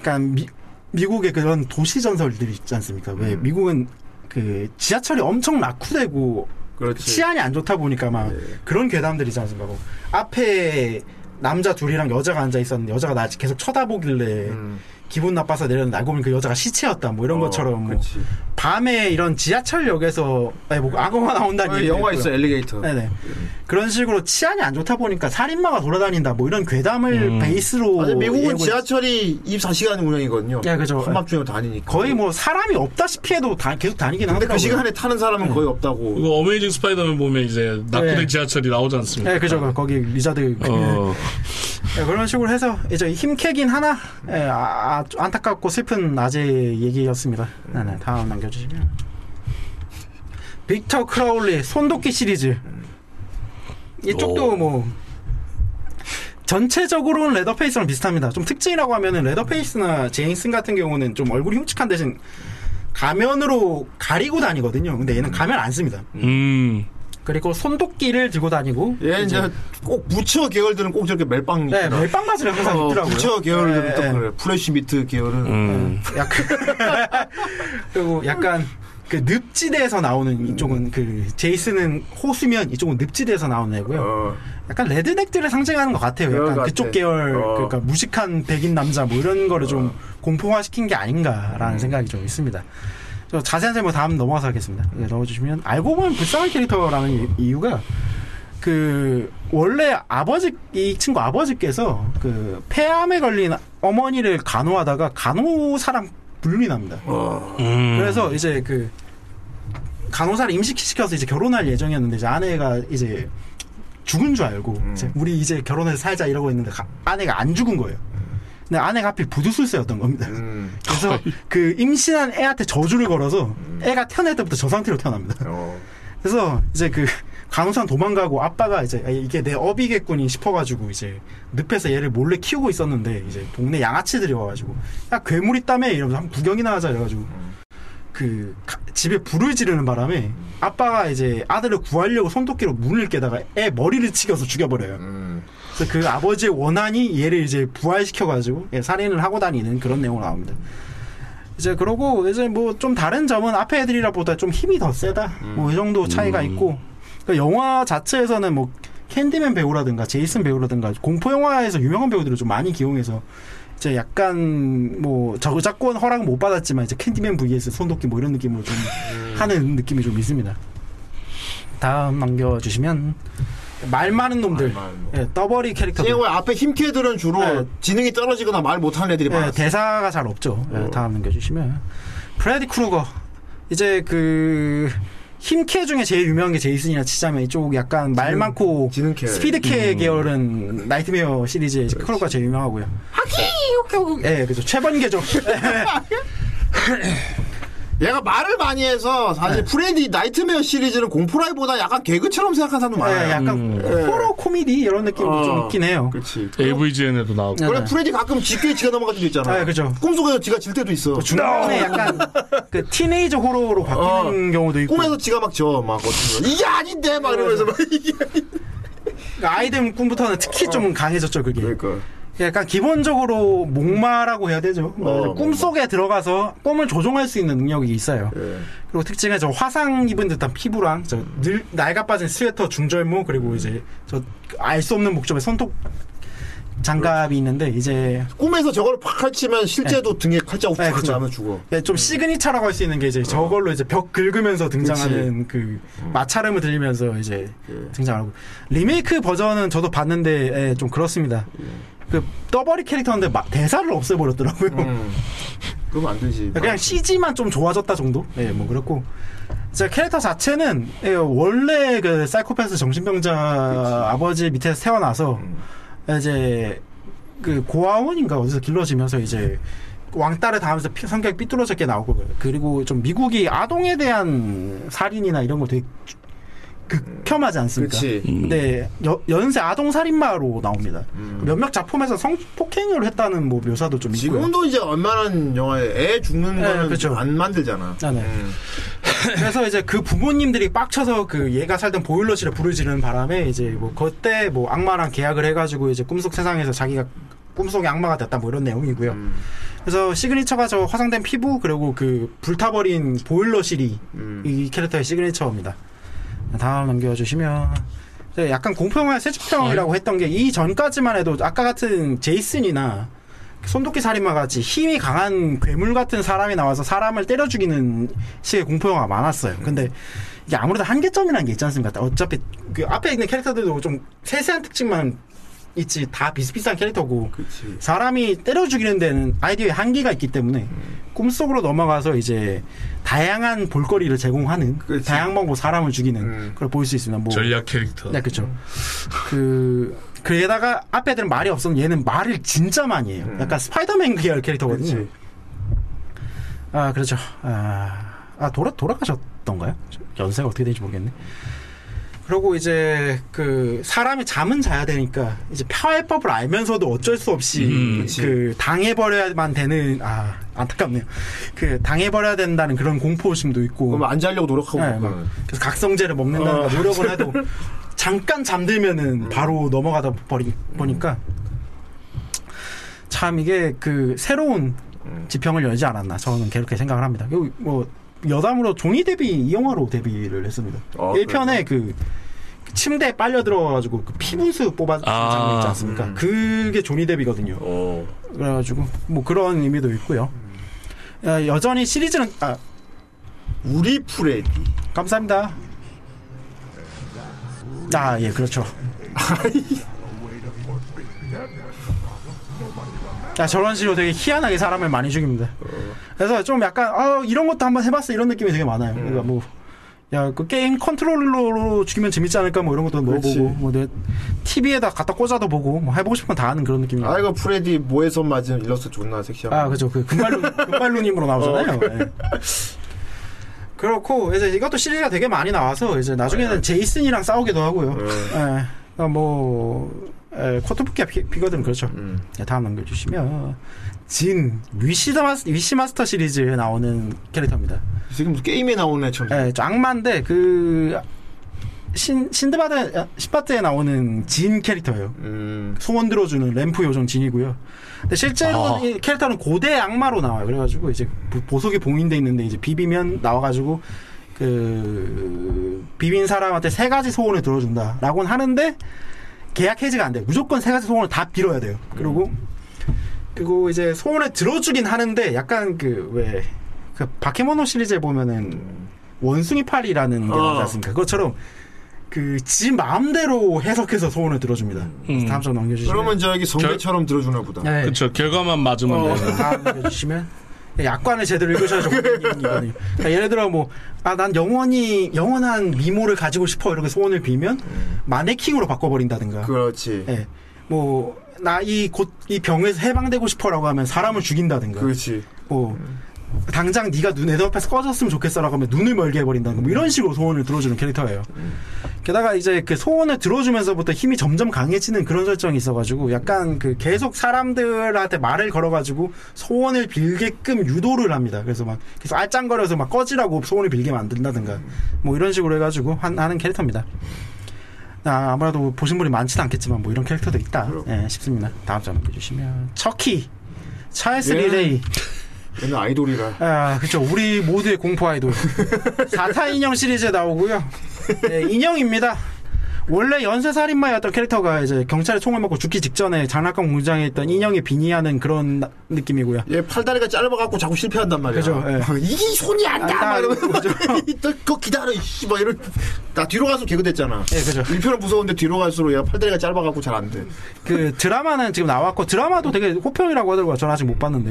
H: 약간 미, 미국의 그런 도시 전설들이 있지 않습니까? 왜
F: 음.
H: 미국은 그 지하철이 엄청 낙후되고
F: 그렇지. 예.
H: 치안이 안 좋다 보니까 막 그런 괴담들이 있지 않습니까? 뭐 앞에 남자 둘이랑 여자가 앉아 있었는데 여자가 나 계속 쳐다보길래 기분 나빠서 내렸는데 알고 보니 그 여자가 시체였다 뭐 이런
F: 음. 어,
H: 것처럼 뭐
F: 그렇지.
H: 밤에 이런 지하철역에서 아니, 뭐 악어가 나온다는
F: 어,
H: 얘기도
F: 영화
H: 있고요.
F: 있어, 엘리게이터.
H: 네네. 그런 식으로 치안이 안 좋다 보니까 살인마가 돌아다닌다 뭐 이런 괴담을 베이스로
F: 아니, 미국은
H: 예고했-
F: 지하철이 24시간 운영이거든요.
H: 예, 뭐 그죠.
F: 한밤중에 다니니까.
H: 거의 뭐 사람이 없다시피해도 다 계속 다니긴
F: 근데
H: 하더라고요.
F: 그 시간에 타는 사람은 거의 없다고.
G: 그거 어메이징 스파이더맨 보면 이제 낙후된
H: 네.
G: 지하철이 나오지 않습니까?
H: 네,
F: 아.
H: 그죠. 거기 리자드
G: 어.
H: 예, 그런 식으로 해서 이제 힘캐긴 하나 예, 아, 아, 좀 안타깝고 슬픈 아재의 얘기였습니다. 네네, 다음 남겨주시면 빅터 크라울리 손도끼 시리즈 이쪽도 뭐 전체적으로는 레더페이스랑 비슷합니다. 좀 특징이라고 하면은 레더페이스나 제인슨 같은 경우는 좀 얼굴이 흉측한 대신 가면으로 가리고 다니거든요. 근데 얘는 가면 안 씁니다.
G: 음.
H: 그리고 손도끼를 들고 다니고
F: 얘
H: 이제
F: 이제 꼭 부처 계열들은 꼭 저렇게 멜빵
H: 네,
F: 있더라.
H: 멜빵 바지를 항상
F: 어,
H: 입더라고요. 음.
F: 부처 계열들은
H: 네,
F: 또
H: 네.
F: 그래. 플래시 미트 계열은
G: 음.
H: 그리고 약간 그 늪지대에서 나오는 이쪽은 그 제이슨은 호수면 이쪽은 늪지대에서 나오는 애고요.
F: 어.
H: 약간 레드넥들을 상징하는 것 같아요.
F: 그럴
H: 약간
F: 것
H: 그쪽
F: 같아. 어.
H: 계열 그러니까 무식한 백인 남자 뭐 이런 거를 좀 공포화시킨 게 아닌가라는
F: 음.
H: 생각이 좀 있습니다. 저 자세한 설명 다음 넘어가서 하겠습니다. 예, 넣어주시면 알고 보면 불쌍한 캐릭터라는 이- 이유가 그 원래 아버지 이 친구 아버지께서 그 폐암에 걸린 어머니를 간호하다가 간호사랑 불륜합니다.
F: 어.
H: 그래서 이제 그 간호사를 임신시켜서 이제 결혼할 예정이었는데 이제 아내가 이제 죽은 줄 알고 이제 우리 이제 결혼해서 살자 이러고 있는데 가- 아내가 안 죽은 거예요. 근데 아내가 하필 부두술사였던 겁니다. 그래서 그 임신한 애한테 저주를 걸어서 애가 태어날 때부터 저 상태로 태어납니다. 그래서 이제 그 간호사 도망가고 아빠가 이제 아, 이게 내 업이겠군이 싶어가지고 이제 늪에서 얘를 몰래 키우고 있었는데 이제 동네 양아치들이 와가지고 야 괴물 있다며 이러면서 한번 구경이나 하자 이래가지고 그 가- 집에 불을 지르는 바람에 아빠가 이제 아들을 구하려고 손도끼로 문을 깨다가 애 머리를 치겨서 죽여버려요. 그래서 그 아버지의 원한이 얘를 이제 부활시켜가지고 예, 살인을 하고 다니는 그런 내용으로 나옵니다. 이제 그러고 이제 뭐 좀 다른 점은 앞에 애들이라 보다 좀 힘이 더 세다. 뭐 이 정도 차이가 있고 그 영화 자체에서는 뭐 캔디맨 배우라든가 제이슨 배우라든가 공포 영화에서 유명한 배우들을 좀 많이 기용해서 이제 약간 뭐 저작권 허락 못 받았지만 이제 캔디맨 vs 손도끼 뭐 이런 느낌으로 좀 하는 느낌이 좀 있습니다. 다음 남겨주시면 말 많은 놈들 예, 떠버리 캐릭터
F: 제 앞에 힘캐들은 주로 지능이 떨어지거나 말 못하는 애들이 많아.
H: 예, 네. 대사가 잘 없죠. 예, 다음 넘겨주시면 프레디 크루거 이제 그 힘캐 중에 제일 유명한 게 제이슨이라 치자면 이쪽 약간 말 많고 스피드캐
F: 음.
H: 계열은 나이트메어 시리즈의 크루거가 제일 유명하고요. 하키 예, 그죠 최번개죠.
F: 음. 얘가 말을 많이 해서 사실
H: 네.
F: 프레디 나이트메어 시리즈는 공포라기보다 약간 개그처럼 생각하는 사람도 많아요.
H: 예, 약간 호러 코미디 이런 느낌도
F: 어.
H: 좀 있긴 해요.
F: 그렇지.
G: AVGN에도 나오고.
F: 원래 프레디 가끔 지게 지가 넘어갈 때도 있잖아.
H: 아, 네, 그죠.
F: 꿈속에서 지가 질 때도 있어.
H: 중간에 약간 그 티네이저 호러로 바뀌는 경우도 있고
F: 어. 꿈에서 지가 막 져, 막 어떤 거. 이게 아닌데 막 이러면서 막 이게.
H: 그러니까 아이들 꿈부터는 특히
F: 어.
H: 좀 강해졌죠 그게.
F: 네,
H: 약간 기본적으로 목마라고 해야 되죠. 뭐 꿈 속에 들어가서 꿈을 조종할 수 있는 능력이 있어요.
F: 네.
H: 그리고 특징은 저 화상 입은 듯한 피부랑 저 늘 낡아 빠진 스웨터 중절모 그리고 이제 저 알 수 없는 목적의 손톱 장갑이 있는데 이제
F: 꿈에서 저걸 팍 칼치면 실제도 등에 칼자국
H: 네,
F: 팍
H: 그쵸.
F: 나면 죽어.
H: 예, 좀 시그니처라고 할 수 있는 게 이제 저걸로 이제 벽 긁으면서 등장하는 어. 그 마찰음을 예. 들리면서 이제 등장하고 리메이크 버전은 저도 봤는데 예, 좀 그렇습니다. 그 떠버리 캐릭터인데 마- 대사를 없애버렸더라고요.
F: 그러면 안 되지.
H: 그냥 CG만 좀 좋아졌다 정도? 예, 뭐 그렇고. 진짜 캐릭터 자체는 예, 원래 그 사이코패스 정신병자 아버지 밑에서 태어나서
F: 음.
H: 이제 그 고아원인가 어디서 길러지면서 이제 왕따를 당하면서 피- 성격이 삐뚤어졌게 나오고 그리고 좀 미국이 아동에 대한 살인이나 이런 거 되게 극혐하지 않습니까?
F: 그치.
H: 근데 여- 연쇄 아동 살인마로 나옵니다. 그 몇몇 작품에서 성폭행을 했다는 뭐 묘사도 좀 있고요.
F: 음. 지금도 이제 웬만한 영화에 애 죽는
H: 네,
F: 거는
H: 그쵸.
F: 안 만들잖아.
H: 아, 네. 그래서 이제 그 부모님들이 빡쳐서 그 얘가 살던 보일러실에 불을 지르는 바람에 이제 뭐 그때 뭐 악마랑 계약을 해가지고 이제 꿈속 세상에서 자기가 꿈속의 악마가 됐다 뭐 이런 내용이고요. 그래서 시그니처가 저 화상된 피부 그리고 그 불타버린 보일러실이 이 캐릭터의 시그니처입니다. 다음 넘겨주시면 네, 이제 약간 공포영화의 세집평이라고 했던 게 이 전까지만 해도 아까 같은 제이슨이나 손도끼 살인마 같이 힘이 강한 괴물 같은 사람이 나와서 사람을 때려 죽이는 식의 공포 영화가 많았어요. 근데 이게 아무래도 한계점이라는 게 있지 않습니까? 어차피 그 앞에 있는 캐릭터들도 좀 세세한 특징만 있지 다 비슷비슷한 캐릭터고 사람이 때려 죽이는 데는 아이디어의 한계가 있기 때문에 꿈속으로 넘어가서 이제 다양한 볼거리를 제공하는 다양하고 사람을 죽이는 그걸 볼 수 있습니다. 뭐
G: 전략 캐릭터.
H: 네, 그렇죠. 그 그에다가 앞에 들은 말이 없었는 얘는 말을 진짜 많이 해요. 약간 스파이더맨 계열 캐릭터거든요. 아 그렇죠. 아, 아, 돌아 돌아가셨던가요? 연세가 어떻게 되는지 모르겠네. 그리고 이제 그 사람이 잠은 자야 되니까 이제 파해법을 알면서도 어쩔 수 없이
G: 음,
H: 그 당해버려야만 되는 아 안타깝네요. 그 당해버려야 된다는 그런 공포심도 있고.
F: 뭐
H: 그럼 안 자려고 노력하고. 네, 그래서 각성제를 먹는다는
F: 어.
H: 노력을 해도 잠깐 잠들면은 바로 넘어가다 버리, 보니까 참 이게 그 새로운 지평을 열지 않았나 저는 그렇게 생각을 합니다. 그리고 뭐 여담으로 종이 데뷔 이 영화로 데뷔를 했습니다.
F: 어,
H: 1편에 그 침대에 빨려 들어가가지고 그 피분수 뽑아 음. 어.
F: 아,
H: 장면 있지 않습니까? 그게 조니 데뷔거든요. 그래가지고 뭐 그런 의미도 있고요. 야, 여전히 시리즈는 아 우리 프레디 감사합니다. 아 예 그렇죠. 야, 아, 저런 식으로 되게 희한하게 사람을 많이 죽입니다. 그래서 좀 약간 아 이런 것도 한번 해봤어 이런 느낌이 되게
F: 음.
H: 많아요. 그러니까 뭐. 야, 그 게임 컨트롤러로 죽이면 재밌지 않을까, 뭐 이런 것도
F: 그렇지.
H: 넣어보고, 뭐 내, TV에다 갖다 꽂아도 보고, 뭐 해보고 싶은 건 다 하는 그런 느낌이에요.
L: 아 이거 프레디 모에서 맞은 일러스트 존나 섹시한.
H: 아, 그죠. 그 금발룬, 금발룬님으로 나오잖아요.
L: 어,
H: 예. 그렇고, 이제 이것도 시리즈가 되게 많이 나와서, 이제 나중에는 제이슨이랑 싸우기도 하고요. 예. 그러니까 뭐, 예, 코토부키와 피- 피거든 그렇죠. 예, 다음 넘겨주시면. 진, 위시마스, 위시마스터 시리즈에 나오는 캐릭터입니다. 지금 게임에 나오는 애처럼. 예, 저 악마인데, 그, 신, 신드바드, 아, 신바트에 나오는 진 캐릭터예요.
F: 음.
H: 소원 들어주는 램프 요정 진이고요. 근데 실제로
F: 아.
H: 이 캐릭터는 고대 악마로 나와요. 그래가지고 이제 보- 보석이 봉인돼 있는데 이제 비비면 나와가지고 그 비빈 사람한테 세 가지 소원을 들어준다라고는 하는데 계약 해지가 안 돼요. 무조건 세 가지 소원을 다 빌어야 돼요. 그리고
F: 음.
H: 그리고 이제 소원을 들어주긴 하는데 약간 그 왜 그 바케모노 시리즈에 보면은 원숭이 팔이라는 게
F: 어.
H: 나오지 않습니까? 그것처럼 그 지 마음대로 해석해서 소원을 들어줍니다. 그래서 다음 장 넘겨주시면
L: 그러면 저기 성배처럼 들어주나 보다.
H: 네.
G: 그쵸 결과만 맞으면
H: 어,
G: 되는.
H: 다음 넘겨주시면 예, 약관을 제대로 읽으셔야죠. 고객님, 이거는. 그러니까 예를 들어 뭐아난 영원히 영원한 미모를 가지고 싶어 이렇게 소원을 빌면 마네킹으로 바꿔버린다든가. 그렇지. 예. 뭐나이곧이 병에서 해방되고 싶어라고 하면 사람을 죽인다든가. 그렇지. 뭐 당장 네가 눈, 내 눈앞에서 꺼졌으면 좋겠어라고 하면 눈을 멀게 해버린다는 뭐 이런 식으로 소원을 들어주는 캐릭터예요. 게다가 이제 그 소원을 들어주면서부터 힘이 점점 강해지는 그런 설정이 있어가지고 약간 그 계속 사람들한테 말을 걸어가지고 소원을 빌게끔 유도를 합니다. 그래서 막 계속 알짱거려서 막 꺼지라고 소원을 빌게 만든다든가 뭐 이런 식으로 해가지고 한- 하는 캐릭터입니다. 아, 아무래도 보신 분이 많지는 않겠지만 뭐 이런 캐릭터도 있다 예, 싶습니다. 다음 장 넘겨주시면 척키 찰스
F: 예.
H: 리레이 얘는 아이돌이라 아 그렇죠 우리 모두의 공포 아이돌 4타 인형 시리즈에 나오고요 네, 인형입니다 원래 연쇄살인마였던 캐릭터가 이제 경찰에 총을 맞고 죽기 직전에 장난감 공장에 있던 인형이 빈이하는 그런 나- 느낌이고요
F: 얘 팔다리가 짧아갖고 자꾸 실패한단 말이야. 아,
H: 그죠, 예.
F: 이게 손이 안
H: 안
F: 닿아.
H: 닿아,
F: 이러면서 그거 기다려. 이씨, 막 이런. 나 뒤로 가서 개그됐잖아.
H: 예, 그죠.
F: 1편은 무서운데 뒤로 갈수록 얘 팔다리가 짧아갖고 잘 안 돼.
H: 그 드라마는 지금 나왔고 드라마도 되게 호평이라고 하더라고요. 저는 아직 못 봤는데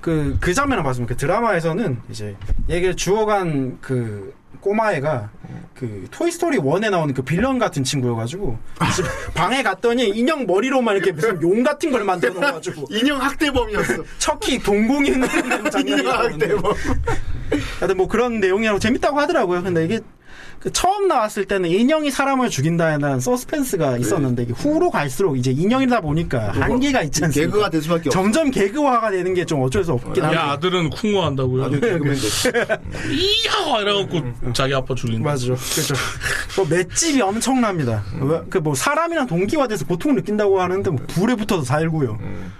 H: 그 그 장면을 봤습니다. 그 드라마에서는 이제 얘를 주워간 그 꼬마애가 그 토이스토리 1에 나오는 그 빌런 같은 친구여가지고 집- 방에 갔더니 인형 머리로만 이렇게 무슨 용 같은 걸 만들어 놓아가지고 인형 학대범이었어. 척키 동공이 흔드는 장면이
F: 인형 뭐.
H: 학대범. 하여튼 뭐 그런 내용이라고 재밌다고 하더라고요. 근데 이게 그 처음 나왔을 때는 인형이 사람을 죽인다는 서스펜스가 있었는데 이게 후로 갈수록 이제 인형이다 보니까 한계가 있지 않습니까?
F: 개그가 될 수밖에 없어.
H: 점점 개그화가 되는 게 좀 어쩔 수 없긴
G: 야
H: 합니다.
G: 아들은 쿵어한다고요.
H: 네,
G: 이야 이래갖고 자기 아빠 죽인.
H: 맞죠. 그렇죠. 뭐 맷집이 엄청납니다. 그 뭐 사람이랑 동기화돼서 고통을 느낀다고 하는데 뭐 불에 붙어도 살고요.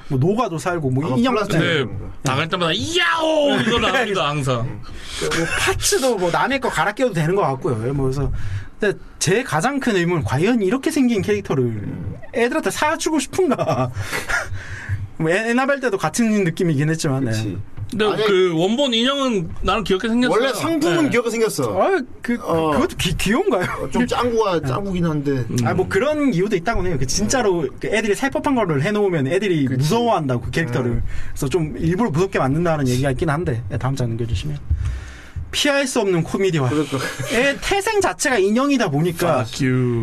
H: 뭐 녹아도 살고 뭐 인형 같은
G: 근데 네, 나갈 때마다 이야오 이거 나옵니다 항상.
H: 그뭐 파츠도 뭐 남의 거 갈아 끼워도 되는 것 같고요. 뭐 그래서 근데 제 가장 큰 의문 은 과연 이렇게 생긴 캐릭터를 애들한테 사주고 싶은가? 뭐 애- 에나벨 때도 같은 느낌이긴 했지만. 네.
G: 근데 그 원본 인형은 나는 네. 귀엽게 생겼어.
H: 원래 상품은 귀엽게
K: 생겼어.
H: 아, 그, 그것도 귀, 귀여운가요?
F: 어,
L: 좀 짱구가
H: 네.
L: 짱구긴 한데.
H: 아, 뭐 그런 이유도 있다고 해요. 그
L: 음.
H: 진짜로 그 애들이 살법한 거를 해놓으면 애들이 무서워한다고, 그 캐릭터를.
L: 음.
H: 그래서 좀 일부러 무섭게 만든다는 얘기가 있긴 한데, 네, 다음 장 넘겨주시면. 피할 수 없는 코미디와.
L: 그러니까.
H: 애 태생 자체가 인형이다 보니까,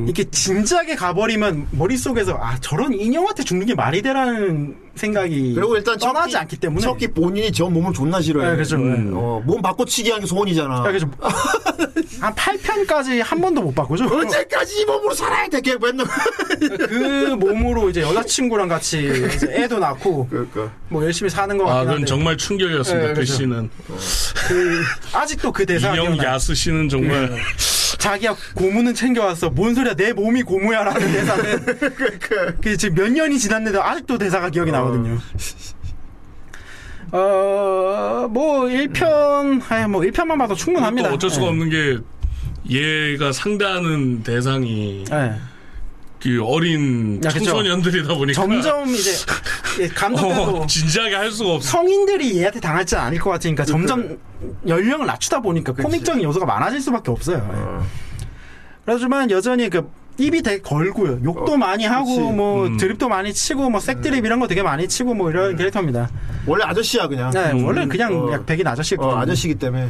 H: 이렇게 진지하게 가버리면 머릿속에서, 아, 저런 인형한테 죽는 게 말이 되라는 생각이
L: 그리고 일단
H: 떠나지
L: 척기-
H: 않기 때문에.
L: 척기 본인이 저 몸을 존나 싫어해.
H: 네, 그죠. 그렇죠. 네.
L: 어, 몸 바꿔치기 한 게 소원이잖아.
H: 야, 그죠. 한 8편까지 한 번도 못 바꾸죠?
L: 언제까지 이 몸으로 살아야 돼? 걔 맨날.
H: 그 몸으로 이제 여자친구랑 같이 이제 애도 낳고 뭐 열심히 사는 것 같긴
G: 아,
H: 한데
G: 그건 정말 충격이었습니다.
H: 예,
G: 그
H: 그죠.
G: 씨는.
H: 그 아직도 그 대사
G: 인형 야스 씨는
H: 네.
G: 정말 그러니까
H: 자기야 고무는 챙겨왔어 뭔 소리야 내 몸이 고무야라는 대사는 그 지금 몇 년이 지났는데도 아직도 대사가 기억이
G: 어.
H: 나거든요 어, 어뭐 1편 아뭐 1편만 봐도 충분합니다
G: 또 어쩔 수가
H: 예.
G: 없는 게 얘가 상대하는 대상이 그 어린
H: 야, 아. 그쵸.
G: 청소년들이다 보니까
H: 점점 이제 예, 감독도
G: 어, 진지하게 할 수가 없어.
H: 성인들이 얘한테 당할지 않을 것 같으니까 점점 연령을 낮추다 보니까 네, 코믹적인 요소가 많아질 수밖에 없어요. 예. 그렇지만 여전히 그 입이 되게 걸고요. 욕도 많이 하고
L: 그치.
H: 뭐 드립도 많이 치고 뭐 색드립 이런 거 되게 많이 치고 뭐 이런 캐릭터입니다.
L: 원래 아저씨야 그냥.
H: 네,
L: 음.
H: 원래 그냥
L: 어.
H: 약 백인 아저씨였기
L: 어,
H: 때문에.
L: 아저씨기 때문에.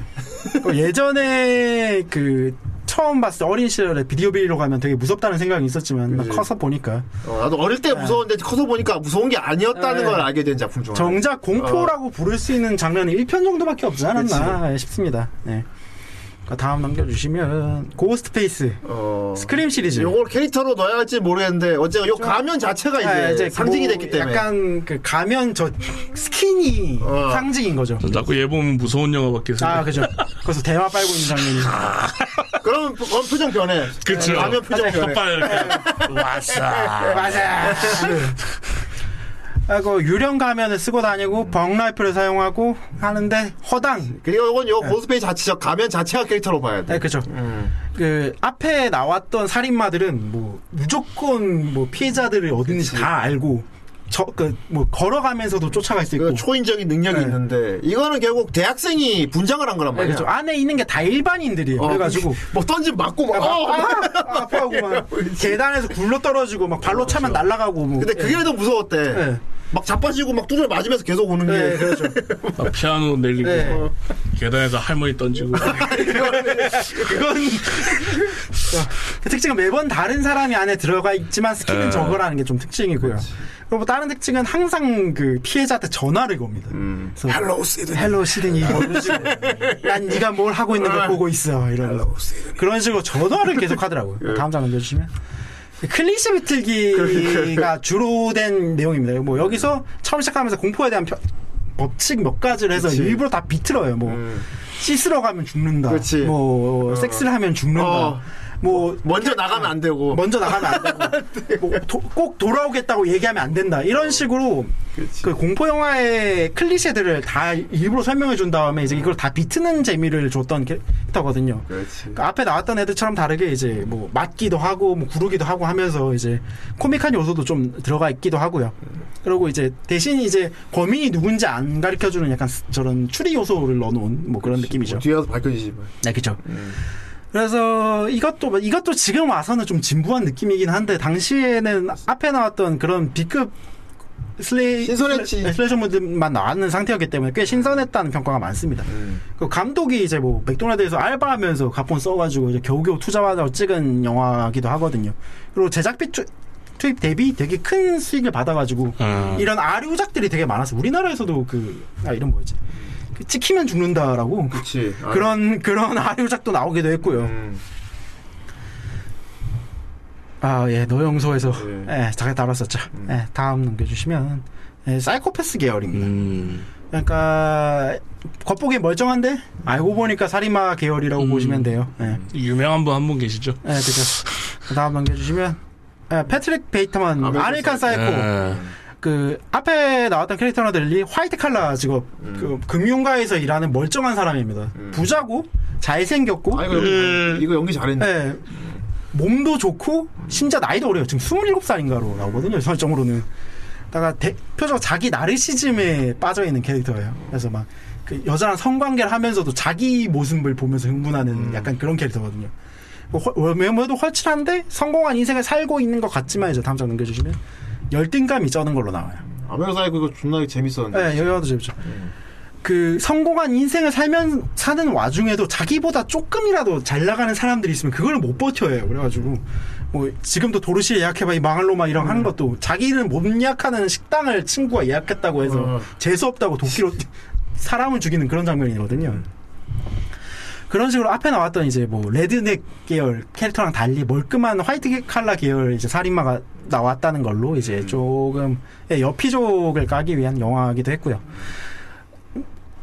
H: 그 예전에 그 처음 봤을 때 어린 시절에 비디오 빌리러 가면 되게 무섭다는 생각이 있었지만 커서 보니까
L: 어, 나도 어릴 때 무서웠는데 커서 보니까 무서운 게 아니었다는
H: 네.
L: 걸 알게 된 작품 중. 하나.
H: 정작
L: 어.
H: 공포라고 부를 수 있는 장르는 1편 정도밖에 없지 않았나 싶습니다. 네. 그러니까 다음 넘겨주시면 고스트 페이스
L: 어.
H: 스크림 시리즈.
L: 요걸 캐릭터로 넣어야 할지 모르겠는데 어쨌든 요 가면 자체가 이제,
H: 네, 그
L: 상징이
H: 뭐
L: 됐기 때문에.
H: 약간 그 가면 저 스킨이
L: 어.
H: 상징인 거죠.
G: 자꾸 얘 보면 무서운 영화밖에 생각.
H: 아 그죠. 그래서 대화 빨고 있는 장면이.
L: 아. 그럼 그건 표정 변해.
H: 그렇죠.
G: 그쵸.
L: 가면 표정
G: 네.
L: 변해.
G: 혓발 이렇게. 왔어.
H: 맞아. 네. 아이고 그 유령 가면을 쓰고 다니고 벙라이프를 사용하고 하는데 허당.
L: 그리고 이건
H: 예.
L: 요 고스페이 자체적 가면 자체가 캐릭터로 봐야 돼.
H: 네, 그죠.
L: 음.
H: 그 앞에 나왔던 살인마들은 뭐 무조건 뭐 피해자들을 어딘지 다 알고 저그뭐 걸어가면서도 쫓아갈 수 있고
L: 초인적인 능력이 있는데 이거는 결국 대학생이 분장을 한 거란
H: 네,
L: 말이야.
H: 예. 그죠. 안에 있는 게 다 일반인들이에요.
L: 어,
H: 그래가지고
L: 뭐 던지 맞고 막
H: 막,
L: 어!
H: 아, 아파하고 막 계단에서 굴러 떨어지고 막 발로 차면 날아가고 뭐.
L: 그렇죠. 근데 그게 더 무서웠대. 막 자빠지고 막 뚜들 맞으면서 계속 오는 게.
H: 네, 예. 그렇죠.
G: 아, 피아노 내리고
H: 네.
G: 어, 계단에서 할머니 던지고
H: 그건 그 특징은 매번 다른 사람이 안에 들어가 있지만 스킬은
G: 네.
H: 저거라는 게 좀 특징이고요. 그리고 뭐 다른 특징은 항상 그 피해자한테 전화를 겁니다.
L: 음. 헬로우 시드니.
H: 헬로우 시드니. 뭐 이런 식으로. 난 네가 뭘 하고 있는 걸 보고 있어. 이런 그런 식으로 전화를 계속 하더라고요.
L: 예.
H: 다음 장 넘겨주시면. 클리셰 비틀기가 주로 된 내용입니다. 뭐 여기서 처음 시작하면서 공포에 대한 펴- 법칙 몇 가지를 해서
L: 그치. 음.
H: 일부러 다 비틀어요. 뭐 씻으러 가면 죽는다.
L: 그치.
H: 뭐
L: 어.
H: 섹스를 하면 죽는다.
L: 어.
H: 뭐
L: 먼저 나가면 안 되고. 네.
H: 먼저 나가면 안 되고 뭐 도- 꼭 돌아오겠다고 얘기하면 안 된다. 이런
L: 어,
H: 식으로 그 공포 영화의 클리셰들을 다 일부러 설명해 준 다음에 이제 이걸 다 비트는 재미를 줬던 캐릭터거든요.
L: 그렇지.
H: 그 앞에 나왔던 애들처럼 다르게 이제 뭐 맞기도 하고 뭐 구르기도 하고 하면서 이제 코믹한 요소도 좀 들어가 있기도 하고요. 그리고 이제 대신 이제 범인이 누군지 안 가르쳐 주는 약간 스- 저런 추리 요소를 넣어놓은 뭐 그런 느낌이죠.
L: 뒤에 가서 밝혀지지. 뭐.
H: 네, 그죠. 그래서 이것도 이것도 지금 와서는 좀 진부한 느낌이긴 한데 당시에는 앞에 나왔던 그런 B급 슬레이
L: 신선했지.
H: 슬레- 슬래셔물들만 나왔는 상태였기 때문에 꽤 신선했다는 평가가 많습니다.
L: 음.
H: 그 감독이 이제 뭐 맥도날드에서 알바하면서 가폰 써가지고 이제 겨우겨우 투자받아서 찍은 영화기도 하거든요. 그리고 제작비 투, 투입 대비 되게 큰 수익을 받아가지고
L: 음.
H: 이런 아류작들이 되게 많았어. 요 우리나라에서도 그 아 이런 뭐였지? 그 찍히면 죽는다라고.
L: 그치. 아,
H: 그런 그런 아류작도 나오기도 했고요. 아 예, 노영소에서 예, 잘 다뤘었죠. 예, 다음 넘겨주시면 예, 사이코패스 계열입니다.
G: 음.
H: 그러니까 겉보기 멀쩡한데 알고 보니까 살인마 계열이라고 보시면 돼요. 예.
G: 유명한 분 한 분 계시죠?
H: 예, 그죠. 다음 넘겨주시면 예, 패트릭 베이트먼 아메리칸 사이코.
G: 예.
H: 그 앞에 나왔던 캐릭터들이 화이트 칼라 직업 그 금융가에서 일하는 멀쩡한 사람입니다. 부자고 잘생겼고
L: 아, 이거 연기, 잘- 이거 연기 잘했네.
H: 예. 몸도 좋고 심지어 나이도 어려요. 지금 27살인가로 나오거든요. 설정으로는. 다가 대표적으로 자기 나르시즘에 빠져 있는 캐릭터예요. 그래서 막 그 여자랑 성관계를 하면서도 자기 모습을 보면서 흥분하는 약간 그런 캐릭터거든요. 뭐 헐- 외모도 헐칠한데 성공한 인생을 살고 있는 것 같지만 이제 다음 장 넘겨주시면 열등감이 쩌는 걸로 나와요.
F: 아메리카 이거 존나 재밌었는데.
H: 네, 여여도 재밌죠. 그 성공한 인생을 살면 사는 와중에도 자기보다 조금이라도 잘 나가는 사람들이 있으면 그걸 못 버텨요. 그래가지고 뭐 지금도 도르시 예약해봐 이 망할 놈아 이런 하는 것도 자기는 못 예약하는 식당을 친구가 예약했다고 해서 재수 없다고 도끼로 사람을 죽이는 그런 장면이거든요. 그런 식으로 앞에 나왔던 이제 뭐 레드넥 계열 캐릭터랑 달리 멀끔한 화이트 칼라 계열 이제 살인마가 나왔다는 걸로 이제 조금 예, 여피족을 까기 위한 영화이기도 했고요.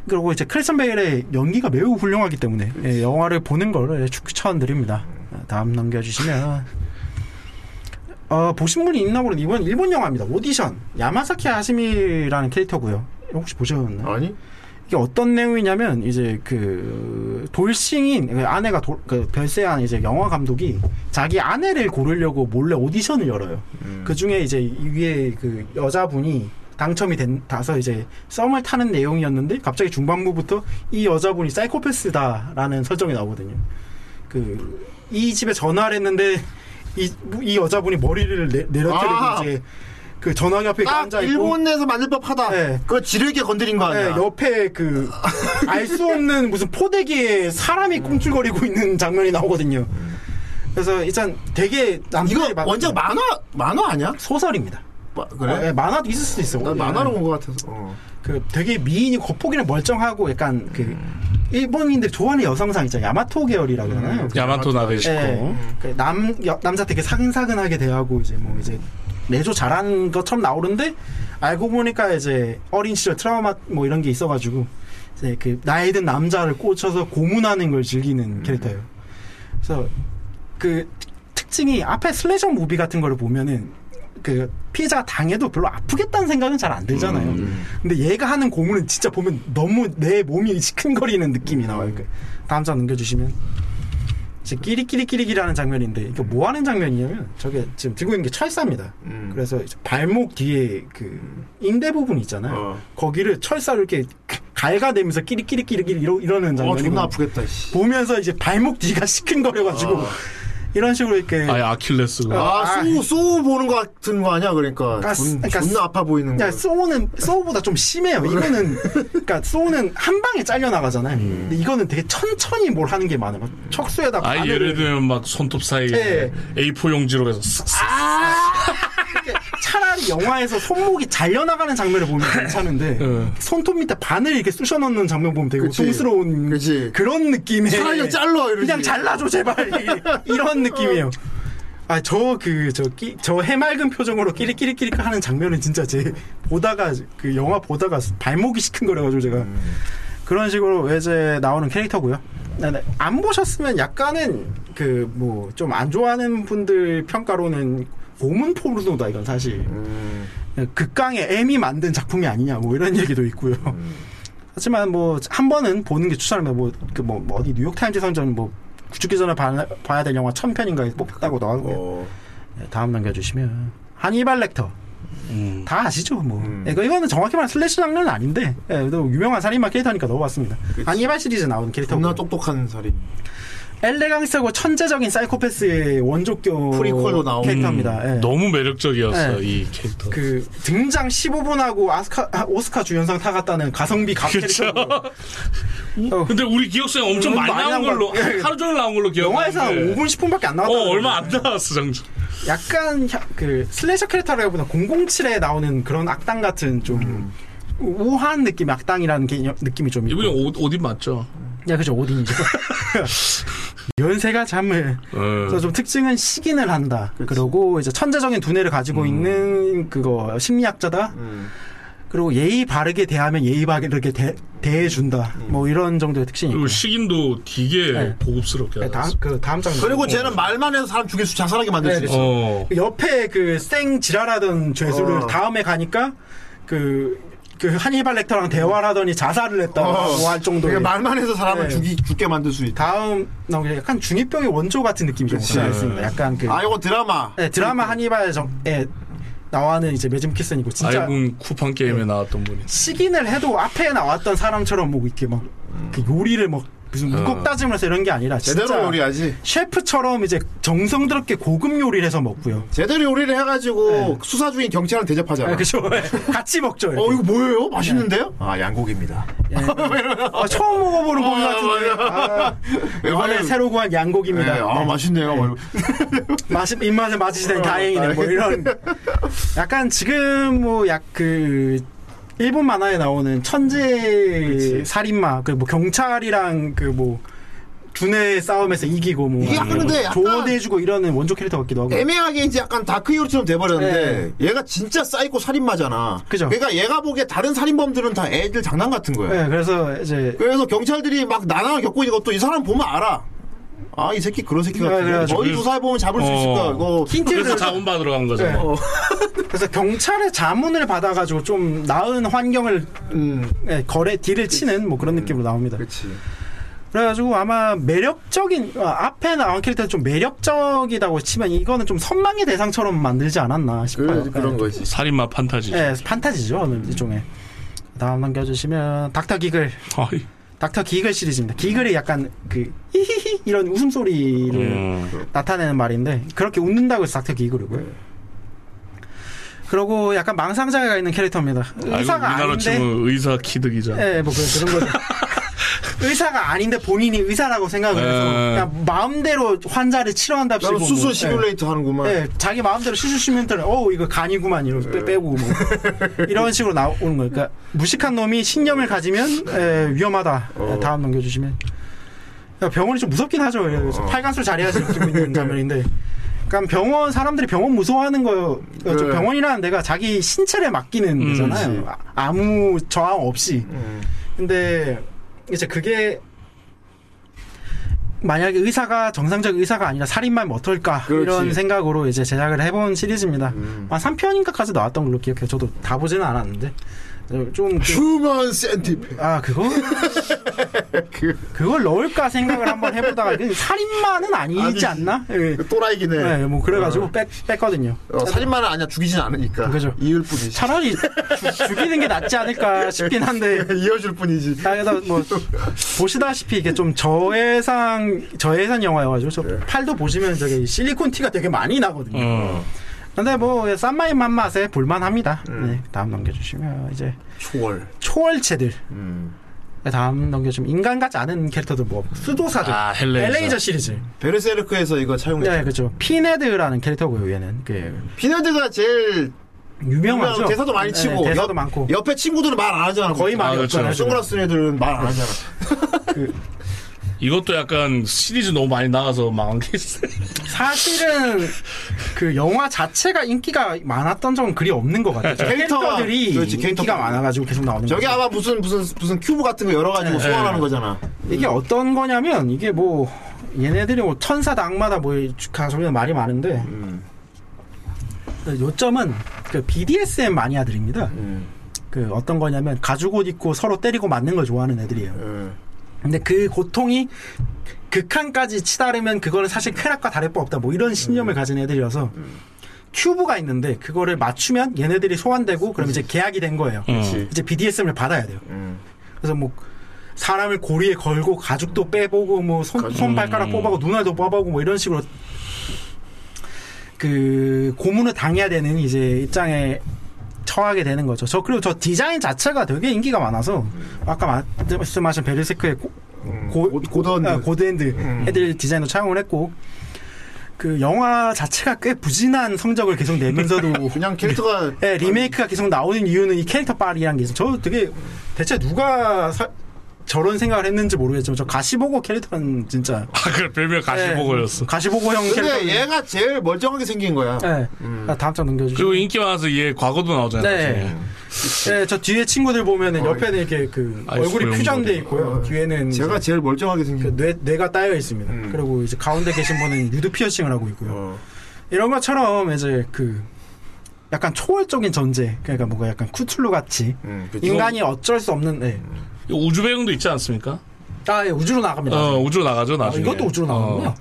H: 그리고 이제 크리스천 베일의 연기가 매우 훌륭하기 때문에 예, 영화를 보는 걸 예, 추천드립니다. 다음 넘겨주시면 어, 보신 분이 있나 모르는 이번 일본 영화입니다. 오디션 야마사키 아시미라는 캐릭터고요. 혹시 보셨나요?
F: 아니.
H: 이게 어떤 내용이냐면 이제 그 돌싱인 그 아내가 돌- 그 별세한 이제 영화 감독이 자기 아내를 고르려고 몰래 오디션을 열어요.
F: 음.
H: 그 중에 이제 이 위에 그 여자분이 당첨이 된 다서 이제 썸을 타는 내용이었는데 갑자기 중반부부터 이 여자분이 사이코패스다라는 설정이 나오거든요. 그 이 집에 전화를 했는데 이, 이 여자분이 머리를 내, 내려뜨리고
F: 아!
H: 이제 그 전화기 앞에
F: 딱
H: 앉아 있고
F: 일본 내에서 만들 법하다. 그거 지르게 건드린 거 아니야?
H: 네, 옆에 그 알 수 없는 무슨 포대기에
F: 음.
H: 사람이 꿈틀거리고 있는 장면이 나오거든요. 그래서 일단 되게 남들이 이거 원작
F: 만화 만화 아니야?
H: 소설입니다.
F: 그래?
H: 어, 예, 만화도 있을 수도 있어.
F: 난 만화로 본 것 같아서. 어.
H: 그 되게 미인이 겉보기는 멀쩡하고 약간 그
F: 음.
H: 일본인들 좋아하는 여성상 있잖아요. 야마토 계열이라고 하나요?
G: 음, 야마토 나데시코.
H: 그 남, 여- 남자 되게 사근사근하게 대하고 이제 뭐 이제 내조 잘한 것처럼 나오는데 알고 보니까 이제 어린 시절 트라우마 뭐 이런 게 있어가지고 이제 그 나이 든 남자를 꽂혀서 고문하는 걸 즐기는 캐릭터예요. 그래서 그 특징이 앞에 슬래셔 무비 같은 거를 보면은 그 피해자가 당해도 별로 아프겠다는 생각은 잘 안 들잖아요.
F: 음.
H: 근데 얘가 하는 고문은 진짜 보면 너무 내 몸이 시큰거리는 느낌이 나와요. 그 다음 장 넘겨주시면 이제 끼리끼리끼리기라는 장면인데 이거 뭐 하는 장면이냐면 저게 지금 들고 있는 게 철사입니다.
F: 음.
H: 그래서 이제 발목 뒤에 그 인대 부분 있잖아요.
F: 어.
H: 거기를 철사로 이렇게 갈가대면서 끼리끼리끼리끼리 이러, 이러는 장면이
F: 어, 존나 어. 아프겠다,
H: 보면서 이제 발목 뒤가 시큰거려가지고 이런 식으로 이렇게
G: 아예 아킬레스가.
F: 아, 소우, 소우 보는 것 같은 거 아니야? 그러니까.
H: 그러니까
F: 존,
H: 그러니까
F: 존나 아파 보이는 거.
H: 야, 소우는 소우보다 좀 심해요. 이거는 그러니까 소우는 한 방에 잘려 나가잖아요. 근데 이거는 되게 천천히 뭘 하는 게 많아요. 막 척수에다
G: 아 예를 들면 막 손톱 사이에
H: 예. 아,
G: A4 용지로 해서 쓱쓱
H: 차라리 영화에서 손목이 잘려 나가는 장면을 보면 괜찮은데 손톱 밑에 바늘 이렇게 쑤셔 넣는 장면 보면 되게
F: 그치.
H: 고통스러운 그런 느낌의
F: 차라리 잘라, 이러지.
H: 그냥 잘라줘 제발 이- 이런 느낌이에요. 아 저 그 저 저 해맑은 표정으로 끼리끼리끼리 하는 장면은 진짜 제 보다가 그 영화 보다가 발목이 시큰거려가지고 제가 그런 식으로 이제 나오는 캐릭터고요. 음. 네, 네. 안 보셨으면 약간은 그 뭐 좀 안 좋아하는 분들 평가로는 고문 포르노다 이건 사실 극강의 M이 만든 작품이 아니냐 뭐 이런 얘기도 있고요.
F: 음.
H: 하지만 뭐 한 번은 보는 게 추천합니다. 뭐그뭐 어디 뉴욕 타임즈 선전 뭐 죽기 전에 봐, 봐야 될 영화 천 편인가에 뽑다고 나왔고요.
F: 어.
H: 네, 다음 남겨주시면 하니발 렉터. 다 아시죠, 뭐.
F: 음.
H: 예, 이거- 이거는 정확히 말하면 슬래시 장르는 아닌데, 예, 그래도 유명한 살인마 캐릭터니까 넣어봤습니다. 하니발 시리즈 나오는 캐릭터. 뭐.
F: 존나 똑똑한 살인.
H: 엘레강스하고 천재적인 사이코패스의 원조격
F: 프리퀄로 나온.
H: 캐릭터입니다. 예.
G: 너무 매력적이었어
H: 네.
G: 이 캐릭터.
H: 그 등장 15분하고 아스카, 아, 오스카 주연상 타갔다는 가성비 각
G: 그쵸.
H: 캐릭터.
G: 음?
H: 어.
G: 근데 우리 기억상에 엄청 많이 나온 걸로 하루 종일 나온 걸로 기억.
H: 예. 영화에서 한 5분 10분밖에 안 나왔다.
G: 어 얼마 안 나왔어 정작.
H: 약간 혀- 그 슬래셔 캐릭터라기보다 007에 나오는 그런 악당 같은 좀 우아한 느낌의 악당이라는 개념- 느낌이 좀 있고.
G: 음. 이분이 옷 옷이 맞죠.
H: 야, 그죠, 오딘이죠. 연세가 잠을.
G: 예.
H: 그래서 좀 특징은 식인을 한다. 그러고 이제 천재적인 두뇌를 가지고
F: 음.
H: 있는 그거 심리학자다. 그리고 예의 바르게 대하면 예의 바르게 대, 대해준다.
F: 음.
H: 뭐 이런 정도의 특징이 있고.
G: 그리고 식인도 되게 고급스럽게.
H: 네, 다음, 그 다음 장.
F: 그리고 쟤는 말만 해서 사람 죽일 수, 자살하게 만들 수
H: 네,
F: 있어.
G: 어.
H: 옆에 그 생 지랄하던 죄수를
F: 어.
H: 다음에 가니까 그, 그 한이발 렉터랑 대화를 하더니 자살을 했다고
F: 어.
H: 뭐 할 정도로. 네.
F: 그러니까 말만 해서 사람을 죽이-
H: 죽게 만들 수 있다. 다음, 나 약간 중이병의 원조 같은 느낌이 좀
F: 그치.
H: 있습니다. 약간 그.
F: 아, 이거 드라마.
H: 네, 드라마 한이발 정, 예. 나와는 이제 매짐 키슨이고 진짜
G: 알군 쿠팡 게임에 나왔던 분이.
H: 식인을 해도 앞에 나왔던 사람처럼 뭐 이렇게 막 그 요리를 막 무슨
G: 어.
H: 무겁 따지면서 이런 게 아니라 진짜
F: 제대로 요리하지.
H: 셰프처럼 이제 정성스럽게 고급 요리를 해서 먹고요.
F: 제대로 요리를 해가지고 수사 중인 경찰은 대접하잖아.
H: 아, 그쵸. 같이 먹죠.
F: 어, 이거 뭐예요? 맛있는데요?
L: 아 양고기입니다.
H: 아, 처음 먹어보는 고기 같은데. 아, 이번에 새로 구한 양고기입니다.
F: 네, 아, 맛있네요.
H: 맛 입맛에
F: 어,
H: 맞으시다니 다행이네. 뭐 이런 약간 지금 뭐 약 그 일본 만화에 나오는 천재 살인마 그 뭐 경찰이랑 그 뭐 두뇌 싸움에서 이기고 뭐
F: 이게 근데 약간
H: 조언해주고 이러는 원조 캐릭터 같기도 하고
F: 그러니까 애매하게 이제 약간 다크 히어로처럼 돼버렸는데 얘가 진짜 사이코 살인마잖아.
H: 그죠.
F: 그러니까 얘가 보기에 다른 살인범들은 다 애들 장난 같은 거예요.
H: 네, 그래서 이제
F: 그래서 경찰들이 막 난항을 겪고 있는 것도 이 사람 보면 알아. 아 이 새끼 그런 새끼 같은 거. 어디 조사해 보면 잡을 수 있을 거야. 이거
G: 그래서 자원 받으러 간 거죠.
H: 네. 그래서 경찰의 자문을 받아가지고 좀 나은 환경을
F: 음.
H: 네, 거래 딜을 치는 뭐 그런 느낌으로 나옵니다. 그래가지고 아마 매력적인 아, 앞에 나온 캐릭터는 좀 매력적이라고 치면 이거는 좀 선망의 대상처럼 만들지 않았나 싶어요.
F: 아,
H: 네.
F: 거지.
G: 살인마 판타지.
H: 네, 판타지죠. 어느 일종의. 다음 넘겨주시면 닥터 기글.
G: 어이.
H: 닥터 기글 시리즈입니다. 기글이 약간 그 히히히 이런
G: 예.
H: 웃음소리를 나타내는 말인데 그렇게 웃는다고 해서 닥터 기글이고요. 그리고 약간 망상장애가 있는 캐릭터입니다.
G: 알고
H: 의사가
G: 우리나라
H: 아닌데
G: 치면 의사 키득이자.
H: 예, 뭐 그- 그런 거죠. 의사가 아닌데 본인이 의사라고 생각을 해서
G: 예.
H: 그냥 마음대로 환자를 치료한답시고
F: 나도 수술
H: 뭐,
F: 시뮬레이터 하는구만.
H: 예, 예, 자기 마음대로 수술 시뮬레이터를 어 이거 간이구만 이러고
F: 예.
H: 빼, 빼고 뭐 이런 식으로 나오는 거예요. 그러니까 무식한 놈이 신념을 가지면 예, 위험하다.
F: 어.
H: 예, 다음 넘겨주시면 야, 병원이 좀 무섭긴 하죠. 예,
F: 어.
H: 그래서 팔간술 자리하시고 있는 장면인데. 그러니까 병원 사람들이 병원 무서워하는 거요.
F: 그래.
H: 병원이라는 데가 자기 신체를 맡기는
F: 예. 음,
H: 데잖아요.
F: 그치.
H: 아- 아무 저항 없이.
F: 음.
H: 근데 이제 그게 만약에 의사가 정상적 의사가 아니라 살인마면 어떨까 이런
F: 그렇지. 음.
H: 생각으로 이제 제작을 해본 시리즈입니다. 한 3편인가까지 나왔던 걸로 기억해요. 저도 다 보지는 않았는데 좀그
F: 휴먼 센티피
H: 아 그거 그걸 넣을까 생각을 한번 해보다가 그 살인마는 아니지
F: 아니지.
H: 않나? 예.
F: 그 또라이긴 해.
H: 네, 뭐 그래가지고 뺐, 뺐거든요.
F: 어, 살인마는 아니야 죽이진 않으니까.
H: 그죠.
F: 이을 뿐이지.
H: 차라리 주- 죽이는 게 낫지 않을까 싶긴 한데
F: 이어줄 뿐이지.
H: 아, 그래서 뭐 보시다시피 이게 좀 저예산 저예산 영화여가지고 저
F: 네.
H: 팔도 보시면 저기 실리콘 티가 되게 많이 나거든요.
G: 어.
H: 근데 뭐 쌈마인 맛맛에 볼만합니다. 네, 다음 넘겨주시면 이제
F: 초월.
H: 초월체들.
F: 음.
H: 다음 넘겨주면 인간 같지 않은 캐릭터들 뭐 수도사들.
F: 아, 헬레이저.
H: 헬레이저 시리즈.
F: 베르세르크에서 이거 차용했죠.
H: 네, 그렇죠. 피네드라는 캐릭터고요, 얘는. 그
F: 피네드가 제일
H: 유명하죠.
F: 유명하고 대사도 많이
H: 네,
F: 치고
H: 대사도
F: 옆-
H: 많고.
F: 옆에 친구들은 말 안 하잖아.
H: 거의 말이
F: 아,
G: 그렇죠.
H: 없잖아요, 지금.
F: 선글라스 애들은 말 안 하잖아.
G: 이것도 약간 시리즈 너무 많이 나가서 망한 게 있어요.
H: 사실은 그 영화 자체가 인기가 많았던 적은 그리 없는 것 같아요.
F: 네. 캐릭터가-
H: 캐릭터들이
F: 그렇지, 캐릭터 뭐.
H: 인기가 많아가지고 계속 나오는
F: 저게
H: 거죠.
F: 아마 무슨 무슨 무슨 큐브 같은 거 열어 가지고
H: 음. 네.
F: 소환하는 거잖아.
H: 이게 어떤 거냐면 이게 뭐 얘네들이 뭐 천사다 악마다 뭐 가소리는 말이 많은데
F: 음.
H: 요점은 그 BDSM 마니아들입니다.
F: 음.
H: 그 어떤 거냐면 가죽 옷 입고 서로 때리고 맞는 걸 좋아하는 애들이에요.
F: 네.
H: 근데 그 고통이 극한까지 치달으면 그거는 사실 쾌락과 다를 바 없다. 뭐 이런 신념을 가진 애들이어서 큐브가 있는데 그거를 맞추면 얘네들이 소환되고 그럼 이제 계약이 된 거예요.
F: 그치.
H: 이제 BDSM을 받아야 돼요. 그래서 뭐 사람을 고리에 걸고 가죽도 빼보고 뭐 손, 손발가락 뽑아고 눈알도 뽑아고 뭐 이런 식으로 그 고문을 당해야 되는 이제 입장에 처하게 되는 거죠. 저 그리고 저 디자인 자체가 되게 인기가 많아서 아까 마- 말씀하신 베르세크의 고, 고,
F: 고드핸드.
H: 아, 고드핸드 애들 디자인도 차용을 했고 그 영화 자체가 꽤 부진한 성적을 계속 내면서도
F: 그냥 캐릭터가
H: 네, 리메이크가 계속 나오는 이유는 이 캐릭터 빨이란 게 있어요. 저 되게 대체 누가 사- 저런 생각을 했는지 모르겠지만 저 가시보고 캐릭터는 진짜
G: 아, 그 별명
H: 네.
G: 가시보고였어.
H: 가시보고 형 캐릭터.
F: 근데 얘가 제일 멀쩡하게 생긴 거야.
H: 네. 아, 다음 장 넘겨주시죠.
G: 그리고 인기 많아서 얘 과거도 나오잖아요.
H: 네. 네, 저 뒤에 친구들 보면은 옆에는 이렇게 그
G: 어, 아이스
H: 얼굴이
G: 모양
H: 퓨전돼 있고요. 뒤에는 이제
F: 어. 제가 제일 멀쩡하게
H: 그
F: 생긴
H: 뇌, 뇌가 따여 있습니다.
G: 음.
H: 그리고 이제 가운데 계신 분은 유드 피어싱을 하고 있고요. 이런 것처럼 이제 그 약간 초월적인 전제, 그러니까 뭔가 약간 쿠툴루 같이
F: 음, 그
H: 인간이 어쩔 수 없는, 네.
G: 이거 우주 배경도 있지 않습니까?
H: 아, 예, 우주로 나갑니다.
G: 어, 우주로 나가죠,
H: 아,
G: 나중에.
H: 이것도 우주로 나가군요.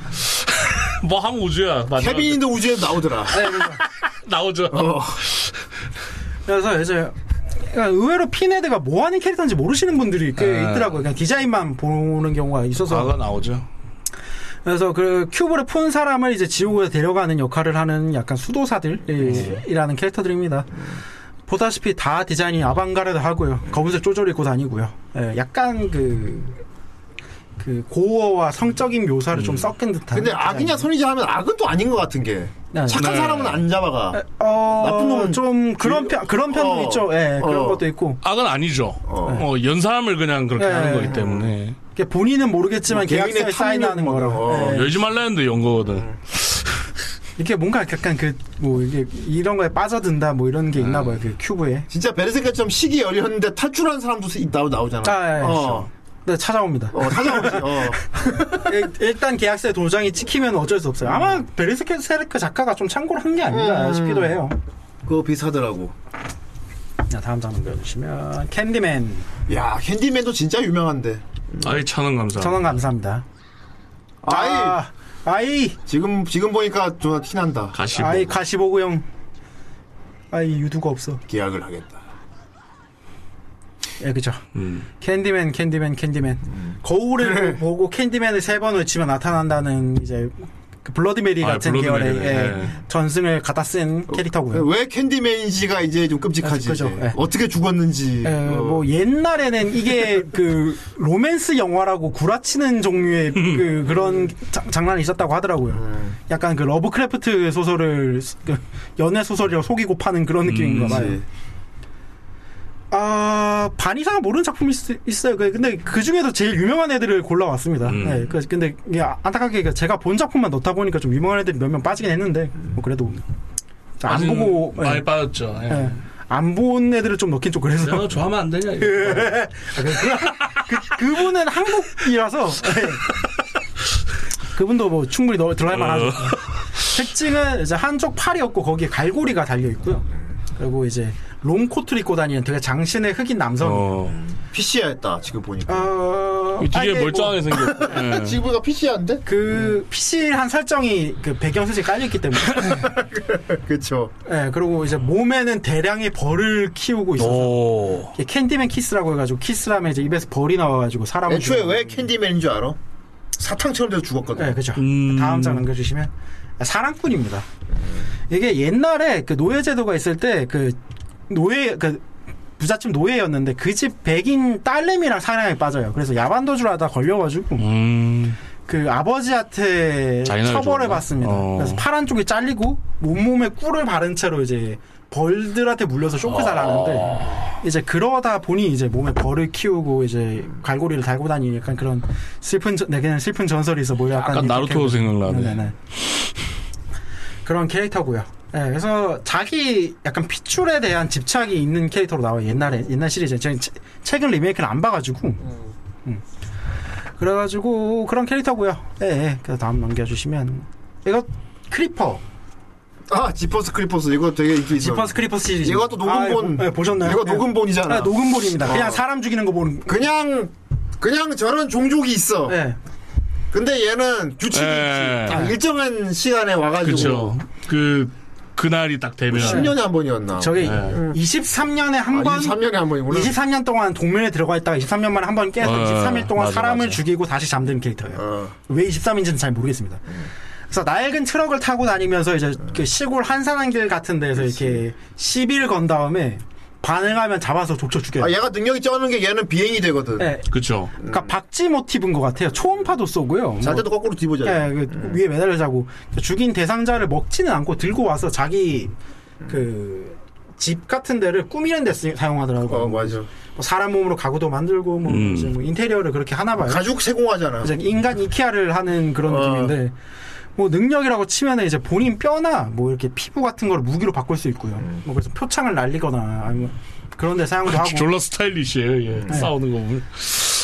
G: 뭐 하면 우주야. 마지막에.
F: 케빈인도 우주에서 나오더라. 어.
H: 네, 그래서
G: 나오죠.
H: 그래서 이제 그러니까 의외로 피네드가 뭐하는 캐릭터인지 모르시는 분들이 꽤
J: 네.
H: 있더라고요. 그냥 디자인만 보는 경우가 있어서
J: 과거 나오죠.
H: 그래서 그 큐브를 푼 사람을 이제 지옥으로 데려가는 역할을 하는 약간 수도사들이라는 캐릭터들입니다. 보다시피 다 디자인이 아방가르드 하고요. 검은색 쪼절 입고 다니고요. 예, 약간 그, 그 고어와 성적인 묘사를 좀 섞은 듯한.
F: 근데 아, 악이냐 선이냐 하면 악은 또 아닌 것 같은 게
H: 네.
F: 착한 사람은 안 잡아가. 나쁜 놈은
H: 어,
F: 어.
H: 좀 그런 편 그런 편도 있죠. 예, 그런 것도 있고.
G: 악은 아니죠. 어, 연사함을 그냥 그렇게
H: 네.
G: 하는 거기 때문에.
H: 이게 본인은 모르겠지만
G: 뭐 개인의
H: 계약서에 사인하는
G: 탐욕
F: 뭐,
H: 거라고.
G: 어,
H: 예.
G: 열지 말라 했는데 연 거거든.
H: 네. 이게 뭔가 약간 그 뭐 이게 이런 거에 빠져든다 뭐 이런 게
G: 네.
H: 있나 봐요 그 큐브에
F: 진짜 베르세카처럼 시기 열렸는데 탈출한 사람도 이- 나오, 나오잖아.
H: 아, 예,
F: 어.
H: 네, 찾아옵니다.
F: 어, 찾아오지. 어.
H: 일- 일단 계약서에 도장이 찍히면 어쩔 수 없어요. 아마
G: 음.
H: 베르세케르 작가가 좀 참고를 한 게 아닌가
F: 음.
H: 싶기도 해요.
F: 그거 비슷하더라고.
H: 자, 다음 장면 보여주시면 캔디맨.
F: 야, 캔디맨도 진짜 유명한데.
G: 아이 천원 감사.
H: 천원 감사합니다.
F: 아이,
H: 아이.
F: 지금 지금 보니까 존나 티난다.
G: 가시보.
H: 아이 가시보고형. 아이 유두가 없어.
F: 계약을 하겠다.
H: 예, 그죠.
F: 음.
H: 캔디맨, 캔디맨, 캔디맨. 거울을 보고 캔디맨을 세 번 외치며 나타난다는 이제 그 블러드메리
F: 아,
H: 같은
F: 블러드메리네.
H: 계열의 예,
F: 네. 어,
H: 전승을 갖다 쓴 캐릭터고요.
F: 왜 캔디맨인지가 이제 좀 끔찍하지.
H: 네. 아, 그죠.
F: 이제.
H: 예.
F: 어떻게 죽었는지. 어.
H: 예, 뭐 옛날에는 이게 그 로맨스 영화라고 구라치는 종류의 그 그런 자- 장난이 있었다고 하더라고요.
F: 네.
H: 약간 그 러브크래프트 소설을 스- 그 연애 소설이라고 속이고 파는 그런 느낌인가 봐요.
F: 그치.
H: 아, 반 이상 모르는 작품이 있, 어요 근데 그 중에도 제일 유명한 애들을 골라왔습니다. 예, 그- 근데 이게 아- 안타깝게 그 제가 본 작품만 넣다 보니까 좀 유명한 애들이 몇 명 빠지긴 했는데, 뭐 그래도 안
G: 아직
H: 보고 예.
G: 많이 빠졌죠. 예.
H: 안 본 애들을 좀 넣긴 좀 그래서.
G: 내가 좋아하면 안 되냐, 이거.
H: 예. 아, 그, 그- 그분은 한국이라서. 예. 그분도 뭐 충분히 넣, 들어갈 만하죠. 특징은 이제 한쪽 팔이 없고 거기에 갈고리가 달려 있고요. 그리고 이제 롱 코트를 입고 다니는 되게 장신의 흑인
G: 어.
H: 남성이에요.
F: PC야 했다, 지금 보니까.
H: 어...
F: 되게
H: 아, 이게 뭐-
F: 멀쩡하게 생겼고.
H: 아,
F: 예. 지금 보니까 PC한데?
H: 그 PC한 설정이 그 배경 설정이 깔려있기 때문에.
F: 그렇죠.
H: 예, 그리고 이제 몸에는 대량의 벌을 키우고 있어서 이게 캔디맨 키스라고 해가지고 키스를 하면 이제 입에서 벌이 나와가지고 사람
F: 아, 애초에 왜 캔디맨인 줄 알아? 사탕처럼 돼서 죽었거든.
H: 네, 그죠. 다음 장 넘겨주시면 사랑꾼입니다. 이게 옛날에 그 노예 제도가 있을 때 그 노예 그 부잣집 노예였는데 그 집 백인 딸내미랑 사랑에 빠져요. 그래서 야반도주를 하다 걸려가지고
G: 음.
H: 그 아버지한테
G: 자인을
H: 처벌을
G: 줬나?
H: 받습니다.
G: 어.
H: 그래서 파란 쪽이 잘리고 온몸에 꿀을 바른 채로 이제 벌들한테 물려서
G: 어.
H: 쇼크살 하는데 이제 그러다 보니 이제 몸에 벌을 키우고 이제 갈고리를 달고 다니는 약간 그런 슬픈 저- 내게는 슬픈 전설이 있어 뭐 약간,
G: 약간
H: 이렇게
G: 나루토 생각나네.
H: 네네네. 그런 캐릭터고요. 예, 그래서 자기 약간 피출에 대한 집착이 있는 캐릭터로 나와요. 옛날에 옛날 시리즈 제가 채- 최근 리메이크는 안 봐가지고 음. 그래가지고 그런 캐릭터고요. 예, 예. 그래서 다음 넘겨주시면 이거 크리퍼.
F: 아, 지퍼스 크리퍼스. 이거 되게 인기 있어.
H: 지퍼스 크리퍼스 시리즈.
F: 음. 이거 또 녹음본.
H: 아, 예, 보셨나요?
F: 이거
H: 예.
F: 녹음본이잖아.
H: 아, 녹음본입니다. 그냥
F: 어.
H: 사람 죽이는 거 보는.
F: 그냥 그냥 저런 종족이 있어.
H: 네.
F: 근데 얘는 규칙이
G: 예.
F: 있지. 딱 일정한 시간에 와가지고
G: 그쵸. 그, 그날이 딱 되면.
F: 10년에 한 번이었나.
H: 저게
G: 네.
H: 23년에 한
F: 아,
H: 번,
F: 23년에 한 번이구나.
H: 23년 동안 동면에 들어가 있다가 23년 만에 한 번 깨서
F: 어,
H: 23일 동안
F: 맞아,
H: 사람을
F: 맞아.
H: 죽이고 다시 잠드는 캐릭터예요.
F: 어.
H: 왜 23인지는 잘 모르겠습니다. 그래서 낡은 트럭을 타고 다니면서 이제 그 시골 한산한 길 같은 데서 이렇게 시비를 건 다음에 반응하면 잡아서 족쳐 죽여요.
F: 아, 얘가 능력이 쩌는 게 얘는 비행이 되거든.
H: 네.
G: 그쵸.
H: 그러니까 박쥐 모티브인 것 같아요. 초음파도 쏘고요. 뭐
F: 잘 때도 네. 거꾸로 뒤보자.
H: 예, 그 위에 매달려 자고 그러니까 죽인 대상자를 먹지는 않고 들고 와서 자기 그 집 같은 데를 꾸미는 데 쓰- 사용하더라고요.
F: 어, 맞아.
H: 뭐 사람 몸으로 가구도 만들고 뭐,
F: 음.
H: 이제 뭐 인테리어를 그렇게 하나 봐요.
F: 가죽 세공하잖아.
H: 이제 인간 이케아를 하는 그런 느낌인데 뭐 능력이라고 치면은 이제 본인 뼈나 뭐 이렇게 피부 같은 걸 무기로 바꿀 수 있고요. 뭐 그래서 표창을 날리거나 아니면 그런 데 사용도 하고
G: 졸라 스타일리시해요, 얘.
H: 네.
G: 싸우는 거 보면.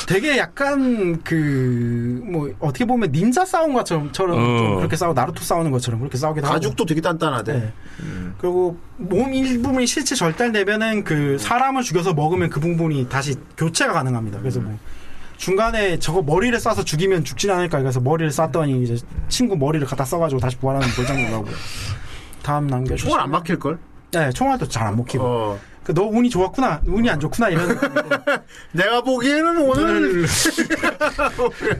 H: 되게 약간 그 뭐 어떻게 보면 닌자 싸운 것처럼 처럼 좀
G: 어.
H: 그렇게 싸우 고 나루토 싸우는 것처럼 그렇게 싸우기도 하고
F: 가죽도 되게 단단하대.
H: 네. 그리고 몸 일부분이 실체 절단되면은 그 사람을 죽여서 먹으면 그 부분이 다시 교체가 가능합니다. 그래서 뭐 중간에 저거 머리를 쏴서 죽이면 죽진 않을까 그래서 머리를 쐈더니 이제 친구 머리를 갖다 써가지고 다시 부활하는 골장도 나오고 다음 남겨
F: 총알 안 막힐 걸? 어.
H: 네 총알도 잘 안 먹히고 그 너 운이 좋았구나, 운이 안 좋구나 이런. 그
F: 내가 보기에는 오늘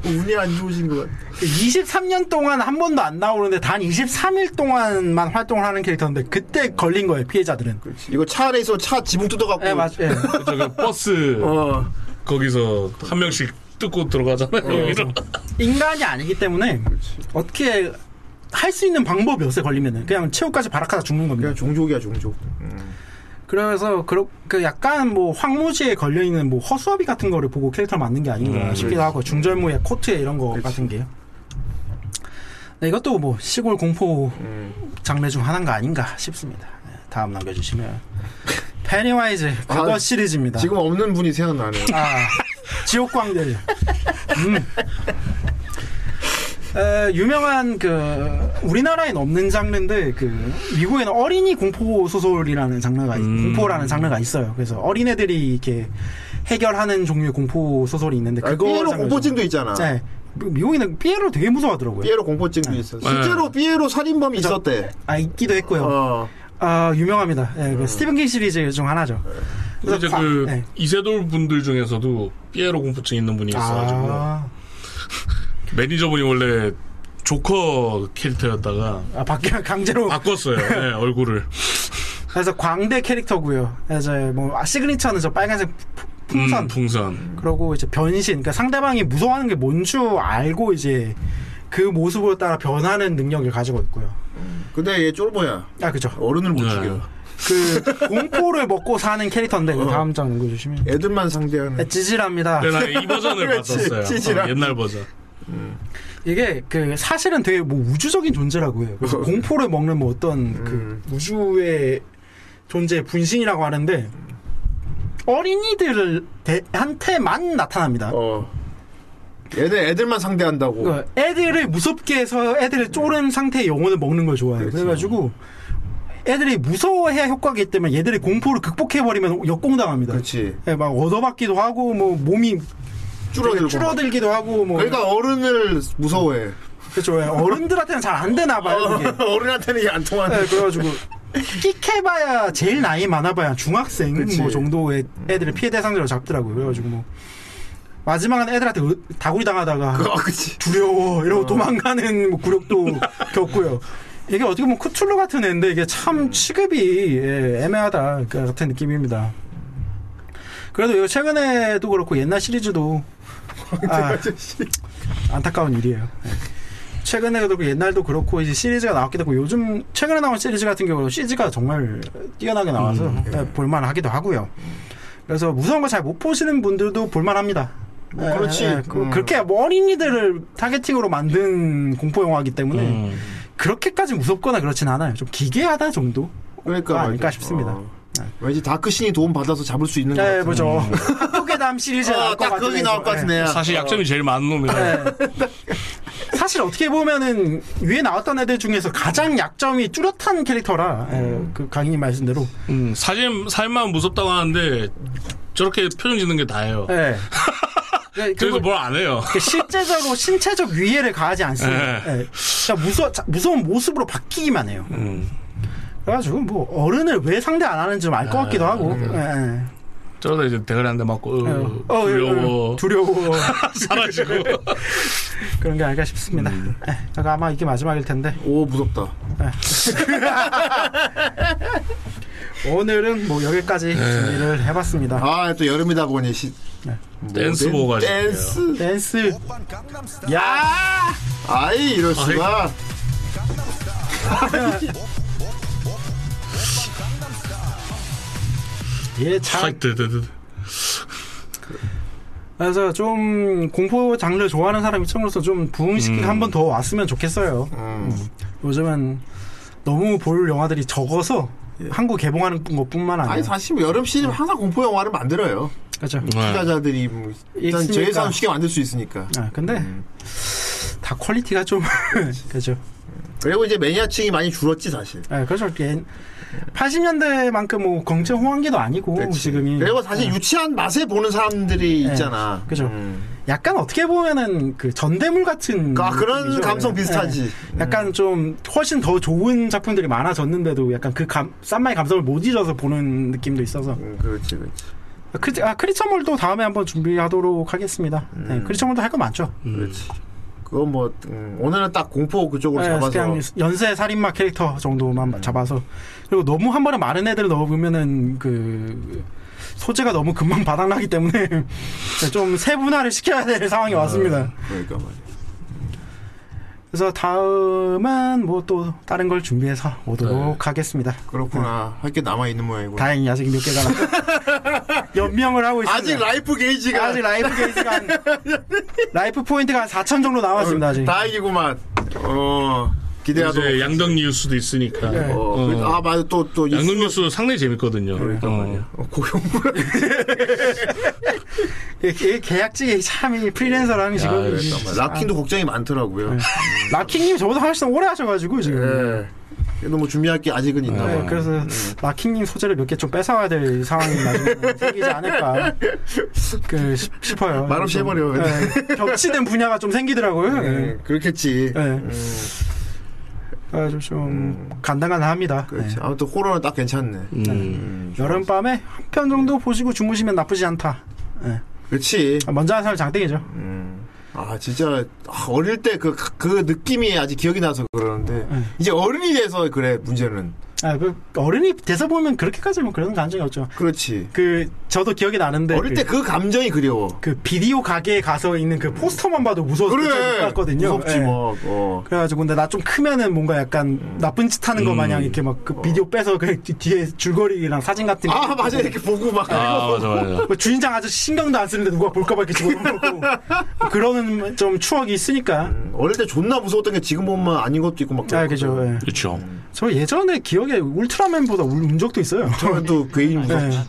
F: 운이 안 좋으신 것 같아.
H: 23년 동안 한 번도 안 나오는데 단 23일 동안만 활동을 하는 캐릭터인데 그때 걸린 거예요 피해자들은.
F: 이거 차 안에 있어 차 지붕 뜯어갖고.
H: 네, 맞, 예.
G: 그쵸, 그 버스
H: 어.
F: 어.
G: 거기서 한 명씩 뜯고 들어가잖아요.
H: 어.
G: 여기로.
H: 인간이 아니기 때문에 어떻게 할 수 있는 방법이 없어요 걸리면은 그냥 최후까지 발악하다 죽는 겁니다. 그냥
F: 종족이야 종족.
H: 그렇죠. 그래서 그렇 그 약간 뭐 황무지에 걸려 있는 뭐 허수아비 같은 거를 보고 캐릭터를 만든 게 아닌가
F: 음, 그렇죠.
H: 싶기도
F: 그렇지.
H: 하고 중절모에 코트에 이런 거 같은 게요. 네, 이것도 뭐 시골 공포
F: 음.
H: 장르 중 하나인가 아닌가 싶습니다. 네, 다음 남겨주시면 페니와이즈 그거
F: 아,
H: 시리즈입니다.
F: 지금 없는 분이 생각나네요.
H: 아, 지옥광들. 음. 에, 유명한 그 우리나라엔 없는 장르인데 그 미국에는 어린이 공포 소설이라는 장르가 있- 공포라는 장르가 있어요. 그래서 어린애들이 이렇게 해결하는 종류의 공포 소설이 있는데
F: 아,
H: 그거
F: 삐에로
H: 장르죠.
F: 공포증도 있잖아.
H: 네. 미- 미국인은 삐에로 되게 무서워하더라고요.
F: 삐에로 공포증도 있어.
H: 네.
F: 실제로 삐에로 살인범이 있었대.
H: 아 있기도 했고요.
F: 어.
H: 아 유명합니다. 예, 그 스티븐 킹 시리즈 중 하나죠.
G: 그래서 이제
H: 과-
G: 그
H: 네.
G: 이세돌 분들 중에서도 피에로 공포증 있는 분이 있어가지고
H: 아,
G: 매니저분이 원래 조커 캐릭터였다가
H: 아 밖에 강제로
G: 바꿨어요. 네, 얼굴을.
H: 그래서 광대 캐릭터고요. 그래서 뭐 아, 시그니처는 저 빨간색 푸- 풍선.
G: 음, 풍선.
H: 그러고 이제 변신. 그러니까 상대방이 무서워하는 게 뭔 줄 알고 이제 그 모습으로 따라 변하는 능력을 가지고 있고요.
F: 근데 얘 쫄보야.
H: 아 그죠.
F: 어른을 못 죽여.
H: 그 공포를 먹고 사는 캐릭터인데 그 다음 장 읽어주시면.
F: 애들만 상대하는.
H: 지질합니다.
G: 네, 나이 버전을
H: 그렇지,
G: 봤었어요.
H: 찌질함.
G: 어, 옛날 버전.
H: 이게 그 사실은 되게 뭐 우주적인 존재라고 해요. 그래서 공포를 먹는 뭐 어떤 그 우주의 존재 의 분신이라고 하는데 어린이들한테만 나타납니다.
F: 얘네 애들만 상대한다고.
H: 그러니까 애들을 무섭게 해서 애들을 쪼른 상태의 영혼을 먹는 걸 좋아해요.
F: 그렇죠.
H: 그래가지고 애들이 무서워해야 효과가 있기 때문에 얘들이 공포를 극복해버리면 역공당합니다. 예,
F: 그렇지.
H: 막 얻어맞기도 하고 뭐 몸이
F: 줄어들고
H: 줄어들기도 하고 뭐
F: 그러니까 어른을 무서워해.
H: 그렇죠. 예. 어른들한테는 잘 안 되나 봐요. 그게.
F: 어른한테는 이게 안 아, 통하네.
H: 네, 그래가지고 끽해봐야 제일 나이 많아봐야 중학생
F: 그치.
H: 뭐 정도의 애들을 피해 대상자로 잡더라고요. 그래가지고 뭐 마지막은 애들한테 으- 다구리 당하다가
F: 어,
H: 두려워 이러고 도망가는 뭐 굴욕도 겪고요. 이게 어떻게 보면 쿠툴루 같은 애인데 이게 참 취급이 예, 애매하다 그 같은 느낌입니다. 그래도 이거 최근에도 그렇고 옛날 시리즈도 아, 안타까운 일이에요. 예. 최근에도 그렇고 옛날도 그렇고 이제 시리즈가 나왔기도 하고 요즘 최근에 나온 시리즈 같은 경우는 CG가 정말 뛰어나게 나와서 예, 볼만하기도 하고요. 그래서 무서운 거 잘 못 보시는 분들도 볼만합니다.
F: 뭐 그렇지.
H: 그,
F: 음.
H: 렇게뭐 어린이들을 타겟팅으로 만든 공포 영화이기 때문에
F: 음.
H: 그렇게까지 무섭거나 그렇진 않아요. 좀 기괴하다 정도.
F: 그러니까
H: 아닐까
F: 말이야.
H: 싶습니다.
F: 어. 왠지 다크신이 도움 받아서 잡을 수 있는 것
H: 네,
F: 같은.
H: 보죠. 학교계 담 시리즈
F: 그렇죠. 아, 네.
H: 나올 것
F: 음. 딱
H: 같은
F: 거기
H: 애죠.
F: 나올 것 같은
H: 예.
F: 애야.
G: 사실 약점이 제일 많은 놈이다.
H: 사실 어떻게 보면은 위에 나왔던 애들 중에서 가장 약점이 뚜렷한 캐릭터라
F: 음.
H: 예, 그 강인이 말씀대로
G: 음, 사진 살만 무섭다고 하는데 저렇게 표정 짓는 게 다예요.
H: 예. 예,
G: 그래서
H: 그리고
G: 뭘 안 해요.
H: 그 실제적으로 신체적 위해를 가하지 않습니다.
G: 예.
H: 예. 진짜 무서 무서운 모습으로 바뀌기만 해요.
G: 음,
H: 그래가지고 뭐 어른을 왜 상대 안 하는지 좀 알
F: 아,
H: 것 같기도 하고.
F: 네.
H: 예, 예.
G: 저러다 이제 대가리 한 대 맞고 으,
H: 어, 예,
G: 두려워.
H: 예, 두려워.
G: 사라지고.
H: 그런 게 아닐까 싶습니다. 예, 제가 아마 이게 마지막일 텐데.
F: 오 무섭다.
H: 오늘은 뭐 여기까지 준비를 해봤습니다.
F: 아 또 여름이다 보니 시...
G: 댄스 보고 가시요
F: 뭐, 댄스.
H: 댄스.
F: 야. 아이 이럴
G: 아이.
F: 수가.
H: 예, 참. 그래서 좀 공포 장르 좋아하는 사람 입장으로서 좀 부흥시키고
G: 음.
H: 한 번 더 왔으면 좋겠어요.
F: 아.
H: 음. 요즘은 너무 볼 영화들이 적어서 한국 개봉하는 것뿐만 아니라
F: 아니 사실 뭐 여름 시즌 항상 공포 영화를 만들어요.
H: 그렇죠.
G: 네. 아,
F: 투자자들이 뭐 일단
H: 있으니까.
F: 제일 쉽게 만들 수 있으니까.
H: 아, 근데 다 퀄리티가 좀 그렇죠.
F: 그리고 이제 매니아층이 많이 줄었지 사실.
H: 아, 그렇죠. 80년대만큼 뭐 경제 호황기도 아니고 지금이
F: 그리고 네, 뭐 사실
H: 예.
F: 유치한 맛에 보는 사람들이
H: 예,
F: 있잖아. 음.
H: 그죠. 약간 어떻게 보면은 그 전대물 같은
F: 아, 그런
H: 음, 느낌이죠.
F: 감성 비슷하지.
H: 예. 약간 좀 훨씬 더 좋은 작품들이 많아졌는데도 약간 그 감, 쌈마의 감성을 못 잊어서 보는 느낌도 있어서
F: 음, 그렇지 그렇지
H: 크리, 아, 크리처몰도 다음에 한번 준비하도록 하겠습니다 네,
F: 음.
H: 크리처몰도 할 거 많죠
F: 그렇지 그건 뭐 음, 오늘은 딱 공포 그쪽으로
H: 예,
F: 잡아서 네.
H: 그냥 연쇄 살인마 캐릭터 정도만 잡아서 그리고 너무 한 번에 많은 애들 넣으면은 그 소재가 너무 금방 바닥나기 때문에 좀 세분화를 시켜야 될
F: 네.
H: 상황이 왔습니다.
F: 그러니까 말이야
H: 그래서 다음은 뭐 또 다른 걸 준비해서
F: 네.
H: 오도록 하겠습니다.
F: 그렇구나 할 게 남아 있는 모양이고
H: 네. 다행히 아직 몇 개가 남- 연명을 하고 있습니다.
F: 아직 라이프 게이지가
H: 아직 라이프 게이지가 한- 라이프 포인트가 한 4천 정도 남았습니다. 아직.
F: 다행이구만 어 기대하도록
G: 이제 양덕 뉴스도 있으니까.
F: 네. 어, 그- 아, 맞아. 또, 또.
G: 양덕 뉴스도 상당히 재밌거든요. 어.
H: 이게 계약직이 참이 프리랜서라는
G: 아,
H: 직업이 아.
F: 락킹도 걱정이 많더라고요
H: 네. 락킹님 저보다 훨씬 오래 하셔가지고
F: 네.
H: 지금
F: 그래도 뭐 준비할 게 아직은 있나
H: 네,
F: 봐요
H: 그래서
F: 음.
H: 락킹님 소재를 몇 개 좀 뺏어와야 될 상황이 나중에 생기지 않을까 그 싶- 싶어요.
F: 말없이
H: 좀,
F: 해버려.
H: 네, 겹치는 분야가 좀 생기더라고요. 네.
F: 네, 그렇겠지 음,
H: 네. 아주 좀 간당간당합니다. 네.
F: 그렇지. 아무튼 호러는 딱 괜찮네.
H: 여름밤에 한 편 정도 보시고 주무시면 나쁘지 않다. 네.
F: 그렇지.
H: 아, 먼저 한 사람 장땡이죠.
F: 아 진짜 아, 어릴 때 그 그 느낌이 아직 기억이 나서 그러는데
H: 네.
F: 이제 어른이 돼서 그래 문제는.
H: 아, 그 어른이 돼서 보면 그렇게까지 뭐 그런 감정이 없죠.
F: 그렇지.
H: 그 저도 기억이 나는데
F: 어릴 때 그 감정이 그리워.
H: 그 비디오 가게에 가서 있는 그 포스터만 봐도 무서워서
F: 그래.
H: 그래. 갔거든요. 네.
F: 무섭지 뭐. 어.
H: 그래가지고 근데 나 좀 크면은 뭔가 약간 나쁜 짓 하는 거 마냥 이렇게 막 그 비디오 빼서 그 뒤- 뒤에 줄거리랑 사진 같은 거
F: 아 맞아 이렇게 보고 막.
G: 아, 맞아, 맞아.
H: 뭐 주인장 아주 신경도 안 쓰는데 누가 볼까봐 이렇게 집어넣고 그러는 좀 추억이 있으니까
F: 어릴 때 존나 무서웠던 게 지금 보면 아닌 것도 있고 막.
H: 아 그죠 예.
G: 그렇죠.
H: 저 예전에 기억에 울트라맨보다 울, 운 적도 있어요
F: 저도 괜히 무섭지.
H: 예.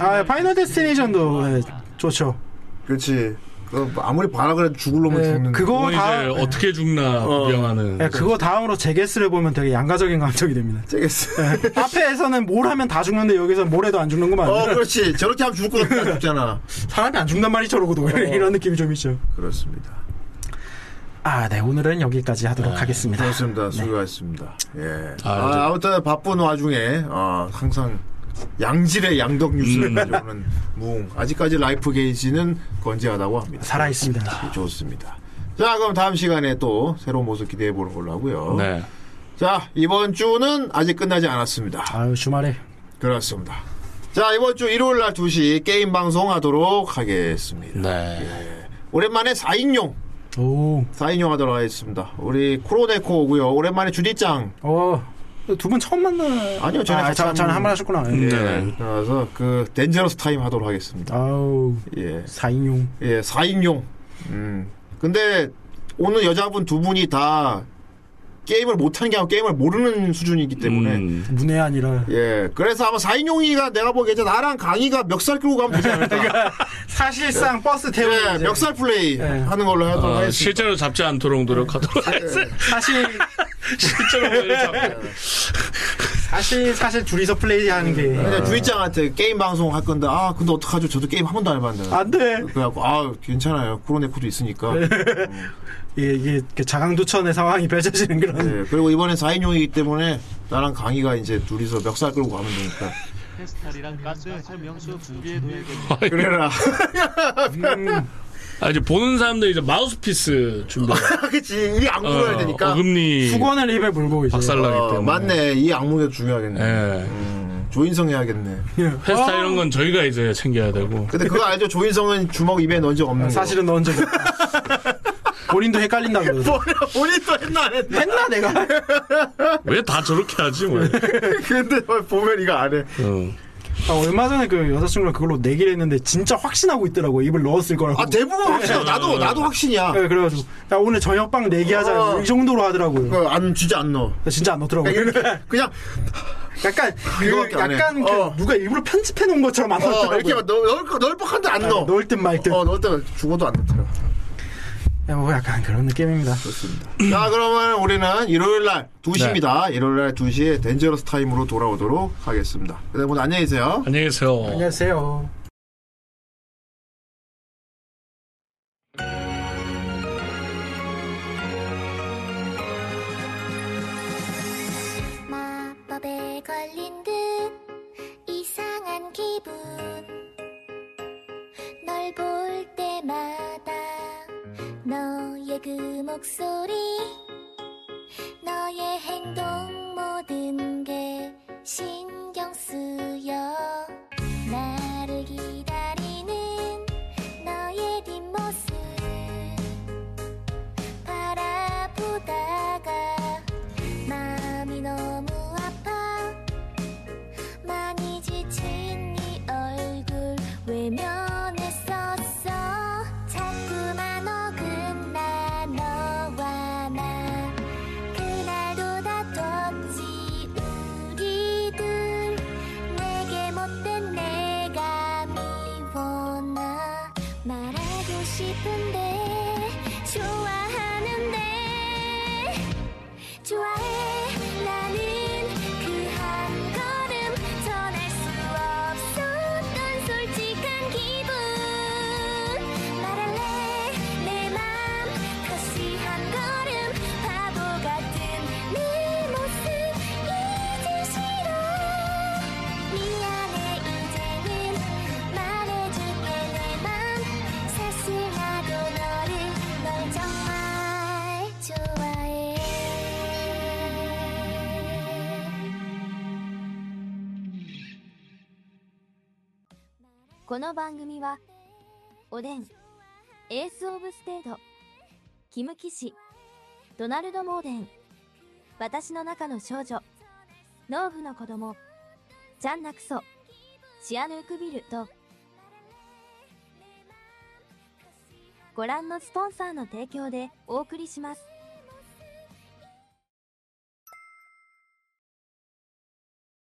H: 아 파이널 데스티네이션도 예, 좋죠
F: 그렇지. 그 아무리 봐라 그래도 죽을 놈은
H: 예,
F: 죽는.
H: 그거
G: 그건
H: 다
G: 뭐 이제 어떻게 죽나 구경하는.
F: 네,
H: 예, 그거 다음으로 제게스를 보면 되게 양가적인 감정이 됩니다
F: 되겠어.
H: 예. 앞에서는 뭘 하면 다 죽는데 여기서 뭘 해도 안 죽는구만
F: 어 그렇지. 저렇게 하면 죽을 것 같아 죽잖아.
H: 사람이 안 죽는단 말이 저러고도 이런 느낌이 좀 있죠
F: 그렇습니다.
H: 아, 네. 오늘은 여기까지
F: 네,
H: 하도록 하겠습니다.
F: 그렇습니다. 수고하셨습니다. 예.
G: 아,
F: 아, 무튼 바쁜 와중에 어, 항상 양질의 양덕
H: 음.
F: 뉴스를 가져오는 무웅. 아직까지 라이프 게이지는 건재하다고 합니다.
H: 살아 있습니다.
F: 좋습니다. 자, 그럼 다음 시간에 또 새로운 모습 기대해 보는 걸로 하고요.
G: 네.
F: 자, 이번 주는 아직 끝나지 않았습니다.
H: 아유, 주말에
F: 그렇습니다. 자, 이번 주 일요일 날 2시 게임 방송 하도록 하겠습니다.
G: 네.
F: 오랜만에 4인용,
H: 오,
F: 4인용 하도록 하겠습니다. 우리 코로네코 오고요. 오랜만에 주디짱
H: 어, 두 분 처음 만나.
F: 아니요, 저는
H: 아,
F: 같이
H: 저, 저는
F: 한-
H: 한번 하셨구나. 예.
G: 네.
F: 그래서 그 덴저러스 타임 하도록 하겠습니다.
H: 아우,
F: 예.
H: 사인용.
F: 예, 4인용. 음. 근데 오늘 여자분 두 분이 다 게임을 못하는 게 아니고 게임을 모르는 수준이기 때문에
G: 음.
H: 문외 아니라
F: 예, 그래서 아마 4인용이가 내가 보기에 이제 나랑 강의가 멱살 끌고 가면 되지 않을까.
H: 사실상 버스 태우.
F: 예,
H: 그러니까. 이제
F: 멱살 플레이
H: 예.
F: 하는 걸로 하도록
G: 어,
F: 하겠습니다.
G: 실제로 잡지 않도록
F: 네.
G: 노력하도록 하겠습니다.
H: 사실
G: 실제로 오늘 잡-
H: 사실 사실 둘이서 플레이하는 게.
F: 그냥 주의장한테 게임 방송 할 건데, 아, 근데 어떡하죠? 저도 게임 한 번도 안 해봤는데.
H: 안 돼.
F: 그래갖고, 아, 괜찮아요. 코로네코도 있으니까.
H: 이게, 이게 그 자강두천의 상황이 펼쳐지는 그런.
F: 예, 그리고 이번엔 4인용이기 때문에 나랑 강의가 이제 둘이서 멱살 끌고 가면 되니까. 그래라.
G: 아, 이제 보는 사람들 이제 마우스피스 준비.
F: 아, 그치. 이 악물어야 되니까.
G: 어금니
H: 수건을 입에 물고 이제.
G: 박살나기
F: 어,
G: 때문에.
F: 맞네. 이 악물게 중요하겠네.
G: 예.
F: 조인성 해야겠네.
H: 예.
G: 회스타
H: 아,
G: 이런 건 저희가 이제 챙겨야 되고.
F: 근데 그거 알죠? 조인성은 주먹 입에 넣은 적 없는 거.
H: 사실은 너 언제. 본인도 헷갈린다 그러더라고.
F: 본인 또 했나 안 했나?
H: 했나 내가?
G: 왜 다 저렇게 하지 뭐.
F: 근데 보면 이거 안 해.
G: 어.
H: 아, 얼마 전에 그 여자친구랑 그걸로 내기를 했는데 진짜 확신하고 있더라고 입을 넣었을 거라고.
F: 아 대부분 확신이야. 나도 나도 확신이야.
H: 네, 그래가지고 야 오늘 저녁방 내기하자
F: 어.
H: 이 정도로 하더라고요.
F: 그거 안 진짜 안 넣어.
H: 진짜 안 넣더라고요. 그러니까
F: 그냥 그냥
H: 약간 그
F: 아, 이거밖에 안 해.
H: 약간 그
F: 어.
H: 누가 일부러 편집해 놓은 것처럼 안
F: 어,
H: 넣더라고요. 네,
F: 이렇게 막 넣- 넣을 거- 넣을 뻔한데 안 넣어.
H: 넣을 듯 말 듯.
F: 어 넣을 때 죽어도 안 넣더라.
H: 야, 뭐 약간 그런 느낌입니다.
F: 자 그러면 우리는 일요일 날 2시입니다. 일요일 날 2시에 덴저러스 타임으로 돌아오도록 하겠습니다. 여러분 안녕히 계세요.
G: 안녕히 계세요.
H: 안녕하세요.
J: 마법에 걸린 듯 이상한 기분 널 볼 때마다 너의 그 목소리 너의 행동 모든 게 신경 쓰여 나를 기다리는 너의 뒷모습 바라보다가 마음이 너무 아파 많이 지친 네 얼굴 외면했었어 자꾸만 어긋나 너와 나 그날도 다퉜지 우리들 내게 못된 내가 미워 나 말하고 싶은데 좋아하는데 좋아해 나는 그 한 걸음 전할 수 없었던 솔직한 기분 말할래 내 맘 다시 한 걸음 바보 같은 내 모습 이제 싫어 미안해 이제는 말해줄게 내 맘 사실하고 너를 널 정말 좋아해
M: この番組は、おでん、エース・オブ・ステート、キム・キシ、ドナルド・モーデン、私の中の少女、農夫の子供、ジャンナクソ、シアヌークビルと、ご覧のスポンサーの提供でお送りします。